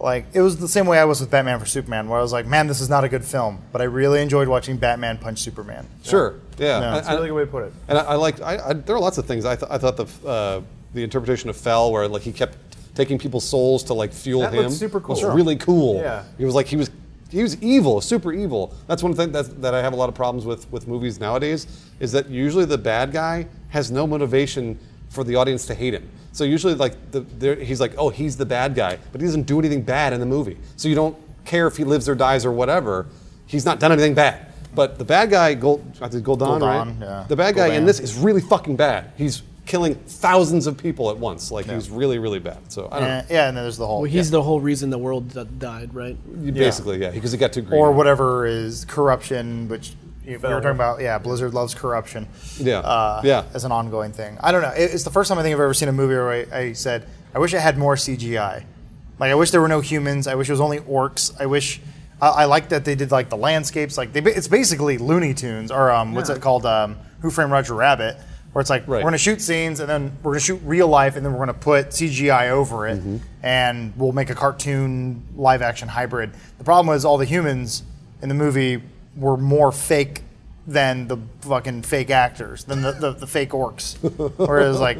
Speaker 4: like it was the same way I was with Batman for Superman, where I was like, man, this is not a good film, but I really enjoyed watching Batman punch Superman.
Speaker 2: Sure. Yeah.
Speaker 4: Yeah.
Speaker 2: I-
Speaker 1: That's a really good way to put it.
Speaker 2: And I, I liked. I, I, there are lots of things. I, th- I thought the uh, the interpretation of Fell, where like he kept taking people's souls to like fuel
Speaker 1: That
Speaker 2: him,
Speaker 1: looked super cool.
Speaker 2: was really cool.
Speaker 1: Yeah.
Speaker 2: It was like he was he was evil, super evil. That's one thing that's, that I have a lot of problems with with movies nowadays is that usually the bad guy has no motivation for the audience to hate him. So usually, like the, there- he's like, oh, he's the bad guy, but he doesn't do anything bad in the movie. So you don't care if he lives or dies or whatever. He's not done anything bad. But the bad guy, Gold, I think Goldan, right?
Speaker 4: Gul'dan, yeah.
Speaker 2: The bad guy in
Speaker 4: Gul'dan.
Speaker 2: this is really fucking bad. He's killing thousands of people at once. Like he's really, really bad. So I don't
Speaker 4: Eh, yeah, and then there's the whole
Speaker 3: Well, he's the whole reason the world d- died, right?
Speaker 2: know. Basically, yeah, because he got too greedy.
Speaker 4: or whatever is corruption, which you we were
Speaker 1: Fell.
Speaker 4: talking about. Yeah, Blizzard loves corruption.
Speaker 2: Yeah.
Speaker 4: uh,
Speaker 2: Yeah.
Speaker 4: as an ongoing thing. I don't know. It- it's the first time I think I've ever seen a movie where I, I said, "I wish it had more CGI." Like, I wish there were no humans. I wish it was only orcs. I wish. I, I like that they did like the landscapes. Like, they, ba- it's basically Looney Tunes or um, what's it called? Um, Who Framed Roger Rabbit? Where it's like
Speaker 2: Right.
Speaker 4: we're gonna shoot scenes and then we're gonna shoot real life and then we're gonna put CGI over it and we'll make a cartoon live action hybrid. The problem was all the humans in the movie were more fake than the fucking fake actors, than the, the, the fake orcs. Whereas like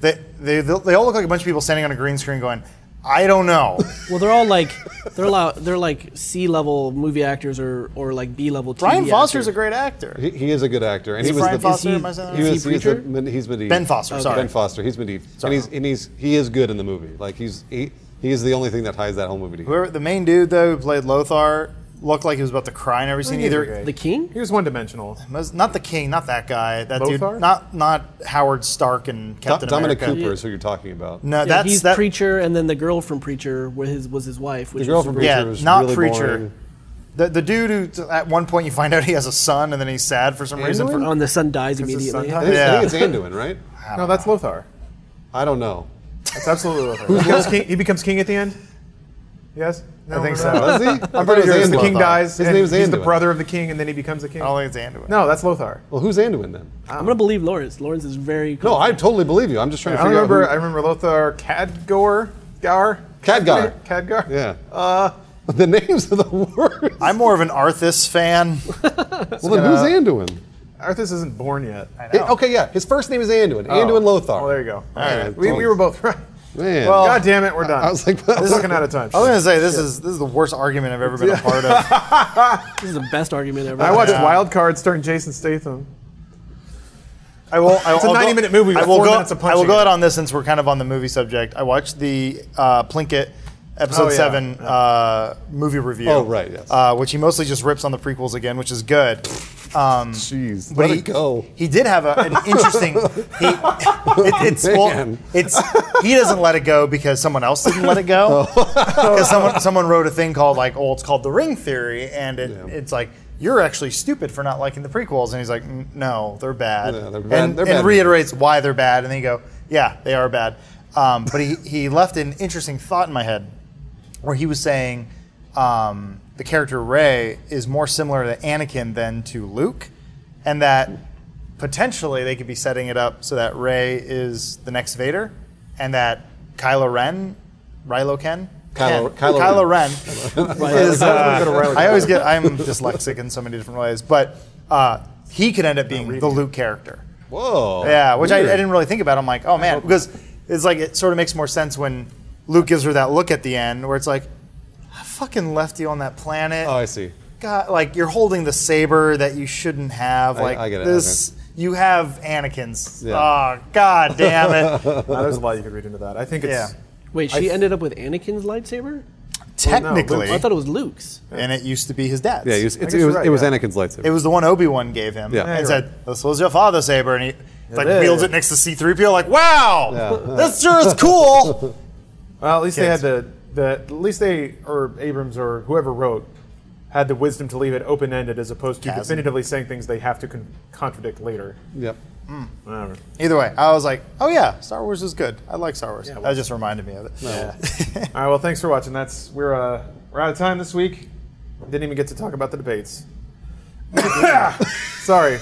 Speaker 4: they, they they all look like a bunch of people standing on a green screen going, I don't know.
Speaker 3: Well, they're all like they're all, they're like C level movie actors or or like B level.
Speaker 4: Brian Foster's a great actor.
Speaker 2: he, he is a good actor, and he
Speaker 4: Is
Speaker 2: was
Speaker 4: Brian
Speaker 2: the
Speaker 4: Foster?
Speaker 3: he-
Speaker 4: am I saying that
Speaker 2: He
Speaker 4: right?
Speaker 2: was,
Speaker 3: he
Speaker 2: he's the,
Speaker 3: Preacher?
Speaker 2: Mende- he's Medivh.
Speaker 4: Ben Foster, sorry.
Speaker 2: Ben Foster. He's Medivh, and he's and he's he is good in the movie. Like he's he he is the only thing that ties that whole movie together.
Speaker 4: Whoever the main dude though who played Lothar looked like he was about to cry in every scene.
Speaker 1: he's
Speaker 4: Either
Speaker 1: okay.
Speaker 3: The king?
Speaker 1: He was one dimensional.
Speaker 4: Mos- Not the king, not that guy. That
Speaker 1: Lothar?
Speaker 4: dude. Not not Howard Stark and
Speaker 2: Do-
Speaker 4: Captain
Speaker 2: Dominic
Speaker 4: America.
Speaker 2: Cooper is who you're talking about.
Speaker 4: No,
Speaker 3: Yeah,
Speaker 4: Uh, that's
Speaker 3: he's
Speaker 4: that.
Speaker 3: preacher, and then the girl from preacher was his was his wife. Which
Speaker 2: the girl
Speaker 3: was
Speaker 2: from
Speaker 3: super-
Speaker 2: Preacher
Speaker 4: yeah,
Speaker 2: was
Speaker 4: not
Speaker 2: really
Speaker 4: preacher.
Speaker 2: boring.
Speaker 4: The, the dude who t- at one point you find out he has a son and then he's sad for some reason. For,
Speaker 3: Oh, and the son dies
Speaker 1: his son
Speaker 3: immediately.
Speaker 2: I
Speaker 1: died?
Speaker 2: think, I
Speaker 4: Yeah.
Speaker 2: think it's Anduin, right?
Speaker 1: No, that's Lothar.
Speaker 2: I don't know.
Speaker 1: That's absolutely Lothar. He becomes king, he becomes king at the end. Yes,
Speaker 4: I think so.
Speaker 2: Was he?
Speaker 4: I'm pretty sure
Speaker 1: Because
Speaker 4: it's
Speaker 1: the
Speaker 4: Lothar.
Speaker 1: king dies.
Speaker 2: His
Speaker 1: and
Speaker 2: name's
Speaker 1: He's the
Speaker 2: Anduin.
Speaker 1: brother of the king, and then he becomes the king.
Speaker 4: I don't think it's Anduin.
Speaker 1: No, that's Lothar.
Speaker 2: Well, who's Anduin then?
Speaker 3: I'm gonna believe Lawrence. Lawrence is very.
Speaker 2: No, I totally believe you. I'm just trying to
Speaker 1: I
Speaker 2: figure
Speaker 1: remember.
Speaker 2: out.
Speaker 1: I
Speaker 2: who-
Speaker 1: remember Lothar Cadgor. Gower.
Speaker 2: Khadgar.
Speaker 1: Cadgar.
Speaker 2: Yeah. Uh, the names are the worst.
Speaker 4: I'm more of an Arthas fan.
Speaker 2: well, then who's Anduin?
Speaker 1: Arthas isn't born yet.
Speaker 2: It- okay, yeah. His first name is Anduin. Anduin Lothar.
Speaker 1: Oh, there you go. All
Speaker 2: right.
Speaker 1: We, we were both right.
Speaker 2: Man.
Speaker 4: Well,
Speaker 1: God damn it, we're done.
Speaker 2: I was like, Oh,
Speaker 1: I'm looking out of time.
Speaker 4: I was gonna say this is this is the worst argument I've ever been a part of.
Speaker 3: This is the best argument ever.
Speaker 1: I watched Wild Card starring Jason Statham.
Speaker 4: I will. I,
Speaker 1: It's a
Speaker 4: I'll
Speaker 1: 90-minute movie with
Speaker 4: I will
Speaker 1: four
Speaker 4: go,
Speaker 1: minutes of
Speaker 4: I will
Speaker 1: punching
Speaker 4: go
Speaker 1: it.
Speaker 4: out on this since we're kind of on the movie subject. I watched the uh, Plinkett episode
Speaker 1: Oh, yeah.
Speaker 4: seven uh, movie review.
Speaker 2: Oh, right, yes.
Speaker 4: Uh, which he mostly just rips on the prequels again, which is good. Um,
Speaker 2: jeez.
Speaker 4: But
Speaker 2: Let
Speaker 4: he,
Speaker 2: it go.
Speaker 4: he did have a, an interesting. He, it, it's, well,
Speaker 2: Man.
Speaker 4: it's he doesn't let it go because someone else didn't let it go.
Speaker 2: Oh.
Speaker 4: Because someone someone wrote a thing called like, oh, it's called the Ring Theory, and it,
Speaker 2: Yeah.
Speaker 4: it's like you're actually stupid for not liking the prequels. And he's like, "Mm, no, they're bad.
Speaker 2: Yeah, they're bad-
Speaker 4: And,
Speaker 2: they're
Speaker 4: and
Speaker 2: bad
Speaker 4: reiterates why they're bad, and then you go, yeah, they are bad. Um, but he he left an interesting thought in my head where he was saying um, the character Ray is more similar to Anakin than to Luke, and that potentially they could be setting it up so that Ray is the next Vader, and that Kylo Ren, Rilo Ken,
Speaker 2: Kylo-
Speaker 4: Ken-
Speaker 2: Kylo
Speaker 4: Kylo Ren, is.
Speaker 1: Go to
Speaker 4: Uh,
Speaker 1: Riley.
Speaker 4: I always get I'm dyslexic in so many different ways, but uh, he could end up being the Luke character.
Speaker 2: Whoa.
Speaker 4: Yeah, which I, I
Speaker 2: Oh. Weird.
Speaker 4: didn't really think about. I'm like, oh man, because it's like it sort of makes more sense when Luke gives her that look at the end, where it's like, I fucking left you on that planet.
Speaker 2: Oh, I see.
Speaker 4: God, like you're holding the saber that you shouldn't have.
Speaker 2: I-
Speaker 4: Like
Speaker 2: I get it,
Speaker 4: this, you have Anakin's.
Speaker 2: Yeah. Oh,
Speaker 4: Oh god damn it!
Speaker 1: Now, there's a lot you could read into that. I think it's.
Speaker 4: yeah,
Speaker 3: Wait, she ended up with Anakin's lightsaber.
Speaker 4: technically,
Speaker 1: Luke's-
Speaker 3: I thought it was Luke's.
Speaker 4: and it used to be his dad's.
Speaker 2: Yeah, it was,
Speaker 1: guess
Speaker 2: it
Speaker 1: you're
Speaker 2: was,
Speaker 1: right,
Speaker 2: it was
Speaker 1: yeah.
Speaker 2: Anakin's lightsaber.
Speaker 4: It was the one Obi Wan gave him.
Speaker 2: Yeah. Yeah,
Speaker 4: and
Speaker 1: you're
Speaker 4: said, "This was your father's saber," and he like
Speaker 1: is.
Speaker 4: wields it next to C three PO. Like, wow,
Speaker 2: Yeah.
Speaker 4: this sure is cool.
Speaker 1: Well, at least
Speaker 4: Kids.
Speaker 1: they had the, the at least they or Abrams or whoever wrote had the wisdom to leave it open ended as opposed to
Speaker 4: Chasm.
Speaker 1: definitively saying things they have to con- contradict later.
Speaker 2: Yep.
Speaker 1: Whatever.
Speaker 4: Either way, I was like, "Oh yeah, Star Wars is good. I like Star Wars."
Speaker 1: Yeah,
Speaker 4: that just reminded me of it.
Speaker 1: All right. Well, thanks for watching. That's we're uh, we're out of time this week. Didn't even get to talk about the debates. Sorry,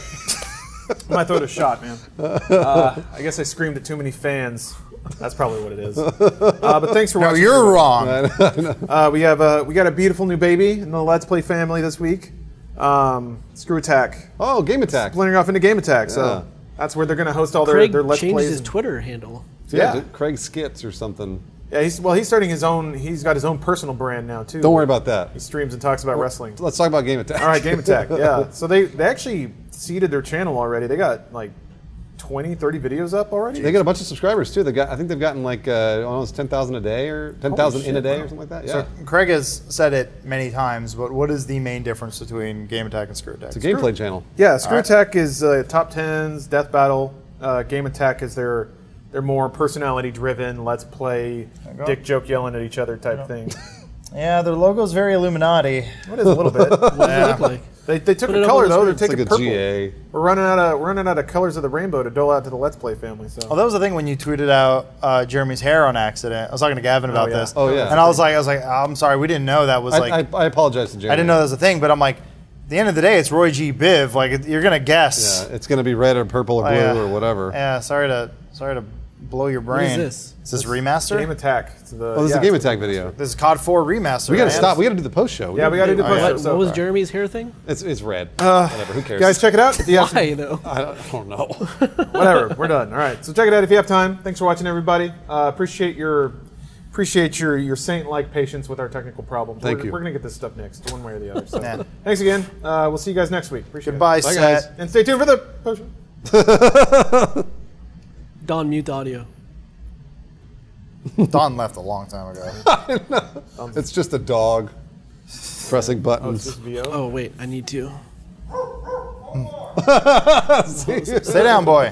Speaker 1: my throat is shot, man. Uh, I guess I screamed at too many fans. That's probably what it is. Uh, but thanks for
Speaker 4: No,
Speaker 1: watching.
Speaker 4: you're wrong.
Speaker 1: Uh, we have uh, we got a beautiful new baby in the Let's Play family this week. Um, Screw Attack
Speaker 2: Oh, game attack.
Speaker 1: splintering off into Game Attack,
Speaker 2: Yeah.
Speaker 1: so that's where they're going to host all their,
Speaker 3: Craig
Speaker 1: their Let's
Speaker 3: changes
Speaker 1: Plays.
Speaker 3: his
Speaker 1: and-
Speaker 3: Twitter handle.
Speaker 2: Yeah,
Speaker 1: Yeah.
Speaker 2: Craig Skits or something.
Speaker 1: Yeah, he's well. He's starting his own. He's got his own personal brand now too.
Speaker 2: Don't worry about that.
Speaker 1: He streams and talks about wrestling.
Speaker 2: Let's talk about Game Attack.
Speaker 1: All right, Game Attack. Yeah. So they they actually seeded their channel already. They got like 20, 30 videos up already.
Speaker 2: They got a bunch of subscribers too. They got, I think they've gotten like uh, almost ten thousand a day or ten thousand in a
Speaker 1: shit,
Speaker 2: day
Speaker 1: wow.
Speaker 2: or something like that. Yeah,
Speaker 4: So Craig has said it many times, but what is the main difference between Game Attack and Screw Attack?
Speaker 2: it's a gameplay channel.
Speaker 1: Yeah, Screw Attack is uh, top tens, Death Battle. Uh, Game Attack is their their more personality driven, let's play,
Speaker 4: you go.
Speaker 1: dick joke yelling at each other type thing.
Speaker 4: Yeah, their logo's very Illuminati.
Speaker 1: What is a little bit?
Speaker 3: What does it look like?
Speaker 1: They, they took
Speaker 3: Put it
Speaker 1: a
Speaker 3: up
Speaker 1: color
Speaker 3: on the
Speaker 1: though. They're
Speaker 3: screen.
Speaker 1: taking
Speaker 2: It's like a
Speaker 1: purple.
Speaker 2: GA.
Speaker 1: We're running out of we're running out of colors of the rainbow to dole out to the Let's Play family. So
Speaker 4: Oh, that was the thing when you tweeted out uh, Jeremy's hair on accident. I was talking to Gavin about
Speaker 1: yeah.
Speaker 4: this.
Speaker 2: Oh, yeah.
Speaker 4: And I was like, I was like, I'm sorry, we didn't know that was
Speaker 2: I,
Speaker 4: like.
Speaker 2: I, I apologize to Jeremy.
Speaker 4: I didn't know that was a thing, but I'm like, at the end of the day, it's Roy G. Biv. Like, it- you're gonna guess.
Speaker 2: Yeah, it's going to be red or purple or blue
Speaker 4: Oh, Yeah.
Speaker 2: or whatever.
Speaker 4: Yeah, sorry to sorry to blow your brain.
Speaker 3: this?
Speaker 4: Is this
Speaker 1: Game
Speaker 4: remaster?
Speaker 1: Attack. It's the,
Speaker 2: Oh, this
Speaker 1: yeah,
Speaker 2: is a Game
Speaker 1: it's-
Speaker 2: Attack video.
Speaker 4: This is COD 4 remaster.
Speaker 2: We got to
Speaker 4: man.
Speaker 2: stop. We got to do the post show.
Speaker 1: Yeah, we got to do
Speaker 4: Oh, yeah.
Speaker 1: post.
Speaker 3: What,
Speaker 1: so
Speaker 3: what was Jeremy's hair thing?
Speaker 2: It's, it's red. whatever. Who cares?
Speaker 1: Guys, check it out. If you have some-
Speaker 3: Why though?
Speaker 2: I don't, I don't know.
Speaker 1: whatever we're done all right so check it out if you have time thanks for watching everybody uh, appreciate your appreciate your your saint like patience with our technical problems
Speaker 2: Thank
Speaker 1: we're,
Speaker 2: you.
Speaker 1: we're gonna get this stuff next one way or the other so
Speaker 4: Yeah.
Speaker 1: thanks again uh, we'll see you guys next week appreciate
Speaker 4: Goodbye,
Speaker 1: it.
Speaker 2: Bye,
Speaker 4: Seth.
Speaker 2: guys.
Speaker 1: and stay tuned for the potion
Speaker 3: Don mute the audio.
Speaker 4: Don left a long time ago.
Speaker 2: it's just a dog pressing
Speaker 1: This
Speaker 2: buttons.
Speaker 1: is VO.
Speaker 3: Oh wait, I need to.
Speaker 4: Stay down, boy.